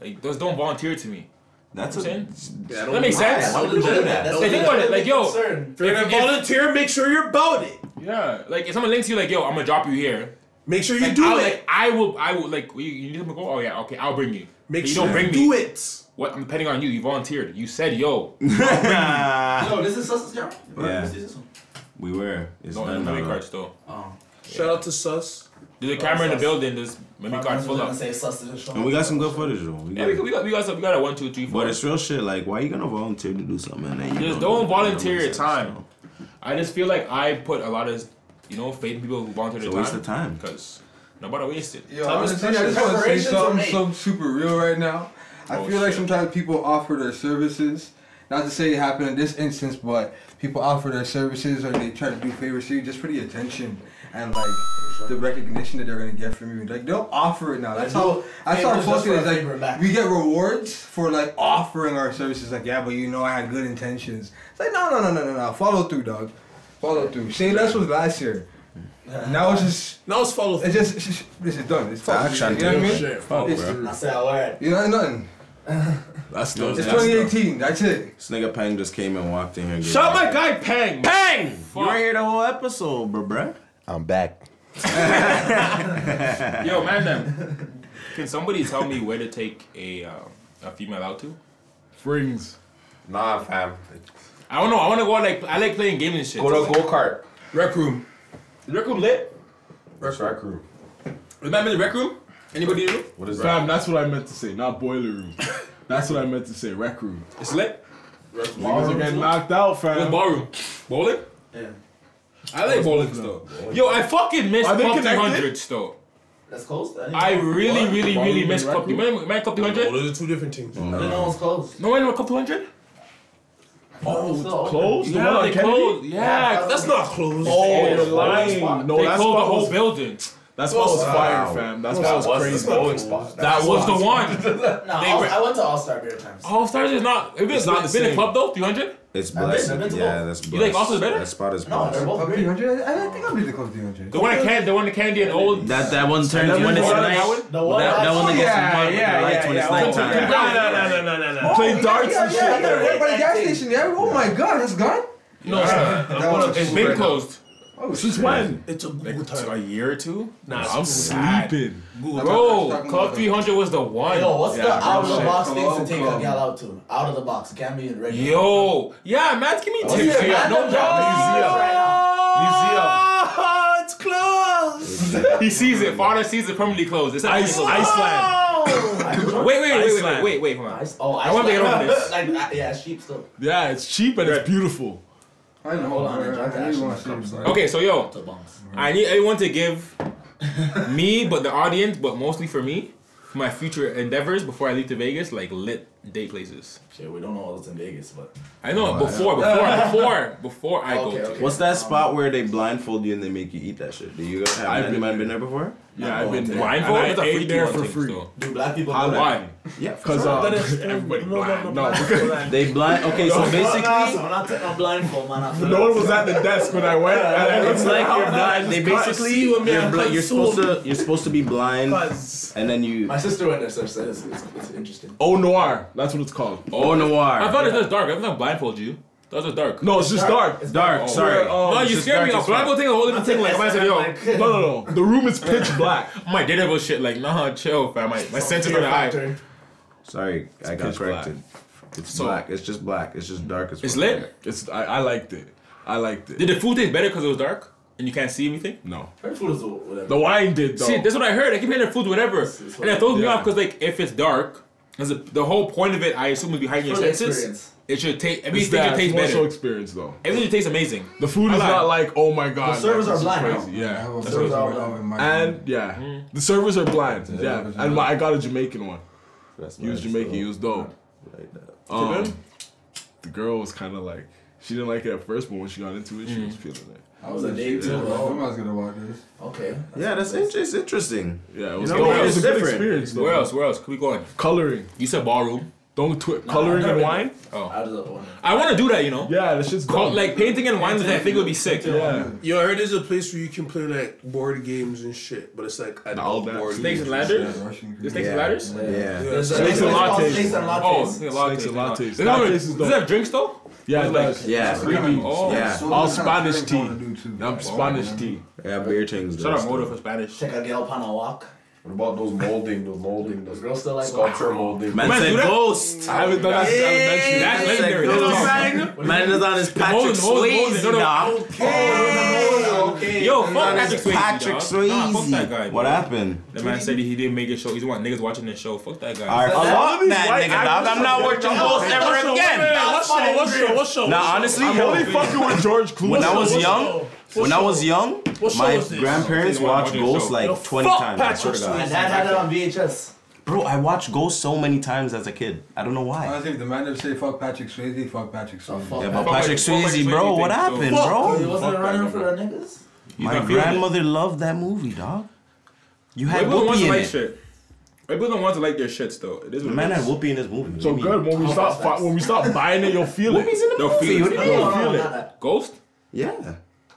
S2: Like just don't volunteer to me.
S1: That's
S2: what I'm saying.
S6: Yeah, I don't
S2: that makes
S6: do that.
S2: sense.
S6: Why would you do that?
S2: Like, think about it. Like yo,
S6: Concern.
S2: if,
S6: If you volunteer,
S2: make sure you're about it. Yeah, like if someone links you, like yo, I'm gonna drop you here. Make sure you
S6: do
S2: I'll,
S6: it.
S2: Like I will, I will. Like you, you need to go. Oh yeah, okay, I'll bring you.
S6: Make
S2: But you
S6: sure
S2: don't bring
S6: you
S2: me. Do it. What? I'm depending on you. You volunteered. You said yo.
S16: Yo, this is Sus's camera?
S2: Yeah.
S1: We were.
S2: It's no, memory cards though.
S6: Shout out to Sus.
S2: There's a camera in the building. There's memory cards full up.
S1: And we got some good footage though. We
S2: Yeah, we got, we got, we got, some, we got a one, two, three, four.
S1: But it's real shit. Like, why you gonna volunteer to do something? And then you
S2: Just don't volunteer your time. I just feel like I put a lot of, you know, faith in people who volunteer
S1: It's
S2: their
S1: a
S2: time.
S1: waste of time.
S2: Because nobody wasted.
S15: Yo, honestly, I just want to say something so super real right now. I
S2: Oh,
S15: feel like
S2: shit.
S15: sometimes people offer their services. Not to say it happened in this instance, but people offer their services or they try to do favors to you just for the attention and like the recognition that they're gonna get from you. Like they'll offer it now. That's how I started
S16: Favors just
S15: posting
S16: for a
S15: is
S16: favor
S15: like
S16: back.
S15: we get rewards for like offering our services. Like yeah, but you know I had good intentions. It's like no, no, no, no, no, no. Follow through, dog. Follow through. Say less was last year. Now it's just now it's follow. It's just it's just- this is done. It's follow.
S1: Action
S15: You know what I
S1: taken.
S15: mean?
S1: Shit, fuck,
S15: It's-
S1: bro. I
S16: said a word.
S15: You know nothing.
S1: That's
S15: It's 2018. That's it.
S1: This nigga Pang just came and walked in here. and gave
S15: Shut
S1: me-
S15: my
S2: guy Pang.
S5: Pang.
S1: You were here the whole episode, bro, bruh.
S4: I'm back.
S2: Yo, man, them. Can somebody tell me where to take a um, a female out to?
S3: Frings.
S2: Nah, fam. I don't know. I want to go like I like playing games and shit.
S4: Go to go kart.
S2: Rec room. Is rec room lit?
S4: Rec room. Rec room.
S2: Remember the rec room? Anybody do?
S4: What
S3: Fam, that's what I meant to say, not boiler room. that's what I meant to say, rec room.
S2: It's lit.
S3: Niggas are getting knocked out, fam.
S2: What ballroom? Bowling?
S16: Yeah.
S2: I like bowling though. Yo, I fucking miss
S16: Are they
S2: Cup
S16: connected?
S2: 200 though.
S16: That's close.
S2: I really, really, really miss Cup. You
S16: Cup.
S2: remember, remember Cup 200?
S6: Those are two different things.
S2: No.
S16: Then no one's closed.
S2: No one remember Cup 200?
S6: Oh,
S16: still
S6: closed?
S2: Yeah,
S6: the one on
S2: they
S6: Kennedy?
S2: closed. Yeah, Yeah, that's not closed.
S6: Oh,
S2: It's
S6: you're
S2: a
S6: lying.
S2: spot.
S6: No,
S2: They
S6: that's
S2: closed the
S6: what
S2: whole
S6: was-
S2: building.
S6: That's what was fire, fam. That's what was crazy.
S2: That, was the one.
S16: no,
S2: They
S16: All-
S2: were- Oh.
S16: I went to All Star beer times.
S2: All Stars is not. It's,
S16: It's
S2: been,
S16: not
S2: not
S16: the
S2: been a
S16: same.
S2: club though. 300.
S1: It's
S16: I've been-
S1: blessed.
S16: I've been to
S1: yeah,
S16: both.
S1: that's
S2: You
S1: blessed.
S2: like Austin's better?
S1: That spot is
S16: No,
S1: blessed.
S16: they're both
S15: Cup
S16: great.
S15: 300? I, I think I'll be the Cup 300.
S2: The one at Can, the one at Candy and Old.
S1: That that one turns
S2: That
S1: when it's
S2: one-
S1: night.
S2: that one?
S1: That, that
S15: Oh,
S1: one that gets yeah, yeah, lights when it's nighttime.
S6: no, no, no,
S15: Oh,
S2: Play darts
S15: yeah,
S2: and
S15: yeah,
S2: shit.
S15: Yeah, yeah, by the gas station. Yeah. Oh my god, that's gone?
S2: No, it's not.
S15: That one
S2: It's
S15: is
S2: been
S15: right now.
S2: closed.
S15: Oh,
S6: Since
S15: shit.
S6: when? It's a Google
S2: It's
S6: term.
S2: a year or two?
S6: Nah,
S2: Bro,
S6: it's
S2: I'm
S6: Google.
S2: sleeping.
S15: Google.
S2: Bro, Club 300 was the one.
S16: Yo, what's the out of the
S2: shit.
S16: box things to
S15: Hello,
S16: take a
S15: club.
S16: gal out to? Out of the box, can't be in regular.
S2: Yo, yeah, Matt, give me
S16: What's
S2: tips
S16: your
S2: here. No
S16: random job?
S2: job.
S6: Oh, it's closed.
S2: He sees it. Father sees it permanently closed. It's Ice, Iceland.
S16: Iceland.
S2: Wait, wait, wait, wait, wait, wait, wait, hold on.
S16: Oh,
S2: I want to get over this.
S16: Like, uh, yeah, sheep still.
S3: Yeah, it's cheap and it's beautiful.
S15: I know.
S16: Hold on,
S15: bro.
S16: Jack,
S15: I really
S16: actually,
S15: want to
S16: Cup's
S15: see it.
S2: Okay, so yo,
S16: To bombs.
S2: I need everyone to give me, but the audience, but mostly for me, for my future endeavors before I leave to Vegas, like lit day places.
S16: Shit, we don't know all this in Vegas, but
S2: I know
S1: Oh, I
S2: before,
S1: know.
S2: before, before, before I
S16: Okay,
S2: go.
S16: okay.
S2: To.
S1: What's that spot where they blindfold you and they make you eat that shit? Do you guys have
S2: I've
S1: I've anyone been there before?
S3: Yeah, I've been there.
S2: Blindfold?
S3: And
S2: That's a
S3: I
S2: freaky
S3: ate there
S2: one
S3: for
S2: thing,
S3: free.
S2: so.
S3: Do black people
S1: How
S3: blind?
S1: Yeah, for
S3: because
S1: sure.
S3: uh,
S1: That is-
S3: everybody
S1: no, no,
S3: blind.
S1: no,
S3: No,
S1: blind.
S3: because-
S1: They blind. Okay, so
S3: No,
S1: basically,
S16: I'm not taking no blindfold, man. after
S3: no one
S16: that.
S3: was at the desk when I went. and I
S1: it's
S3: looked
S1: like
S3: around
S1: you're
S3: and I
S1: blind. They
S3: just can't
S1: basically
S3: see what me
S1: you're,
S3: and
S1: bl-
S3: can't
S1: you're
S3: see
S1: supposed
S3: what me.
S1: to you're supposed to be blind, and then you.
S16: My sister went there, so it's, it's, it's interesting.
S3: Au noir. That's what it's called.
S1: Au noir.
S2: Oh, I thought it was dark. I'm not blindfold you. That was uh, dark.
S3: No, it's just dark.
S1: It's dark. Sorry.
S3: um,
S2: no, you scared me. A blindfold thing, a whole different thing. Like, I said, yo,
S3: No, no, no. The room is pitch black.
S2: my data was shit. Like, nah, chill, fam. My, my senses are the eye.
S1: Sorry, I got
S3: pitch black.
S1: corrected. It's
S2: So-
S1: black. It's just black. It's just dark as
S2: It's
S1: fuck.
S2: lit.
S3: It's I, I liked it. I liked it.
S2: Did the food taste better because it was dark and you can't see anything?
S3: No.
S16: Her food is whatever.
S3: The wine did though.
S2: See, that's what I heard. I keep hearing the food's whatever, and it throws me
S3: Yeah.
S2: off because like if it's dark, 'cause the, the whole point of it, I assume, is behind your
S16: For the
S2: senses.
S16: experience.
S2: It should taste.
S3: It's
S2: Everything should
S3: that
S2: taste
S3: it's more so
S2: better.
S3: experience though.
S2: Everything tastes amazing.
S3: The food
S2: I
S3: is
S2: lied.
S3: not like oh my god.
S16: The servers
S3: like,
S16: are
S3: this is
S16: blind now.
S3: Crazy. Yeah.
S15: Well,
S2: That's
S15: those
S2: what
S15: are
S2: it's
S15: all in my-
S3: And yeah, the servers are blind. Yeah,
S15: servers are
S3: and my, I got a Jamaican one.
S1: That's
S3: He was
S1: nice,
S3: Jamaican.
S1: though.
S3: He was dope.
S1: Like that.
S3: Um, the girl was kind of like she didn't like it at first, but when she got into it, she
S2: Mm-hmm.
S3: was feeling it.
S16: I was a date
S15: Yeah,
S16: too,
S15: I'm
S16: bro.
S15: not gonna watch this.
S16: Okay.
S1: Yeah, that's it's, it's interesting.
S3: Yeah, it was,
S1: know,
S3: dope.
S1: where
S3: it
S1: else
S3: was a good
S1: different?
S3: experience though.
S2: Where else? Where else? Could we go in?
S3: Coloring.
S2: You said ballroom.
S3: Don't twit. Coloring
S16: I've
S3: and
S16: never
S3: wine.
S2: Oh,
S16: Out of the one.
S2: I want to do that. You know,
S3: Yeah, that shit's
S2: Call,
S3: dope.
S2: like painting and wines. I think would be sick.
S3: yeah.
S6: Yo, I heard there's a place where you can play like board games and shit, but it's like adult
S3: that
S6: board
S3: too.
S2: Snakes
S6: games.
S2: and ladders.
S15: Russian
S2: The snakes
S1: Yeah.
S2: and ladders.
S1: Yeah.
S16: There's a-
S3: Snakes and
S16: it's called
S3: lattes.
S16: Snakes and
S2: Oh,
S16: lattes.
S2: snakes and
S3: Snakes and
S2: lattes.
S3: lattes.
S2: Does it have-
S3: Lattes is
S2: Does it have drinks though?
S3: Yeah, it
S2: Like-
S3: does.
S1: Yeah.
S3: Creamy.
S2: Oh,
S1: Yeah.
S15: So
S3: All
S15: what kind
S3: Spanish
S15: of drink
S3: tea.
S15: I wanna do too. Oh.
S3: I'm Spanish tea.
S1: Yeah, beer things.
S2: Shout
S1: though,
S2: out Moto
S1: still.
S2: for Spanish.
S16: Take a girl on a walk.
S4: What about those molding, those molding,
S16: Those
S4: those
S16: girls still like
S4: sculpture molding?
S1: Man
S2: Man,
S1: said
S2: do that-
S1: ghost.
S3: I haven't done that since elementary.
S2: That's
S1: Man said
S2: legendary. That's
S1: ghost.
S2: awesome.
S1: Man is on his Patrick
S2: Moses, Moses,
S1: Swayze.
S2: Moses. No, no.
S1: dog.
S16: Okay.
S2: Yo, fuck Patrick Swayze.
S1: Patrick
S2: dog.
S1: Swayze.
S2: Nah, fuck that guy.
S1: What
S2: bro.
S1: happened?
S2: The man said he didn't make a show. He's one niggas watching the show. Fuck that guy.
S1: All right,
S16: So that-
S1: fuck that
S3: white
S1: nigga, dog. I'm not watching ghost ever again.
S16: What's up? What's up? What's up?
S1: Now, honestly, yo,
S3: Only fucking with George Clooney.
S1: when I
S3: What's
S1: was
S3: up?
S1: young, when I was young,
S6: What show
S1: my
S6: was this?
S1: grandparents
S2: Didn't wanna
S1: watched
S2: watch this
S1: Ghost
S2: show.
S1: like
S6: Yo,
S1: 20
S6: fuck
S1: times. I swear
S6: Patrick
S1: to God.
S16: My dad had it on VHS.
S1: Bro, I watched Ghost so many times as a kid. I don't know why.
S15: Honestly, if the man never say fuck Patrick Swayze, fuck Patrick Swayze.
S16: fuck.
S1: Yeah, but
S16: Fuck
S2: Fuck
S1: Patrick
S2: Swayze,
S1: Swayze,
S2: Swayze
S1: bro,
S2: thing,
S1: what
S2: so-
S1: happened,
S2: Fuck.
S16: He
S1: bro?
S16: wasn't running for the niggas?
S2: He's
S1: My
S2: not feeling it.
S1: grandmother loved that movie, dog. You
S2: White
S1: had
S2: people don't want
S1: Whoopi
S2: to
S1: in
S2: like
S1: it.
S2: shit. White people don't want to like their shits though. It is
S1: The
S2: what
S1: man
S2: it
S1: had
S2: is.
S1: Whoopi in his movie.
S3: So good. Oh, When we stop fi- when we stop buying it, you'll feel it.
S2: They'll feel
S1: What do
S2: it.
S1: you mean?
S16: No, no,
S3: feel
S16: no,
S3: it.
S16: not that.
S2: Ghost?
S1: Yeah.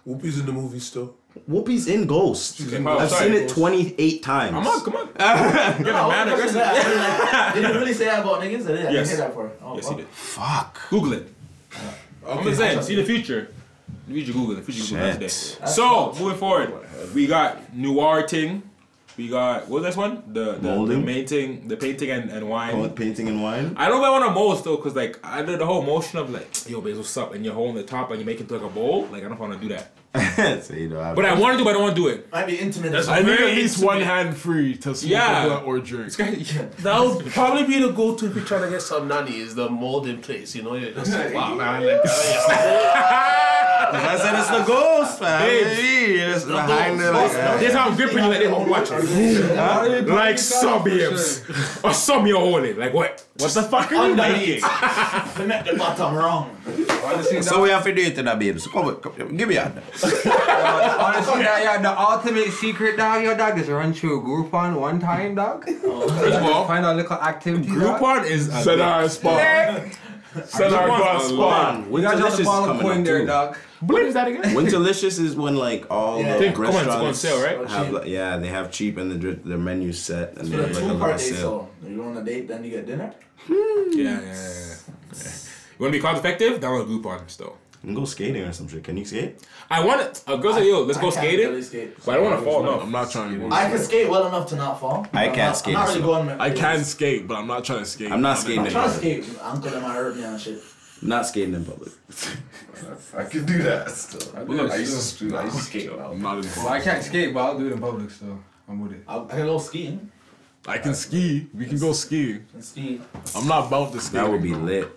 S6: Whoopi's in the movie still.
S1: Whoopi's in Ghost.
S2: in Ghost.
S1: I've
S2: Sorry,
S1: seen it
S2: Ghost.
S1: 28 times.
S2: Come on, come on. Getting
S16: No, I
S2: mad
S16: wasn't
S2: aggressive.
S16: pushing that. I really like- Did you really say that about niggas? I didn't I didn't
S2: Yes.
S16: hear that for. Oh,
S2: Yes,
S16: fuck.
S2: he did.
S1: Fuck.
S2: Google it. I'm just saying, see the future. The future Google, the future Google
S1: Shit.
S2: that's today. So moving forward, we got noir thing. We got what was this one? The the, the
S1: Molding?
S2: painting, the painting and, and wine.
S1: With painting and wine.
S2: I don't know if I want to mold still, cause like I did the whole motion of like, yo, babe, what's up? And you're holding the top and you make it like a bowl. Like I don't want to do that.
S1: so, you know, I-
S2: But I want to do, but I don't want to do it.
S16: Might be intimate. as
S3: I
S16: fuck.
S3: need
S2: Very
S3: at least
S2: intimate.
S3: one hand free to smoke
S2: Yeah.
S3: a blunt or drink.
S2: This guy, yeah.
S6: That would probably be the go-to if you're trying to get some nanny is the mold in place. You know, you're just like, wow, man, like,
S1: I said it's the ghost, fam.
S2: Babe.
S1: Hey, it's behind it like that.
S2: This how I'm gripping you like this. I'm watching. Like sub hips or sub your holding. Like what? What's the fuck are you
S16: Underneath.
S2: like?
S16: They met the bottom wrong.
S15: Honestly,
S1: So we have to do it tonight, babes. Come on, come, give me a hand.
S15: Honestly, that, yeah, the ultimate secret, dog, yo, dog, is run through a Groupon one time, dog.
S2: First of all,
S15: Find out little activity, dog.
S2: Groupon is a
S3: Set our spot. Set our
S2: Groupon's
S3: spot
S2: a
S3: spot.
S1: Come on,
S15: You gotta drop
S1: Winterlicious
S15: the
S1: is
S15: bottle
S1: coming
S15: point
S1: up
S15: there,
S1: too.
S15: dog.
S2: What is that again?
S1: Winterlicious is when like all
S16: Yeah.
S1: the
S16: Think,
S2: come on, it's
S1: restaurants
S2: on sale, right?
S1: Have, like, yeah, they have cheap and the their menu set and they
S16: For a
S1: have like a
S16: two
S1: lot
S16: part
S1: of
S16: date,
S1: sale.
S16: so you go on a date, then you get dinner.
S2: Yeah, yeah, yeah, yeah. yeah. You want to be cost effective? Download Groupon still.
S1: You can go skating or some shit. Can you skate?
S2: I want it. A girl said, "Yo, let's
S16: I
S2: go
S16: can't
S2: skating,"
S16: really skate.
S2: but I don't want to fall.
S3: I'm
S2: No,
S3: not trying to. Go
S16: I
S3: I,
S16: can skate well enough to not fall. but I'm
S1: can't
S16: not,
S1: skate,
S16: I'm not
S1: so-
S16: really going.
S3: I can skate, but I'm not trying to skate.
S1: I'm not
S16: I'm
S1: skating.
S16: trying to skate. Uncle and my hurt me and shit.
S1: Not skating in public.
S4: I can do that still. I, did it. I used to, I used to skate.
S3: I'm not
S15: Well, I
S3: involved.
S15: can't skate, but I'll do it in public, so I'm with it.
S16: I'll, I can go skiing.
S3: I can ski. We can go ski.
S16: I can ski.
S3: I'm not about to skate.
S1: That would be lit.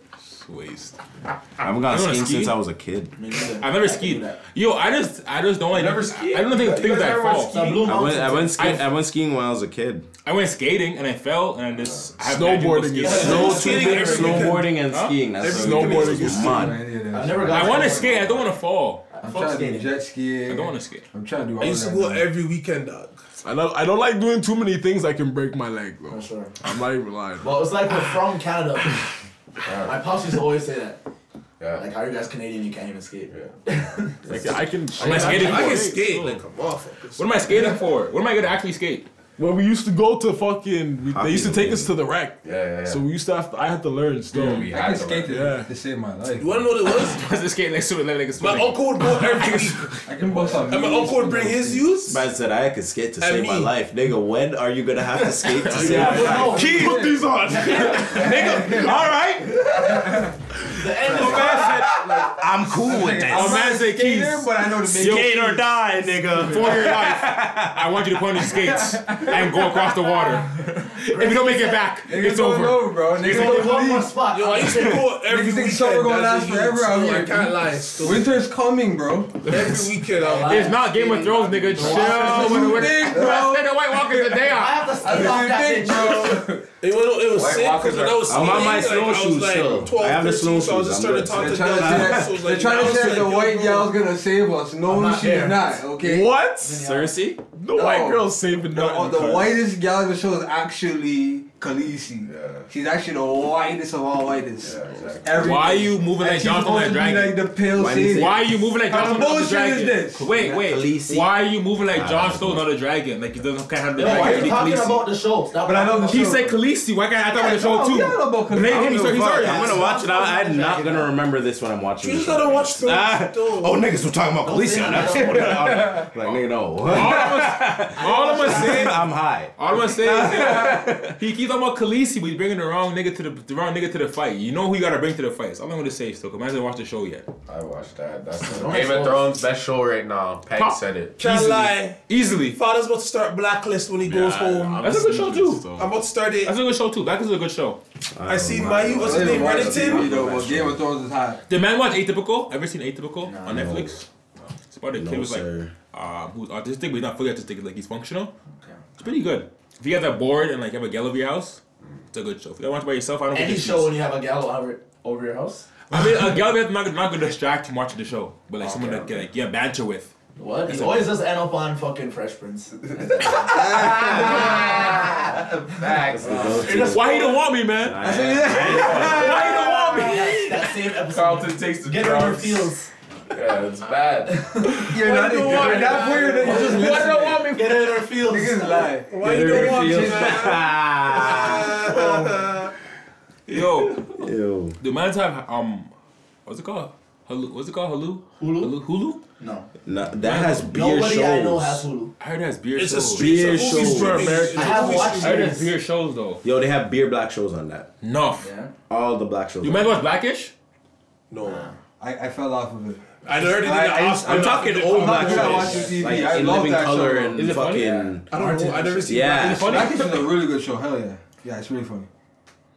S3: waste.
S1: I haven't gotten
S2: You wanna
S1: skiing
S2: ski?
S1: since I was a kid.
S2: I've never skied. Yo, I just, I just don't. Never skied. I don't think
S1: You
S2: things
S1: guys
S2: that
S1: never
S2: fall.
S1: skied? I went, I went, ski-
S2: I,
S1: I went skiing when I was a kid.
S2: I went skating and I fell and I just I have
S1: Snowboarding
S2: magical
S1: is-
S2: skates.
S1: Snow- Skating, snowboarding and skiing, that's
S2: Every-
S1: what we do. Snowboarding is Mud. skiing.
S2: I
S1: I've never got
S2: want to
S1: snowboarding.
S2: skate. I don't want to fall.
S15: I'm trying to do jet skiing.
S2: I don't want to skate.
S15: I'm trying to do all
S3: I used to
S15: that.
S3: go every weekend, dog. I don't, I don't like doing too many things that can break my leg, though. I'm not even lying.
S16: Well, it's like we're from Canada. My pops used to always say that. Like, how are you guys Canadian? You can't even skate.
S3: Like, I can.
S2: Am I skating
S3: I
S2: for?
S3: can skate.
S2: Like,
S3: Like, come off.
S2: What am I skating for? What am I gonna actually skate?
S3: Well, we used to go to fucking. We, they used to take us to the rec.
S2: Yeah, yeah, yeah.
S3: So we used to have. To, I had to learn still.
S2: Yeah, we I had can to skate learn.
S3: Yeah.
S15: to save my life.
S3: You wanna know what it was?
S2: I was just skating next to it like a
S3: My uncle would go every week.
S15: I can both of
S3: And my uncle would bring his youth.
S1: Man said I could skate to
S3: And
S1: save my
S3: me.
S1: life, nigga. When are you gonna have to skate to save
S3: Yeah,
S1: your
S3: but no,
S1: life?
S3: Keith, put these on. Nigga,
S1: all right.
S3: The end of man
S5: I'm cool with this.
S2: Oh, man said keys.
S15: but I know
S5: Skate or die, nigga.
S2: For your life, I want you to put on your skates and go across the water. If you don't make it back, it's over.
S15: bro.
S2: It's
S15: Niggas
S2: over.
S15: only one more
S16: spot.
S3: Yo, I used to go every
S15: Niggas think
S3: weekend.
S15: summer gonna last
S3: That's a huge
S15: forever out
S3: story.
S15: here.
S3: I can't lie. it's still-
S15: Winter's coming, bro.
S3: Every weekend, I
S2: It's not Game of Thrones, nigga. Chill. Oh, When the
S15: Big,
S2: when I
S15: bro.
S2: said the White Walkers the day off.
S16: have to
S15: I think, bro.
S3: It was, it was
S15: White
S3: sick
S15: Walkers
S3: because when I was
S1: I'm on my
S3: skating, like, I was
S1: snowshoes,
S3: like
S1: so
S3: 12,
S1: I have the
S3: 13, so I was
S1: snowshoes,
S3: just
S1: I'm
S3: starting to
S1: good.
S3: talk
S15: They're
S3: to
S15: trying
S3: guys. and
S15: to say that,
S3: girls,
S15: they're
S3: like,
S15: trying
S3: I
S15: to
S3: was
S15: say
S3: like,
S15: the
S3: yo,
S15: white
S3: bro.
S15: gal's gonna save us. No,
S3: not
S15: she's
S3: here.
S15: not. Okay.
S3: What?
S1: Cersei?
S3: The white
S15: No.
S3: girl's saving
S15: The,
S3: nothing.
S15: the
S3: cuz.
S15: whitest gal in the show is actually Khaleesi. She's actually the whitest of all whitest. Everything.
S2: Why you moving
S15: And
S2: like
S15: she's
S2: Johnson
S15: supposed
S2: and
S15: to be
S2: Dragon?
S15: like the pale
S2: Why you,
S15: savior.
S2: moving like
S15: How
S2: John Snow?
S15: bullshit
S2: not the dragon?
S15: is this?
S2: Wait, wait. Why are you moving like John Snow, not a dragon? Like you don't can't have the
S16: Yo,
S2: dragon.
S16: why are
S2: you
S16: you
S2: need
S16: talking
S2: Khaleesi.
S16: about the show? Stop
S15: But I know the
S2: He
S15: show.
S2: said Khaleesi. Why can't I talk about the show
S15: Oh,
S2: too?
S15: yeah, I know about Khaleesi.
S2: Blame
S15: I
S2: him.
S15: don't
S2: So he's
S15: give a
S2: already.
S15: fuck.
S1: I'm gonna watch it. I- I'm not gonna remember this when I'm watching.
S3: You
S1: the
S3: just
S1: show.
S3: gotta watch the
S1: Ah. Oh,
S3: dude.
S1: niggas, we're talking about Khaleesi on that episode. Like, nigga, no.
S2: All I'm gonna say.
S1: I'm high.
S2: All I'm gonna say is that he keeps talking about Khaleesi, but he's bringing the wrong nigga to the, the wrong nigga to the fight. You know who you gotta bring to the fight. That's all I'm gonna say still. Cause I haven't watched the show yet.
S4: I watched that. That's Game of Thrones best show right now. Patty
S2: Pop.
S4: said it.
S3: Can't
S2: Easily.
S3: lie.
S2: Easily.
S3: Father's about to start blacklist when he goes home. I'm
S2: That's a good show too.
S3: about to start it.
S2: That's a good show too. Black is a good show.
S3: I see Mayu. What's his name? Reddington.
S15: Well, Game of Thrones is hot.
S2: The man watch Atypical. Ever seen Atypical on Netflix? It's about a kid
S1: No,
S2: who's like,
S1: sir.
S2: um, who's autistic, but he's not fully autistic. Like he's functional. It's pretty good. If you guys are bored and like have a gal over your house, it's a good show. If you guys watch by yourself, I don't.
S16: Any
S2: think
S16: show when you have a gal over, over your house?
S2: I mean, a gal that's not not gonna distract from watching the show, but like someone that like yeah banter with.
S16: What?
S2: That's
S16: It's
S2: it.
S16: always just end up on fucking Fresh Prince.
S4: Facts.
S2: Why he don't want me, man? Why he don't want me?
S16: that same episode.
S4: Carlton takes the
S16: Get on your
S4: drums.
S16: feels.
S4: Yeah, it's bad.
S15: You're not even At that point, you're not- you're just
S4: don't want me?
S16: Get on your feels.
S15: niggas lie.
S3: Why you don't watch it,
S2: Yo,
S1: Ew.
S2: the man's have um, what's it called? Hulu. What's it called? Hulu. Hulu.
S16: Hulu?
S2: Hulu?
S16: No.
S1: Nah, that has beer
S16: Nobody I know
S1: shows.
S16: has Hulu.
S2: I heard it has beer
S3: It's a
S2: shows.
S3: street
S1: Beer
S3: it's a movie
S1: shows.
S3: for Americans.
S16: I have watched
S2: I heard it
S16: it.
S2: has beer shows though.
S1: Yo, they have beer black shows on that.
S2: Enough.
S16: Yeah.
S1: All the black shows.
S2: You
S1: on
S2: man watch Blackish?
S3: No.
S15: I, I fell off of it.
S3: I heard it in the
S15: I- I-
S3: Oscars.
S1: I'm talking old
S15: I'm
S1: black
S15: not good at
S1: shows.
S15: watching TV.
S1: Like
S15: I
S1: in
S15: love
S1: living
S15: that
S1: color
S15: show.
S1: and
S2: Is it funny?
S1: fucking.
S3: I don't know. I never seen
S1: Yeah.
S2: Is it funny?
S15: Black Kitchen is a really good show. Hell yeah. Yeah, it's really funny.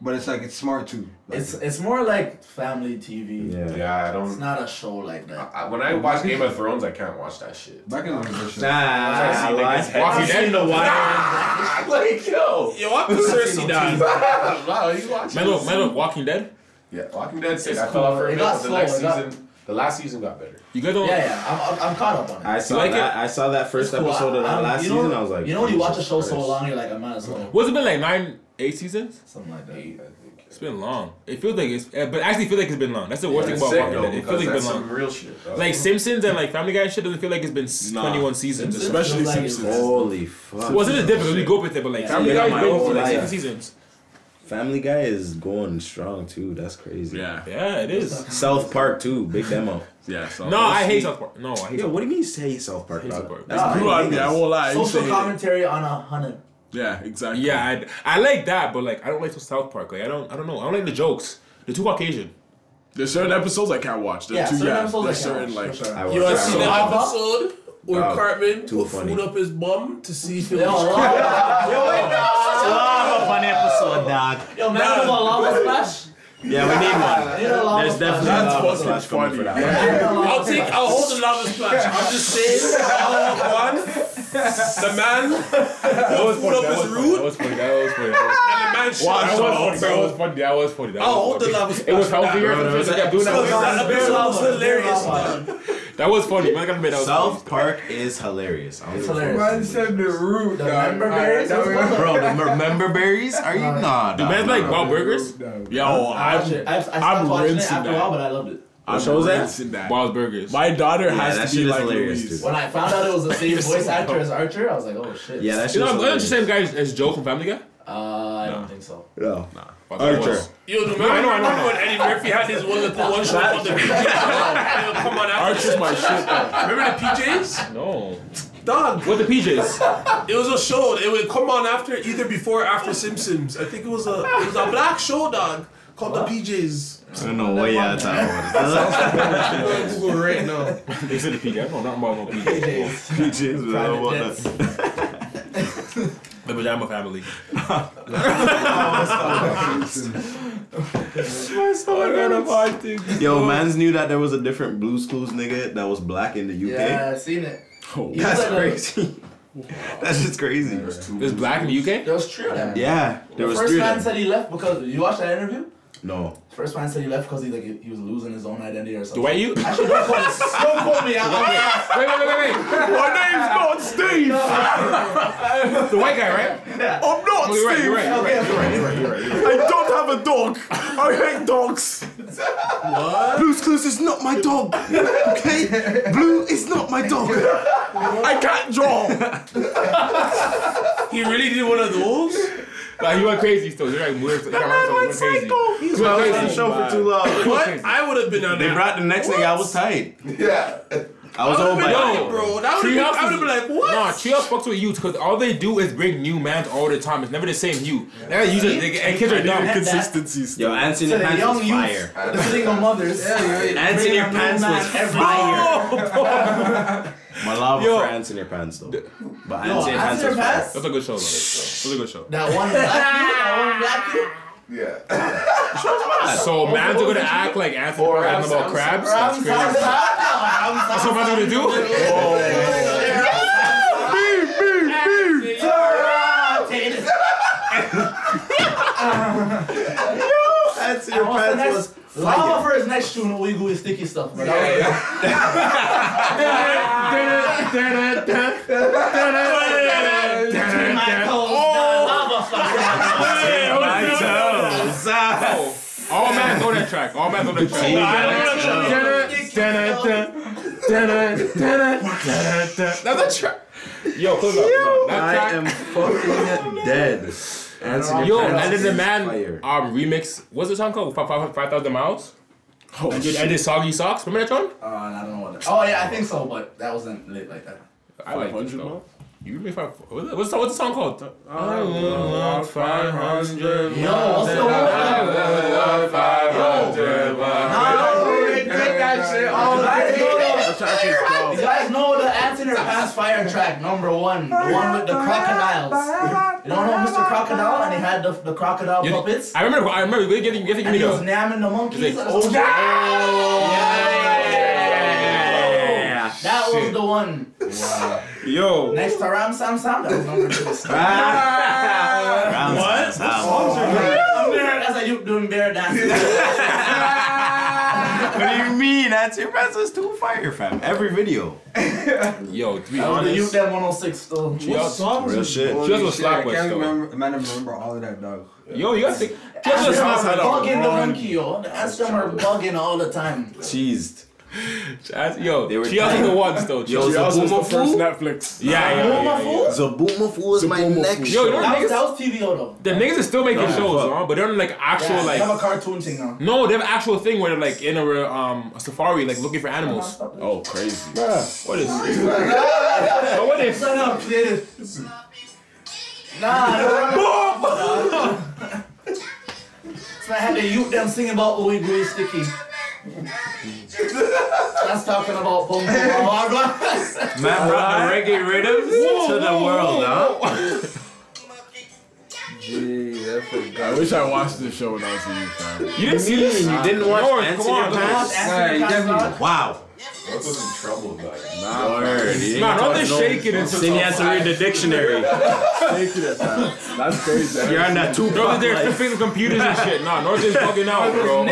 S15: But it's like it's smart too. Like,
S16: It's it's more like family TV.
S1: Yeah.
S4: Yeah, I
S16: It's
S4: don't.
S16: not a show like that.
S4: I, when I watch Game of Thrones, I can't watch that shit.
S15: Black Kitchen is a good show.
S1: Nah,
S4: niggas
S1: lie.
S4: head-
S2: Walking Dead?
S5: the wire.
S4: I'm like, yo.
S3: Yo, I put Cersei down.
S4: wow, you watching
S2: Man, look,
S4: this?
S2: man, look, Walking Dead.
S4: Yeah, Walking Dead sick.
S16: It's
S4: I fell off
S16: cool.
S4: for a
S16: It
S4: bit,
S16: got
S4: but the
S16: slow,
S4: next
S16: it got-
S4: season, the last season got better.
S2: You guys don't.
S16: Yeah, yeah. I'm, I'm caught up on it.
S1: I saw
S2: like
S1: that. I saw that first
S16: It's cool.
S1: episode of that
S16: I'm-
S1: last
S16: you know-
S1: season. I was like,
S16: you know when you watch a
S1: Jesus
S16: show so
S1: Christ.
S16: long, you're like, I might as well.
S2: What's it been like nine, eight seasons?
S16: Something like that.
S4: Eight, I think.
S2: It's been long. It feels like it's, eh, but I actually feel like it's been long. That's the worst
S4: It's
S2: thing
S4: sick,
S2: about Walking
S4: though,
S2: Dead. It
S4: because
S2: feels like it's
S4: that's
S2: been
S4: some
S2: long.
S4: real shit. dog.
S2: Like Simpsons and like Family Guy shit doesn't feel like it's been s- 21 seasons.
S16: Simpsons
S3: Especially
S16: feels like it's-
S3: Simpsons. Oh,
S1: Holy fuck.
S2: Well, it's just different. We go up with it, but like Family
S1: Yeah,
S2: Guy
S1: my
S2: goes
S1: whole
S2: for like
S1: life.
S2: seven seasons.
S1: Family Guy is going strong too. That's crazy.
S3: Yeah.
S2: Yeah, it is.
S1: South Park too. Big demo.
S3: Yeah. So
S2: No, I hate South Park. No, I hate
S1: Yo, what
S2: South Park.
S1: do you mean you say South Park?
S2: South
S1: dog?
S2: Park.
S1: That's
S3: Grew on me. I won't lie. I used to
S16: Social
S3: hate it.
S16: commentary on a hundred.
S3: Yeah, exactly.
S2: Yeah, I, I like that, but like I don't like the South Park. Like I don't I don't know. I don't like the jokes. They're too Caucasian.
S3: There's certain episodes I can't watch. There's
S16: Yeah,
S3: two,
S16: certain
S3: yeah,
S16: episodes
S3: there's
S16: I can't
S3: certain
S16: watch,
S3: like.
S16: for sure.
S1: I
S3: You ever
S1: watched
S3: seen
S1: that.
S3: that
S16: Bob Bob?
S3: episode where
S1: Dog,
S3: Cartman
S1: too
S3: put
S1: funny.
S3: food up his bum to see if it
S16: Yo,
S3: was
S16: lava. Yo, wait, no.
S5: Lava fun episode, dog.
S16: Yo, man,
S3: Nah.
S16: nah. lava splash.
S5: Yeah, we need one. There's definitely a
S6: That's
S5: lava
S6: fucking
S5: splash coming for that.
S6: I'll take. I'll hold the lava splash. I'm just saying. I'll hold one. The man was put up his root.
S2: That was funny. That was funny. That
S6: And the man
S2: was- Wow,
S6: shot
S2: that was funny.
S6: himself.
S2: That was funny. That was funny. That
S6: I'll
S2: was
S6: hold the
S2: funny.
S6: lava
S2: It
S6: splash
S2: was
S6: for that.
S2: healthier.
S6: Bro,
S2: It was
S6: that
S2: like, dude, that
S6: was-
S2: was-
S6: that was- that was hilarious, man.
S2: That was funny. Man, I gotta admit, that was
S1: South Park is hilarious. I don't give a fuck.
S15: Man said the root.
S16: The
S15: dog.
S16: member
S15: All right,
S16: berries
S15: that
S16: was
S15: was-
S16: one.
S1: Bro, the remember berries? Are you not?
S2: Do men like Wild Burgers? Yo,
S16: I watched
S2: I'm
S16: it. I, I stopped
S2: I'm
S16: watching it
S2: rinsing
S16: after a while, but
S2: that.
S16: I loved it.
S2: I'm
S1: show was that?
S2: rinsing that. Wild Burgers. My
S3: daughter
S1: Yeah, has that to be shit is like hilarious, Louise. dude.
S16: When I found out it was the same
S2: Yes.
S16: voice actor as Archer, I was like, oh shit.
S1: Yeah, that
S2: You
S1: shit
S2: know,
S1: was
S2: I'm not the
S1: hilarious.
S2: same guy as, as Joe from Family Guy.
S16: Uh, I don't think so.
S1: No.
S2: Fuck, that
S1: Archer.
S2: was-
S6: Yo, do you
S2: I
S6: remember,
S2: know, I know, I
S6: remember
S2: know.
S6: when Eddie Murphy had his one little one shot on the PJs? Yo, come on,
S2: Archer's my shit. though.
S6: Remember the PJs?
S2: No.
S6: Dog.
S2: What the PJs?
S6: It was a show. It would come on after either before or after Simpsons. I think it was a it was a black show, dog, called the PJs.
S1: I don't know what y'all are talking
S6: I'm gonna Google right now.
S2: They said the PJs. No, not about no PJs.
S1: about. PJs, but I don't want that.
S2: The pajama family.
S1: Yo, man's knew that there was a different Blues Clues nigga that was black in the UK.
S16: Yeah, I seen it. He was
S1: That's
S16: like a-
S1: crazy. That's just crazy.
S2: There's black in the UK?
S16: There was three of them.
S1: Yeah, there
S16: The
S1: was
S16: first
S1: three of
S16: man
S1: them.
S16: said he left because you watched that interview.
S1: No.
S16: First man said he left because he like he he was losing his own identity or something.
S2: Why you? Wait,
S16: Actually, don't quote, don't quote me out.
S2: wait, wait, wait, wait.
S3: My name's not Steve.
S2: The white guy, right?
S3: I'm not
S2: You're right,
S3: Steve.
S2: you're right, you're right.
S3: I don't have a dog. I hate dogs.
S1: Blues Clues is not my dog. Okay? Blue is not my dog.
S3: I can't draw.
S6: He really did one of those.
S1: Oh,
S2: Like, you went crazy still. You're like, weird. That man went crazy.
S1: He's been on
S2: went
S1: the
S2: crazy.
S1: show for too long.
S6: What? I would have been on
S1: They
S6: that.
S1: brought the next thing. I was tight.
S4: Yeah.
S1: I was
S6: I
S1: on by
S6: would've been on
S2: Yo.
S6: it, bro. That would
S2: Treehouse is-
S6: have been. I would have been like, what?
S2: Nah, Treehouse fucks with youth because all they do is bring new mans all the time. It's never the same you. They're usually, they, and kids are dumb.
S3: Consistency.
S1: Yo, Anthony
S16: So the young
S1: Hansen's
S16: youth,
S1: fire.
S16: the single mothers.
S1: Ants in your pants was fire. My love
S2: Yo.
S1: for ants in your pants though. But
S16: Yo,
S1: ants in your
S16: Ants
S1: pants
S16: in
S1: was fire.
S2: That's a
S16: Oh, Your Pants?
S2: good show, though. That's a good show.
S16: That one black kid, that one black kid.
S4: Yeah.
S2: So man's are gonna act like Anthony
S4: Or
S2: Brown
S4: I'm-
S2: about
S4: I'm-
S2: crabs. That's
S16: I'm
S2: crazy.
S16: sorry,
S2: That's
S16: I'm
S2: what man's gonna do. Oh.
S1: Ants in
S16: And
S1: your
S16: what's
S1: pants
S16: the next-
S1: was
S16: Lava for his next tune, we gooey sticky stuff, bro. That was- My toes, lava fire.
S1: fire.
S2: All man's on that track. All man's on that track. That's a track. Yo, close up. no, That
S1: I
S2: track.
S1: am fucking dead. Ants in
S2: Yo,
S1: your pants.
S2: and then the
S1: is
S2: man
S1: fire.
S2: um remix. What's the song called? Five thousand miles. Oh, and did, and did soggy socks. Remember that one?
S16: Uh, I don't know what that- Oh yeah, I think so, but that wasn't lit like that.
S2: I like it
S3: 500
S2: though.
S3: miles?
S2: You remix five. What's the, what's the song called? I want five hundred.
S16: Yo, what's the one?
S2: Five hundred.
S16: You guys know the ants in her pants fire track number one, the one with the crocodiles. You don't know Mr. Crocodile and he had the, the crocodile puppets.
S2: I remember. I remember. We getting getting
S16: And he was
S2: video.
S16: namming the monkeys.
S2: He's like,
S16: oh,
S1: Yeah.
S16: That was the one.
S2: Yo.
S16: Next to Ram Sam Sam, that was number two.
S2: Ah.
S1: What?
S2: Oh,
S16: I'm there as a youth doing bear dancing.
S1: What do you mean? Ants in your pants was too fire, fam. Every video.
S2: Yo. To be
S16: I was the
S2: honest.
S16: youth them 106 still.
S2: Yo,
S1: Real shit.
S15: Holy
S2: Just was
S15: shit,
S2: Slap
S15: I
S2: West,
S15: can't
S2: though.
S15: remember, I might remember all of that, dog.
S2: yo, you gotta think.
S16: Ants
S2: Just
S16: them
S2: listen.
S16: are bugging the monkey, yo. The ants them are bugging all the time.
S1: Cheesed.
S2: As- Yo,
S1: They were
S2: she also
S1: tight.
S2: the ones though.
S1: Yo,
S2: She also-
S3: That was the
S1: Zabumafu?
S3: first Netflix.
S2: yeah, yeah, yeah, yeah, yeah.
S1: Zabumafu is my
S3: Zabumafu.
S1: next
S2: Yo, you know
S1: show.
S16: That was, that
S2: niggas,
S16: was TVO though.
S2: the niggas are still making shows,
S1: fuck.
S2: huh? but they're on like actual
S16: Yeah, they have a
S2: like.
S16: cartoon thing now.
S2: No, they have an actual thing where they're like in a um a safari, like looking for animals.
S3: Oh, crazy.
S2: What is? But what if?
S16: Shut up, kid. Nah, no. So I had to youth them singing about Ooey Gooey Sticky. That's talking about Bum Bum Blah Blah Blah.
S1: Man brought the reggae rhythms to the world, huh?
S15: Gee, that
S3: I wish I watched this show when I was a youth. man.
S1: You didn't see this? You didn't watch
S3: North,
S1: Ants
S3: come
S1: in
S3: on,
S1: Your
S3: North.
S1: Pants?
S3: Nah, you definitely-
S1: Wow.
S4: That was in trouble, like.
S1: Nah,
S3: word.
S1: You ain't
S3: Nah,
S1: talking
S3: Northern's
S1: no-
S3: shaking and-
S1: Then you had to read the dictionary.
S3: Shaking it, man. That's crazy. I
S1: You're
S3: never
S1: on that
S3: seen
S1: Tupac
S3: North is there
S1: life.
S3: fixing computers and shit. Nah, North is bugging out, bro. I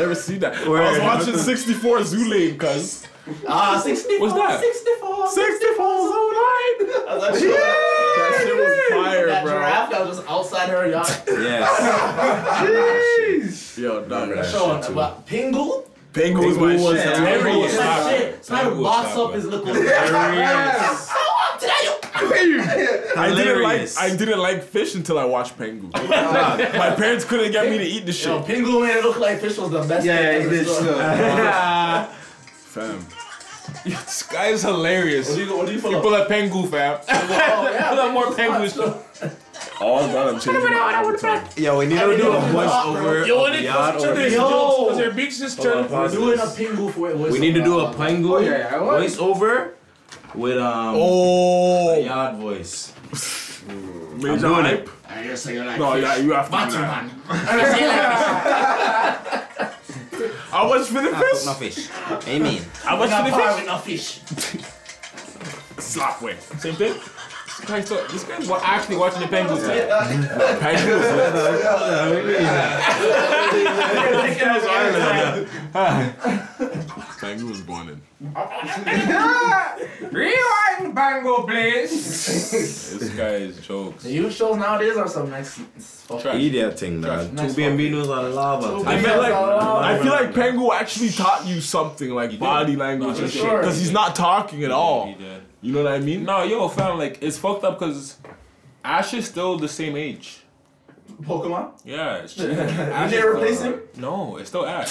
S3: never seen that. I was
S1: Word.
S3: watching 64 Zulane, cuz.
S16: Ah, 64.
S3: What's that?
S16: 64.
S3: 64 is
S16: I was like,
S3: That shit was fire,
S16: that
S3: bro.
S16: giraffe that was just outside her yacht.
S3: Yo, dog.
S16: That show on about Pingu?
S3: Pingu was my
S16: was
S3: shit.
S16: Pingu was
S3: Pingu
S16: my
S3: was
S16: shit. Snyder
S3: Pingu was
S16: box
S3: fire,
S16: up his little.
S3: Hilarious.
S16: So up today.
S3: I didn't like
S1: Hilarious.
S3: I didn't like fish until I watched Pengu. My parents couldn't get me to eat the shit.
S16: Yo, Pingu made it look like fish was the best.
S3: Yeah,
S16: thing
S3: it
S16: ever
S3: did
S16: sold.
S3: still.
S16: Yeah.
S3: Fam. Yo, This guy is hilarious. What do you, what do you
S16: pull
S3: you
S16: up?
S3: pull up Pengu, fam.
S16: yeah,
S3: pull up more Pengu stuff. Oh, God, I'm changing my
S1: Yo, we need to do a voice over.
S16: Yo,
S1: of
S16: when it
S1: Yard
S16: comes to
S1: or-
S16: this,
S1: Yo.
S16: yo,
S2: your beats just
S1: Hold on,
S16: we're
S1: pause
S16: doing a
S1: this.
S16: Pingu for it.
S1: We need to do a Pangu
S16: Oh, yeah, yeah, I want-
S1: voice over with um
S3: oh.
S1: a Yard voice.
S3: Major
S1: I'm doing
S3: hype.
S1: it.
S16: I just say you like
S2: Oh,
S3: No,
S16: fish.
S3: yeah, you have to do that.
S16: Batman. I just say you like fish.
S3: I was for
S2: Ah.
S3: the fish.
S1: No fish. Amen.
S3: I was
S16: Not par
S3: for
S16: with no fish.
S3: the fish. Slap way. Same thing. This guy's, so, this guy's wa- actually watching the Penguins. Penguins. Pengu was born in.
S15: Rewind Bango, please.
S3: This guy is jokes.
S16: The youth shows nowadays are some nice. fuck.
S1: Eat that thing, man. Two bambinos on lava.
S3: I feel like I feel like Pengu actually taught you something like body language
S2: for
S3: and shit
S2: sure.
S3: because he's not talking at all.
S2: did.
S3: You know what I mean?
S2: No, yo, fam, like it's fucked up because Ash is still the same age.
S16: Pokemon?
S2: Yeah, it's
S16: Did
S2: Ash
S16: they
S2: is-
S16: replace him?
S2: No, it's still Ash.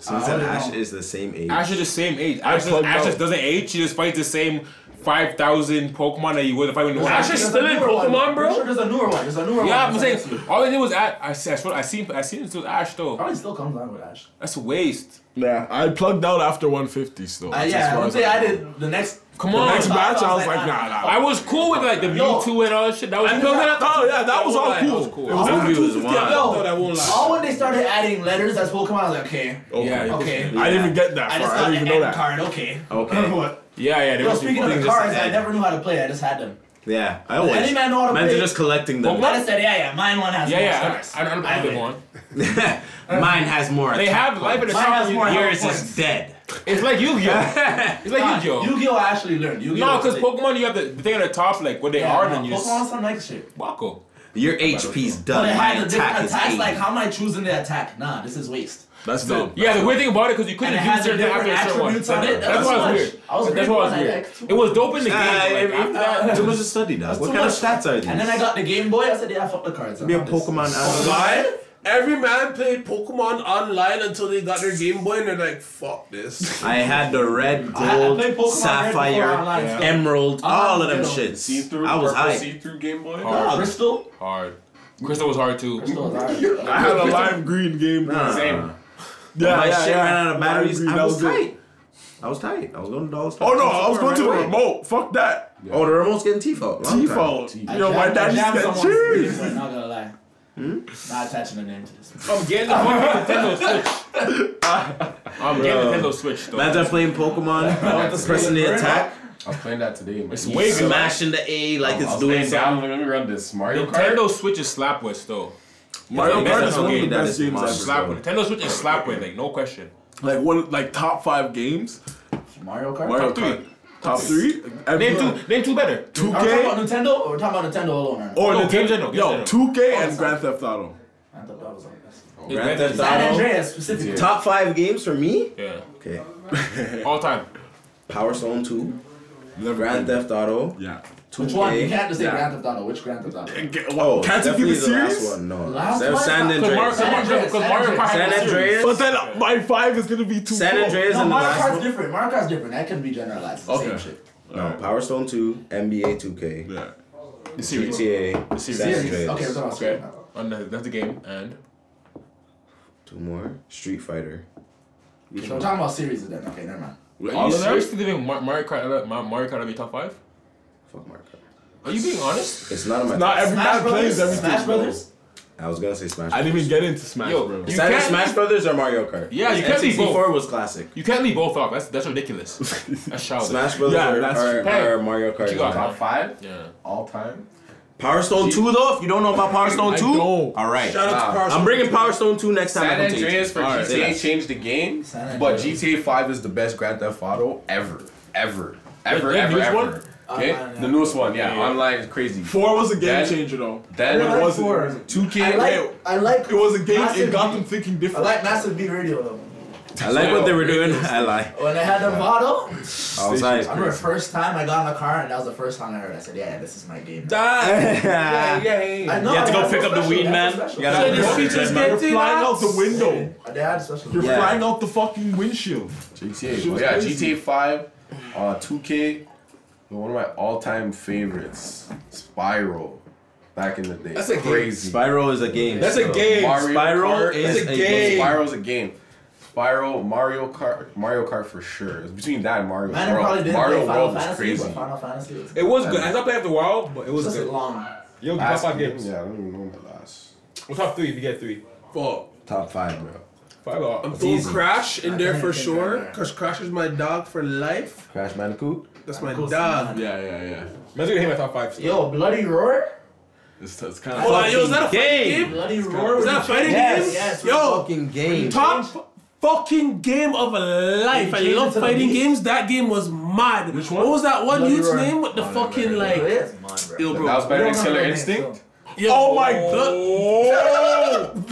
S1: Since that Ash is the same age.
S2: Ash is the same age.
S3: I
S2: Ash, just,
S3: plugged
S2: Ash
S3: out.
S2: just doesn't age. She just fights the same five thousand Pokemon that you would fight when you were.
S16: There's a newer one. I'm pretty Sure there's a newer one. There's a newer one.
S2: Yeah, I'm
S16: It's
S2: saying
S16: like this one.
S2: all they did was add. I see- I swear- I seen I seen it was Ash though.
S16: Probably still comes on with Ash.
S2: That's a waste.
S3: Yeah, I plugged out after 150 still.
S16: Uh,
S3: That's as
S16: yeah,
S3: far
S16: once
S3: as
S16: they
S3: I-
S16: added the next.
S2: Come
S3: The
S2: on.
S3: next batch, I was like, nah, nah.
S2: I was cool with like the
S16: Yo.
S2: Mewtwo and all that shit. That was
S3: I plugged it out. Oh, yeah, that was all
S2: That
S3: cool.
S2: was cool.
S3: It was
S1: That
S3: only
S1: movie was
S3: 250.
S1: wild.
S3: No,
S16: Yo,
S3: that won't lie.
S16: all when they started adding letters as Pokemon, I was like, okay.
S1: Oh,
S2: Yeah,
S16: Okay.
S3: I didn't even get that far.
S16: I just
S3: I
S16: got
S3: didn't
S16: an
S3: even know
S16: end
S3: that.
S16: card, okay.
S1: Okay.
S16: What?
S2: Yeah, yeah. they
S16: Yo,
S2: were
S16: speaking of
S2: cool.
S16: the cards, I never knew how to play. I just had them.
S1: Yeah, I
S16: Does
S1: always.
S16: any man know how to
S1: Man's
S16: play?
S1: just collecting them.
S16: I just said, yeah, yeah, mine one has
S2: Yeah,
S16: more
S2: yeah.
S16: stars.
S2: I, I, I don't
S16: I
S2: play them
S16: win.
S2: on.
S1: Mine has more.
S2: They
S1: attack
S2: have life in
S1: points.
S2: the
S16: Mine has more
S1: Yours
S16: points.
S1: is dead.
S2: It's like Yu-Gi-Oh. It's like Yu-Gi-Oh.
S16: Yu-Gi-Oh! I actually learned. Yu-Gi-Oh!
S2: No, because
S16: is-
S2: Pokemon, you have the the thing on the top, like what they
S16: Yeah,
S2: are,
S16: no,
S2: then you
S16: Pokemon
S2: s-
S16: some like shit.
S2: Wacko.
S1: Your HP's
S16: But
S1: done.
S16: it
S1: My
S16: had the
S1: attack
S16: different
S1: is
S16: attacks.
S1: eight.
S16: Like, how am I choosing the attack? Nah, this is waste.
S3: That's dumb.
S2: Yeah, the weird thing about it because you couldn't
S16: And it
S2: do
S16: has the
S2: certain
S16: different
S2: after a certain one.
S16: attributes on it.
S2: That's, why it was weird.
S16: I was
S2: That's why it was weird. It was dope in the game.
S1: Ah,
S2: but,
S1: it-
S2: Like, after that,
S1: it was a study, dog. What
S16: too
S1: kind of
S16: much.
S1: stats are these?
S16: And then I got the Game Boy. I said, yeah, fuck the cards.
S1: be a Pokemon analyst.
S6: Why? Every man played Pokemon online until they got their Game Boy and they're like, fuck this.
S1: I had the red,
S16: I had
S1: gold,
S16: played Pokemon Red
S1: sapphire,
S16: before online, so-
S1: emerald, all of them
S16: Online, you know,
S1: shits.
S4: See-through,
S1: I was
S4: purple
S1: high.
S4: see-through Game Boy.
S16: Nah, Crystal.
S2: hard. Crystal was hard too.
S16: Crystal is alright.
S3: I had a lime green game.
S1: Nah.
S2: Same.
S3: Yeah,
S1: my
S3: yeah,
S1: shit
S3: yeah.
S1: ran out of
S3: Lime
S1: batteries.
S3: green,
S1: I
S3: that
S1: was,
S3: it.
S1: tight. I was tight. I was going to dollar store.
S3: Oh no, I was
S1: Right
S3: going to the
S1: away.
S3: remote. Fuck that.
S1: Oh, the remote's getting T-Fold. Long time.
S3: T-phone. You
S16: I
S3: know, my
S16: jammed- I
S3: dad
S16: jammed
S3: used to get
S16: someone's
S3: cheers.
S16: game, but Not gonna lie. Not attaching a name to this.
S2: I'm getting the fucking Nintendo Switch. I'm getting the Nintendo Switch though.
S1: Imagine playing Pokemon, pressing the attack,
S4: I was playing that today. Man.
S2: It's
S4: You
S2: way
S4: suck.
S1: smashing the A like
S4: I
S3: Oh,
S1: it's
S4: was
S1: doing
S4: playing
S1: something.
S4: down. Let me run this Mario Kart.
S2: Nintendo Switch is slap with though.
S3: Mario
S2: That's
S3: Kart is
S2: how
S3: one of the
S2: game-
S1: that
S3: best
S1: is
S3: games
S1: mine.
S3: ever.
S2: Slap with Nintendo Switch is slap with like no question.
S3: Like one, like top five games.
S16: Mario Kart.
S3: Mario
S2: Top three.
S3: Kart. Top three.
S2: Name two. Name two better.
S3: Two
S16: Are we talking
S3: K
S16: about Nintendo or we're talking about Nintendo alone? Right?
S3: or
S2: No,
S3: Oh, Nintendo-
S2: games I know, games I
S3: Yo,
S2: know.
S3: two K and Grand Theft Auto.
S16: I thought that was on this.
S1: Grand Theft
S16: San
S1: Auto.
S16: Andreas specifically.
S1: Top five games for me?
S2: Yeah.
S1: Okay.
S2: All time.
S1: Power Stone 2,
S3: Never
S1: Grand
S3: played.
S1: Theft Auto,
S3: Yeah.
S1: 2K.
S16: Which one? You can't just say Grand Theft Auto. Which Grand Theft Auto?
S1: Oh,
S3: Can't you keep
S1: definitely
S3: it
S1: the
S3: serious?
S1: last one. No.
S16: Last
S1: San-
S16: one?
S1: San
S16: Cause
S2: Because Mario,
S1: Andreas.
S2: cause Mario, because Mario Kart.
S1: San Andreas.
S3: But then uh, my five is gonna be two.
S1: San Andreas
S16: No,
S1: and the
S16: Mario
S1: last
S16: Kart's
S1: one.
S16: different. Mario Kart's different. That can be generalized. It's the
S3: Okay.
S16: Same shit.
S1: No, Power Stone 2, NBA 2K,
S3: Yeah.
S2: The series.
S1: GTA, San
S16: Series.
S1: Andreas.
S16: Okay, we're talking about
S2: Okay.
S16: series now.
S2: And that- Oh, That's the game. And
S1: Two more. Street Fighter.
S16: So we're talking about series then. Okay, never mind.
S2: all
S3: All
S2: you
S3: of them.
S2: seriously leaving Mar- Mario Kart out of Ma- Mario Kart out of your top five?
S1: Fuck Mario Kart.
S2: Are you being honest?
S1: It's not on my
S3: Not
S1: top.
S3: every man plays everything.
S16: Smash
S3: bro.
S16: Brothers.
S1: I was gonna say Smash.
S3: I didn't even get into Smash
S2: Yo,
S1: Brothers.
S2: you
S1: It's either
S2: can't-
S1: Smash Brothers or Mario Kart.
S2: Yeah, you can't be both.
S1: N64 was classic.
S2: You can't leave both off. That's that's ridiculous. That's childish.
S1: Smash Brothers or, or, or Mario Kart.
S2: What you got? Top
S1: five?
S2: Yeah.
S4: All time?
S1: Power Stone 2 though? If you don't know about Power Stone 2, all right.
S4: Shout out to Power
S1: I'm
S4: Stone
S1: bringing
S4: 2.
S1: Power Stone 2 next time. I
S4: San
S1: come to
S4: Andreas
S1: you.
S4: for
S1: All right, say
S4: GTA
S1: that.
S4: changed the game,
S1: San
S4: but
S1: Andreas.
S4: GTA 5 is the best Grand Theft Auto ever. Ever. Ever,
S3: the
S4: ever,
S3: newest
S4: ever.
S3: one?
S4: Okay?
S3: Online,
S4: the newest one, yeah.
S3: Yeah, yeah.
S4: Online is crazy.
S3: Four was a game
S4: Then-
S3: changer though.
S4: Then
S3: But it wasn't.
S4: Two K.
S3: I like-
S16: I like.
S3: It was a game.
S16: Massive
S3: it got
S16: Beat.
S3: them thinking different.
S16: I like Massive Beat Radio though.
S1: I like what they were doing. I lie.
S16: When I had the bottle,
S1: I was like,
S16: I remember first time I got in the car and that was the first time I heard. it. I said, "Yeah, this is my game."
S1: Yeah, yeah, yeah.
S16: I know,
S1: You have to go
S16: that's
S1: pick
S16: so
S1: up the weed,
S16: special,
S1: man.
S16: that's so special.
S1: You gotta
S16: Yeah,
S1: go
S16: they
S1: pick up the weed,
S16: just get
S1: man.
S16: it
S3: flying out the
S16: out.
S3: window.
S16: They had special.
S3: You're
S4: Yeah.
S3: flying out the fucking windshield.
S4: GTA.
S3: She was
S4: yeah,
S3: crazy.
S4: GTA 5, uh, 2K, one of my all time favorites, Spiral, back in the day.
S1: That's a game.
S4: Crazy.
S1: Spiral is a game. That's a
S4: Still.
S1: game.
S4: Mario
S1: Spiral
S4: Kart,
S1: is
S4: that's
S1: a game.
S4: Spiral's a game. Spiral, Mario Kart, Mario Kart for sure. It's between that and Mario
S16: Man, I probably
S4: World.
S16: didn't
S4: Mario
S16: play Final
S4: World was
S16: Fantasy,
S4: crazy.
S16: but Final Fantasy was
S2: It was good. I thought they after a while, but it was
S16: It's just
S2: good.
S16: long.
S2: Yo, give top
S4: Last
S2: five
S4: game,
S2: games.
S4: Yeah, I don't even know the last.
S2: Well, top three if you get three.
S6: Fuck.
S1: Top five, uh, bro.
S2: Five off.
S6: I'm throwing
S2: Easy.
S6: Crash in there for
S2: think
S6: sure, because Crash is my dog for life.
S1: Crash Bandicoot.
S6: That's my dog.
S3: Yeah, yeah, yeah.
S2: Man's gonna hit my top five. still.
S16: Yo, Bloody Roar?
S3: It's, it's kind
S6: Hold on, yo, is that a fighting
S2: Game.
S6: game?
S16: Bloody Roar?
S6: Is that a fighting
S16: yes,
S6: game?
S16: Yes,
S6: yo,
S1: fucking game.
S6: top fu- fucking game of a life. I
S16: Change
S6: love
S16: it to the
S6: fighting
S16: beat.
S6: games. That game was mad. Which one? What was that one
S16: Bloody
S6: youth's
S16: Roar.
S6: name with the fucking like? Yo,
S4: That
S6: bro.
S4: was better
S6: we
S4: than
S6: don't
S4: Killer
S6: know.
S4: Instinct?
S6: Oh my god.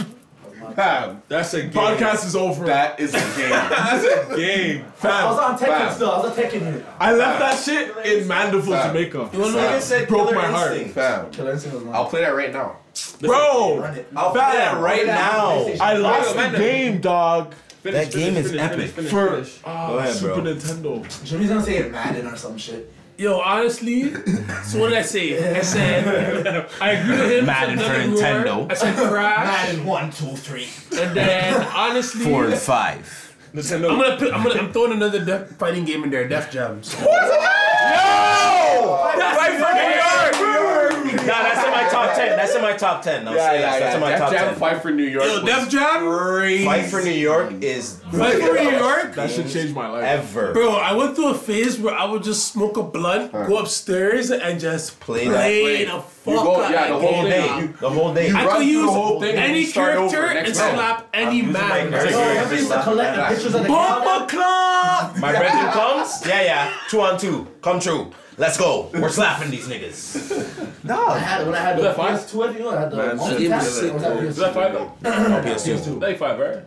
S4: Fam,
S2: That's a game.
S3: Podcast is over.
S4: that is a game.
S2: That's a game.
S16: I was on Tekken
S4: Bam.
S16: still. I was on Tekken here.
S3: I left that shit in Mandeville,
S4: Fam.
S3: Jamaica.
S6: You wanna
S4: Fam.
S6: nigga said
S3: Broke
S6: Killer
S3: my heart.
S6: Instinct.
S4: Fam,
S16: Killer Instinct was long.
S4: I'll play that right now.
S3: Bro,
S16: Run it.
S1: I'll play that right now.
S3: I lost
S2: Mario,
S3: the
S2: Mario.
S3: game, dog.
S2: Finish,
S1: That game
S2: finish,
S1: is
S2: finish,
S1: epic.
S2: finish, finish,
S3: For
S2: finish.
S1: Go ahead,
S3: Super
S1: bro.
S3: Nintendo.
S16: Jimmy's gonna say it Madden or some shit.
S6: Yo, honestly, so what did I say? I said I agree with him.
S1: Madden
S6: said
S1: for
S6: Bloody Roar.
S1: Nintendo.
S6: I said Crash,
S16: Madden one, two, three.
S6: and then honestly,
S1: Four and five.
S2: Nintendo.
S6: I'm gonna, put, I'm gonna, I'm throwing another death fighting game in there, Def Jams.
S1: That's Nah, that's in my top ten. That's in my top ten. No, say that. That's in my
S4: Def
S1: top
S4: Jam
S1: ten.
S4: Fight for New York.
S6: Yo, Def Jam,
S1: Fight for New York is
S6: Fight for New York.
S3: That should change my life.
S1: ever.
S6: Bro, I went through a phase where I would just smoke a blunt, go upstairs, and just
S1: Play
S6: play,
S1: that.
S6: the fuck
S4: You go-
S6: out
S4: yeah,
S6: of
S4: the
S1: The
S4: whole
S1: whole
S6: game.
S1: day.
S4: You-
S1: the whole day.
S6: I
S4: you run
S6: could
S4: through the
S6: use
S4: whole thing and
S6: any
S4: you start
S6: character
S4: over next
S6: and
S4: round.
S6: slap any
S1: using my
S6: man.
S1: character.
S16: Yo, remember you used to collect the pictures of the
S6: Bomba Club!
S1: My brethren comes. Yeah, yeah. Two on two. Come true. Let's go. We're slapping these niggas.
S16: I had when I had the PS2 I think I had the multitask. Was that
S2: Is that
S16: PS2?
S2: five though? Like five, right?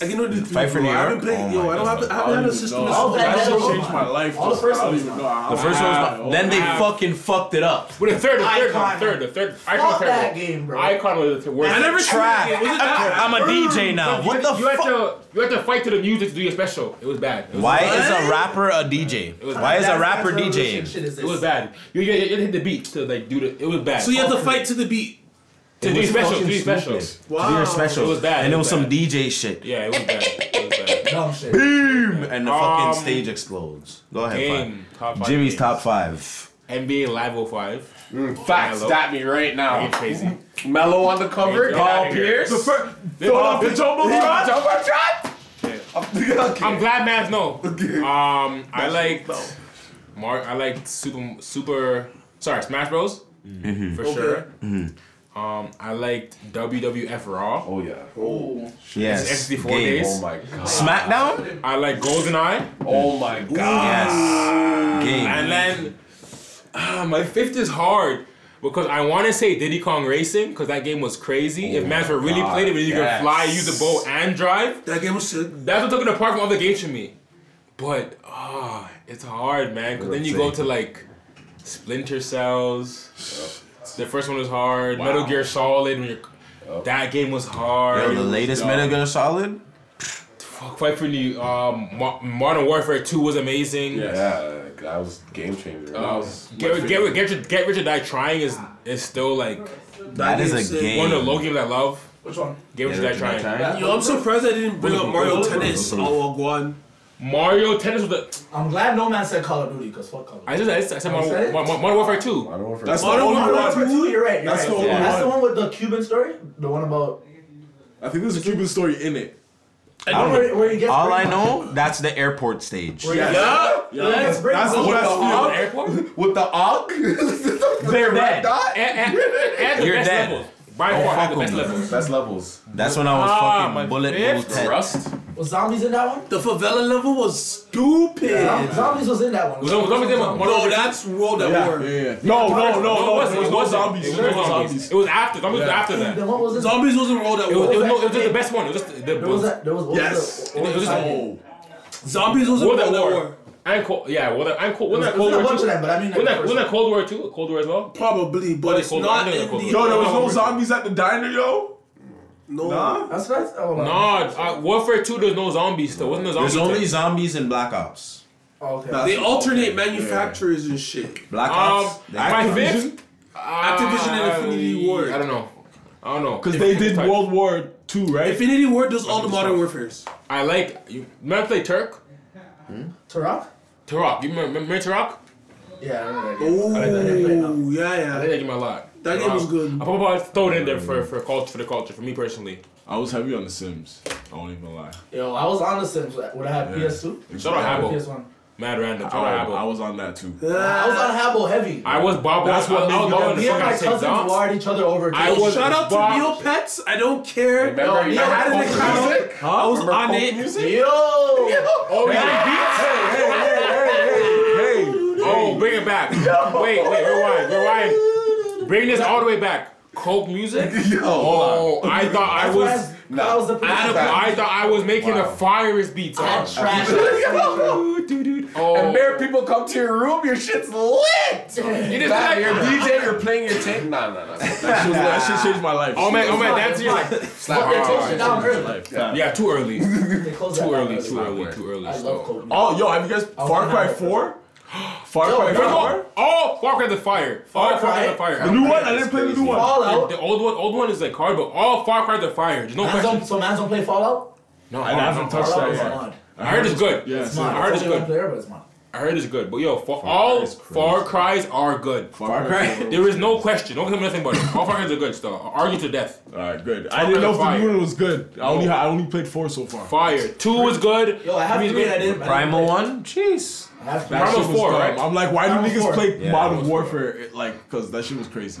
S6: I can do this.
S1: Fight for New
S6: I
S1: York?
S6: haven't played.
S1: Oh
S6: yo,
S1: my
S6: I don't have. I haven't had a system.
S16: All
S6: that's-
S16: that
S3: That
S16: metal-
S3: should change my life.
S16: All the
S3: just-
S16: first
S3: I don't
S16: ones.
S3: even know how.
S1: The first one was.
S3: Wow.
S1: my- Then they fucking fucked it up.
S2: With the third, the third,
S16: Icon.
S2: one, third, the third, icon
S16: Fuck
S2: third.
S16: that
S2: one.
S16: game, bro.
S2: Icon was the th- worst.
S6: I never
S1: Trash.
S6: tried. it. Was it that?
S1: I'm a DJ now.
S2: You
S1: What
S2: had-
S1: the
S2: you had
S1: fuck?
S2: to you had to fight to the music to do your special. It was bad. It was,
S1: Why is a rapper a DJ? Why is a
S16: That's-
S1: rapper
S16: that's what
S1: DJing?
S16: shit is
S2: It was
S16: this.
S2: bad. You you, you hit the beat to like do the. It was bad.
S6: So you have to fight to the beat.
S2: to do your
S1: was
S2: special.
S1: fucking
S2: Do your special.
S1: stupid.
S6: Wow.
S1: They were special.
S2: It was bad,
S1: And
S2: it
S1: it was
S2: was
S1: some
S2: bad.
S1: DJ shit.
S2: Yeah, it was bad. It was bad.
S16: Dumb shit.
S1: Boom! And the
S2: Um,
S1: fucking stage explodes. Go ahead,
S2: Game. Top
S1: five.
S2: five
S1: Jimmy's
S2: games. Mm,
S1: top five.
S2: NBA Live 05.
S4: Facts,
S2: Hello.
S4: stat me right now.
S2: Are you crazy?
S4: Mellow on the cover,
S2: Get
S4: Paul
S2: outta here.
S4: Pierce.
S2: The
S4: first,
S3: Hold on, the jumbo shot.
S2: I'm glad man's no. Um, I like Mark. I like Super Super. Sorry, Smash Bros.
S1: Mm-hmm.
S2: For sure. Um, I liked WWF Raw.
S4: Oh yeah.
S1: Yes. Game.
S2: N64
S4: Oh
S2: days.
S4: my god.
S1: SmackDown?
S2: I like GoldenEye.
S4: Oh my god.
S1: Yes. Game.
S2: And then ah, my fifth is hard because I want to say Diddy Kong Racing because that game was crazy. if Mads were really
S4: Oh God,
S2: played it, where you
S4: yes.
S2: can fly, use the bow, and drive,
S6: That game was sick.
S2: that's what took it apart from other games for me. But ah, it's hard, man. Because then you go to like Splinter Cells. The first one was hard. Metal Gear Solid. When you're, that game was
S1: Yo,
S2: hard.
S1: the latest Metal Gear Solid?
S2: Fuck, Fight for New um, Mo- Modern Warfare Two was amazing.
S4: Yeah, that was game changer. That was
S2: Get, get, get, Rich- get Rich or Die Trying is is still like
S1: That
S6: game
S1: is
S6: sick.
S1: a
S2: one of the
S1: game.
S2: low games I love.
S16: Which one?
S2: Get Rich or Die Trying.
S6: Yo, I'm surprised I didn't bring up Mario Tennis. Oh, Guan.
S2: Mario Tennis was the.
S16: I'm glad no man said Call of Duty because fuck Call of Duty.
S2: I just I said, I said
S16: You
S2: Modern,
S16: said it?
S2: Modern, Modern Warfare Two. Modern Warfare.
S16: That's Modern
S2: Oh,
S16: Warfare, Two. You're right. You're
S3: That's
S16: right.
S3: the only
S16: That's the
S3: one.
S16: one with the Cuban story. The one about
S3: I think there's a Cuban story in it.
S16: I don't know where- where he gets
S5: All I
S16: brain-
S5: know, that's the airport stage.
S16: Where he gets- Yeah.
S3: Yeah. That's the best field.
S2: airport?
S5: With the AUG? They're dead.
S2: And, and, and the
S5: You're
S2: best
S5: dead.
S2: level. By
S5: Don't
S2: far,
S5: fuck
S2: the
S5: with
S2: best
S5: me.
S2: level.
S4: Best levels.
S5: That's when I was
S2: Ah, my
S5: fucking bullet
S2: fifth.
S5: bull
S2: Rust?
S16: Was zombies in that one?
S6: The favela level was stupid.
S16: Zom- Zombies was in that one.
S2: Was that- was that with them? Modern
S6: No,
S2: Warfare
S6: that's World at
S2: Yeah.
S6: War.
S2: No, no, no, no, it wasn't.
S6: there was
S2: It wasn't. It was no zombies. It was after. Zombies was after that.
S16: Then what was it?
S6: Zombies wasn't World at
S2: It was,
S6: War.
S2: it was, no, it was just the best one. It was just the, the
S16: There was that. There was what
S2: Yes.
S16: Was the, what
S2: It was just
S16: the-
S2: old.
S6: Zombies was in
S2: World at
S6: World at
S2: War.
S6: War.
S2: And cold, yeah, well, and cold, wasn't that
S6: It was-
S2: Cold
S6: it was
S2: War
S6: a bunch
S2: too?
S6: of them, but I mean, like,
S2: wasn't that,
S6: first
S2: wasn't that Cold War too? Cold War as well.
S6: Probably, but it's
S2: Cold
S6: not
S2: War. I think
S6: in
S2: it was
S6: the-
S2: Cold
S3: Yo, there was no
S2: War.
S3: zombies at the diner, yo.
S6: No.
S3: Nah.
S16: That's what I said. Oh,
S2: Nah, uh, Warfare Two. There's no zombies still. Wasn't there zombies?
S1: There's only
S2: there?
S1: zombies in Black Ops.
S16: Oh, okay.
S6: They alternate manufacturers and shit.
S1: Black
S2: Um,
S1: Ops. they-
S2: my
S3: Activision?
S2: fifth. uh,
S6: Activision and Infinity Ward.
S2: I don't know. I don't know.
S3: Because they did World War Two, right?
S6: Infinity Ward does all the modern warfares.
S2: I like you. Remember play Turk?
S16: Turok?
S2: Turok. You remember, remember Turok?
S16: Yeah, I remember that game.
S6: Oh, yeah,
S2: I
S6: yeah.
S2: like that game a lot.
S6: That game was good.
S2: I probably throw it in there for for culture for the culture for me personally.
S3: I was heavy on The Sims. I won't even lie.
S16: Yo, I was on the Sims when I had
S3: Yeah.
S16: PS2.
S2: Shout out
S16: I had
S2: Habbo.
S16: PS1.
S2: Mad random. Shout
S3: I,
S2: out
S3: I
S2: Habbo.
S3: was on that too.
S5: Uh,
S16: I was on Habbo heavy.
S2: I was Bob.
S3: That's what
S2: I was
S3: made me
S2: Bob on the
S16: Me and
S2: fucking
S16: my
S2: six
S16: cousins
S2: dogs.
S16: wired each other over.
S2: I was
S6: Shout out to
S2: Bob.
S6: Neopets. I don't care.
S4: Remember,
S6: I had an
S4: remember
S6: account.
S4: music?
S6: I was
S4: Remember
S6: on
S4: folk
S6: it.
S4: music?
S16: Yo! Oh,
S2: Oh, bring it back. Wait, wait, rewind, rewind. Bring this all the way back. Coke music?
S4: Yo.
S2: Oh, I thought I was.
S16: That's why I was, I was the
S2: I, had a, I thought I was making the firiest beats.
S16: I had
S2: huh?
S16: trash.
S2: Oh,
S4: Bare people come to your room, your shit's lit.
S2: you just
S4: Back,
S2: like
S4: you're a DJ, you're playing your tape. Nah, nah, nah.
S3: That shit, was- that shit changed my life.
S2: oh man, oh man, that's
S16: It's
S2: you
S16: fine,
S2: like
S16: But they closed
S2: Alright.
S16: it down
S3: My
S16: early.
S3: life.
S2: yeah, too early, too
S16: They closed that down
S2: early, too early, too early.
S16: I love
S2: so.
S16: Kobe.
S3: Oh, yo, have you guys Far Cry Four? Far
S16: Yo,
S3: Cry
S16: no.
S3: Four.
S2: Oh, Far Cry the Fire, Far
S16: Far
S2: Cry the
S16: Cry?
S2: Fire.
S3: The new one? I didn't play the new one.
S2: The,
S16: Fallout.
S2: the old one, old one is like hard, but all Far Cry the Fire. There's no
S16: Man's
S2: question.
S16: don't, so man's don't play Fallout?
S2: No,
S3: I haven't touched
S16: Fallout
S3: that
S16: is
S3: yet.
S16: mod.
S2: I heard it's good.
S3: Yeah,
S16: It's
S3: so-
S16: mod.
S2: I heard
S16: It's
S2: it's
S16: only
S2: good.
S16: one player, but it's mod.
S2: I heard it's good, but yo, for all Far Cries are good.
S3: Far Cry.
S2: There is no question. Don't tell me nothing about it. All Far Cries are good stuff. Argue to death.
S3: All right, good. I didn't know if the
S2: Fire.
S3: new one was good. I only I only played four so far.
S2: Fire. Two is good.
S16: Yo, I have
S2: Three is
S16: three and I
S2: good.
S16: didn't. I didn't
S5: Primal
S16: play.
S5: one? Jeez.
S16: I have three.
S3: That shit
S2: Primal
S3: was
S2: four,
S3: dumb.
S2: right?
S3: I'm like, why
S16: Primal
S3: do niggas
S16: four.
S3: play
S5: Yeah,
S3: Modern Warfare? It, like, cause that shit was crazy.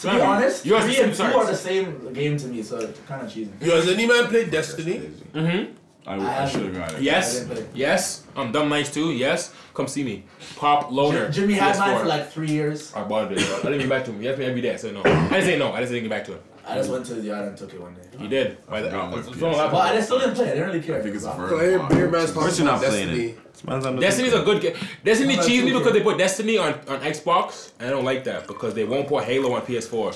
S16: To be honest,
S2: You
S16: you
S2: are
S16: three
S2: the
S16: and two
S2: same
S16: are
S2: size.
S16: the same game to me, so it's kind of cheesy.
S6: Yo, has any man played Destiny?
S3: I, should have got it.
S2: Yes. Yes. I'm dumb nice too. Yes. Come see me. Pop loader.
S16: Jimmy had mine
S2: PS4.
S16: for like three years.
S2: I bought it. I didn't get back to him. He asked me every day. I said no. I didn't say no. I just didn't get back to him.
S16: I just went to the yard and took it one day.
S2: He did. By the, uh,
S3: forgot my
S2: it's- it's
S3: PS4.
S2: on laptop.
S16: But I just still didn't play. I didn't really care.
S3: I think it's a
S6: Yo, here-
S3: firm.
S6: here man's
S1: Of course you're not
S6: talking about
S1: playing it. This man's on the-
S2: Destiny's a good game. Destiny
S6: Not
S2: cheesed me
S6: too
S2: because
S6: good.
S2: they put Destiny on, on Xbox, and I don't like that because they won't put Halo on PS4.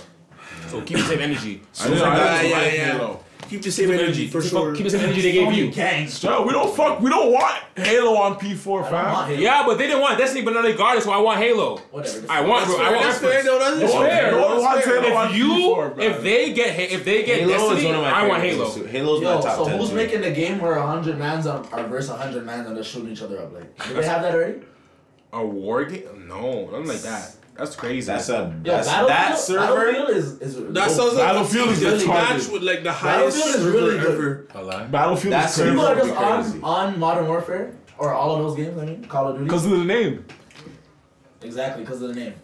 S2: So keep the same energy.
S3: I didn't- I
S6: Yeah,
S3: didn't
S6: yeah,
S3: like
S6: yeah.
S3: Halo.
S6: Keep the same energy for
S2: keep,
S6: sure.
S2: keep the same energy they gave you.
S16: gangs.
S3: Yo, we don't fuck. We don't want Halo on P4,
S16: I don't want
S3: fam.
S16: Halo.
S2: Yeah, but they didn't want Destiny, but now they got it, so I want Halo.
S16: Whatever.
S2: I want, bro, I want
S6: That's fair,
S2: reference.
S6: though. That's
S3: No one-
S2: fair.
S3: No one wants Halo on
S2: If you,
S3: P4, bro.
S2: if they get, Ha- if they get
S1: Halo is
S2: Destiny,
S1: one of my
S2: I want
S1: favorites,
S2: Halo.
S1: too. Halo's
S16: Yo,
S1: my top
S16: so
S1: ten.
S16: who's
S1: too.
S16: making the game where hundred mans are, are versus hundred mans and they're shooting each other up? Like, do they have that already?
S2: A war game? No, nothing like that. That's crazy.
S1: That's a
S16: Yo,
S1: that's,
S16: Battlefield,
S1: that server.
S16: Battlefield is is
S6: That sounds like
S3: Battlefield is
S6: a
S3: retarded.
S6: match with like the highest
S16: Battlefield is really
S6: server ever.
S16: good.
S2: a lie.
S3: Battlefield
S1: That's
S3: is
S16: people
S3: crazy
S16: are just
S1: be crazy.
S16: on on Modern Warfare or all of those games. I mean, Call of Duty.
S3: because of the name.
S16: exactly, because of the name.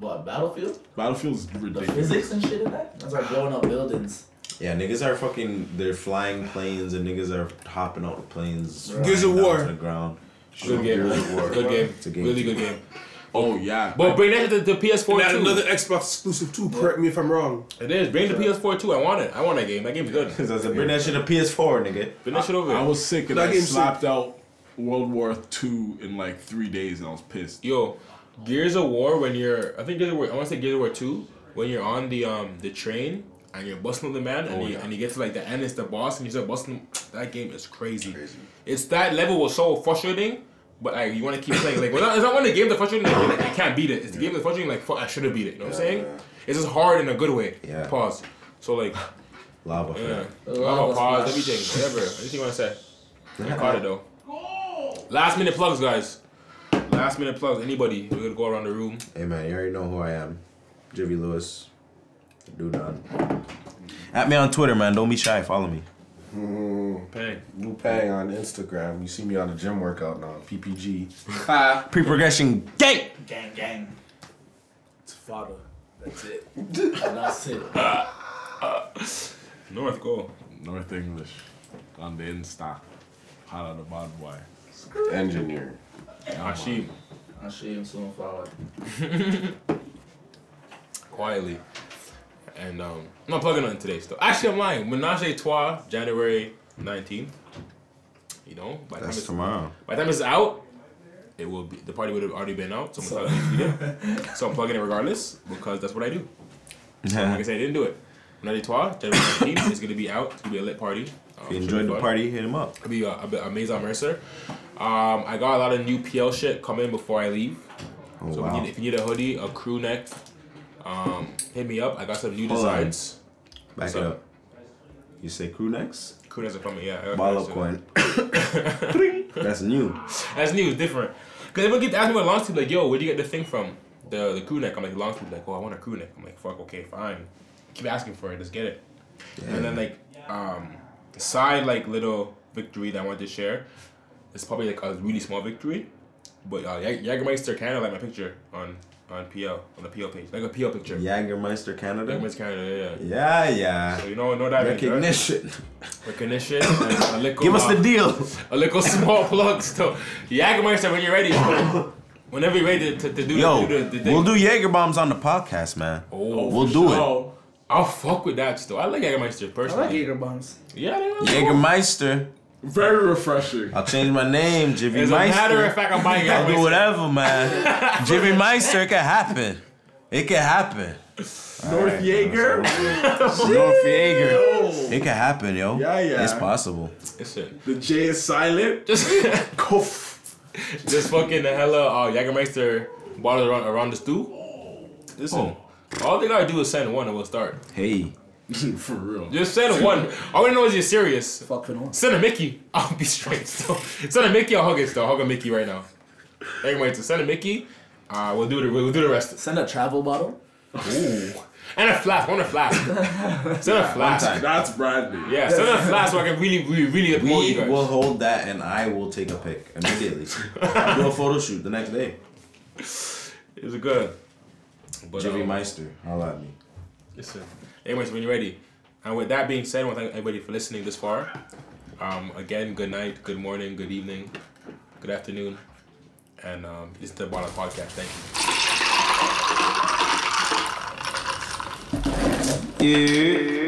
S16: But Battlefield,
S3: Battlefield's
S16: the
S3: ridiculous.
S16: physics and shit in that. That's like blowing up buildings.
S1: Yeah, niggas are fucking. They're flying planes and niggas are hopping out of planes.
S6: Gears of
S1: flying down
S6: War.
S1: to the ground.
S2: Good game.
S1: Gears of War.
S2: Good game.
S1: It's a game.
S2: Really good game.
S3: Oh yeah.
S2: But bring that to the PS4
S6: And had
S2: too.
S6: another Xbox exclusive too. Correct me if I'm wrong.
S2: It is. Bring the PS4 too. I want it. I want that game. That game's good.
S1: Cause I said, bring that shit to PS4, nigga.
S2: Bring that shit over.
S3: I was sick and
S6: That
S3: I
S6: game's
S3: slapped out World War Two in like three days and I was pissed.
S2: Yo, Gears of War when you're, I think Gears of War, I want to say Gears of War two when you're on the um the train and you're busting the man and, you, and you get to like the end, it's the boss and you start busting. That game is crazy. It's that level was so frustrating, but like you want to keep playing. Like, well, not- it's not when the game that's frustrating. Like, you're like, I can't beat it. It's the game that's frustrating. Like, fuck, I should have beat it. You know what I'm saying? It's just hard in a good way.
S1: Yeah.
S2: Pause. So like,
S1: Lava.
S2: yeah.
S1: fam.
S2: Lava, pause. Everything. Whatever. Anything you want to say? I caught it though. Last minute plugs, guys. Last minute plugs. Anybody? We're gonna go around the room.
S1: Hey man, you already know who I am. Jivy Lewis. Do not. At me on Twitter, man. Don't be shy. Follow me.
S2: Pang.
S4: New Pang on Instagram. You see me on a gym workout now. PPG.
S1: Pre progression gang.
S16: Gang, gang. It's fodder. That's it. That's it.
S2: North go.
S3: North English. On the Insta. Hot on the bottom boy.
S4: Engineer.
S2: Hashim.
S16: Hashim Sunflower.
S2: Quietly. And um, I'm not plugging on today still. Actually, I'm lying. Menage a Trois, January 19th. You know, by the time
S1: That's
S2: it's,
S1: tomorrow.
S2: By the time it's out, it will be the party would have already been out. So I'm, plugging it. so I'm plugging it regardless because that's what I do. So like I said, I didn't do it. Menage a Trois, January 19th is gonna be out. It's gonna be a lit party. Um,
S1: If you
S2: should
S1: enjoyed
S2: be
S1: the
S2: fun.
S1: party, hit him up.
S2: I'll be uh, a bit amazing Mercer. Um, I got a lot of new PL shit coming before I leave.
S1: Oh,
S2: so
S1: wow.
S2: if, you need, if you need a hoodie, a crew neck, um, hit me up. I got some new
S1: Hold on.
S2: designs.
S1: Back
S2: What's
S1: it
S2: up?
S1: up. You say crew necks?
S2: Crew necks are coming. Yeah. I got
S1: Bottle
S2: crew necks
S1: coin. That's new.
S2: in. That's new. different. Cause everyone keeps asking me about long sleeve. Like, yo, where'd you get the thing from? The the crew neck. I'm like long sleeve. Like, oh, I want a crew neck. I'm like, fuck. Okay, fine. Keep asking for it. Let's get it. And then like um, the side like little victory that I wanted to share. It's probably like a really small victory, but uh, Jag- Jagermeister Canada like my picture on on PL on the PL page, like a PL picture.
S1: Jagermeister Canada.
S2: Jagermeister Canada,
S1: Yeah,
S2: yeah.
S1: yeah.
S2: So you know, know that means, right?
S1: Recognition.
S2: Recognition. and a little,
S1: Give us the
S2: uh,
S1: deal.
S2: A little small plug still. Jagermeister, when you're ready, so whenever you're ready to, to do,
S1: Yo,
S2: the, do the, the thing.
S1: we'll do Jaeger bombs on the podcast, man.
S2: Oh,
S1: we'll
S2: for
S1: do it.
S2: sure. I'll fuck with that still. I like Jagermeister personally.
S16: Jaeger bombs.
S2: Yeah, they are.
S1: Jaegermeister.
S3: Very refreshing.
S1: I'll change my name, Jivy
S2: As a
S1: Meister.
S2: matter of fact, I'm buying
S1: I'll do
S2: Jagermeister.
S1: whatever, man. Jivy Meister, it can happen. It can happen.
S3: North Jaeger.
S1: North Jaeger. It can happen, yo.
S3: Yeah, yeah.
S1: It's possible.
S2: It's it.
S3: The J is silent.
S2: Just Koof. Just fucking the hella uh, Jagermeister bottle around, around the stew. Listen, all they gotta do is send one and we'll start.
S1: Oh. Hey.
S3: For real.
S2: Just send one. All I know is you're serious. Send a Mickey. I'll be straight. So send a Mickey. I'll hug it. Still hug a Mickey right now. Anyway, to send a Mickey. Uh, we'll do the we'll do the rest.
S16: Send a travel bottle.
S2: Ooh. And a flask. I want a flask. send a flask.
S3: That's Bradley.
S2: Yeah, send a flask so I can really really really applaud
S1: We
S2: you guys.
S1: will hold that and I will take a pic immediately. I'll do a photo shoot the next day.
S2: It was good. But,
S1: Jivy
S2: um,
S1: Meister, holla at me.
S2: Yes, sir. Anyways, when you're ready. And with that being said, I want to thank everybody for listening this far. Um, again, good night, good morning, good evening, good afternoon. And um, this is the Bottom Podcast. Thank you.
S1: Yeah.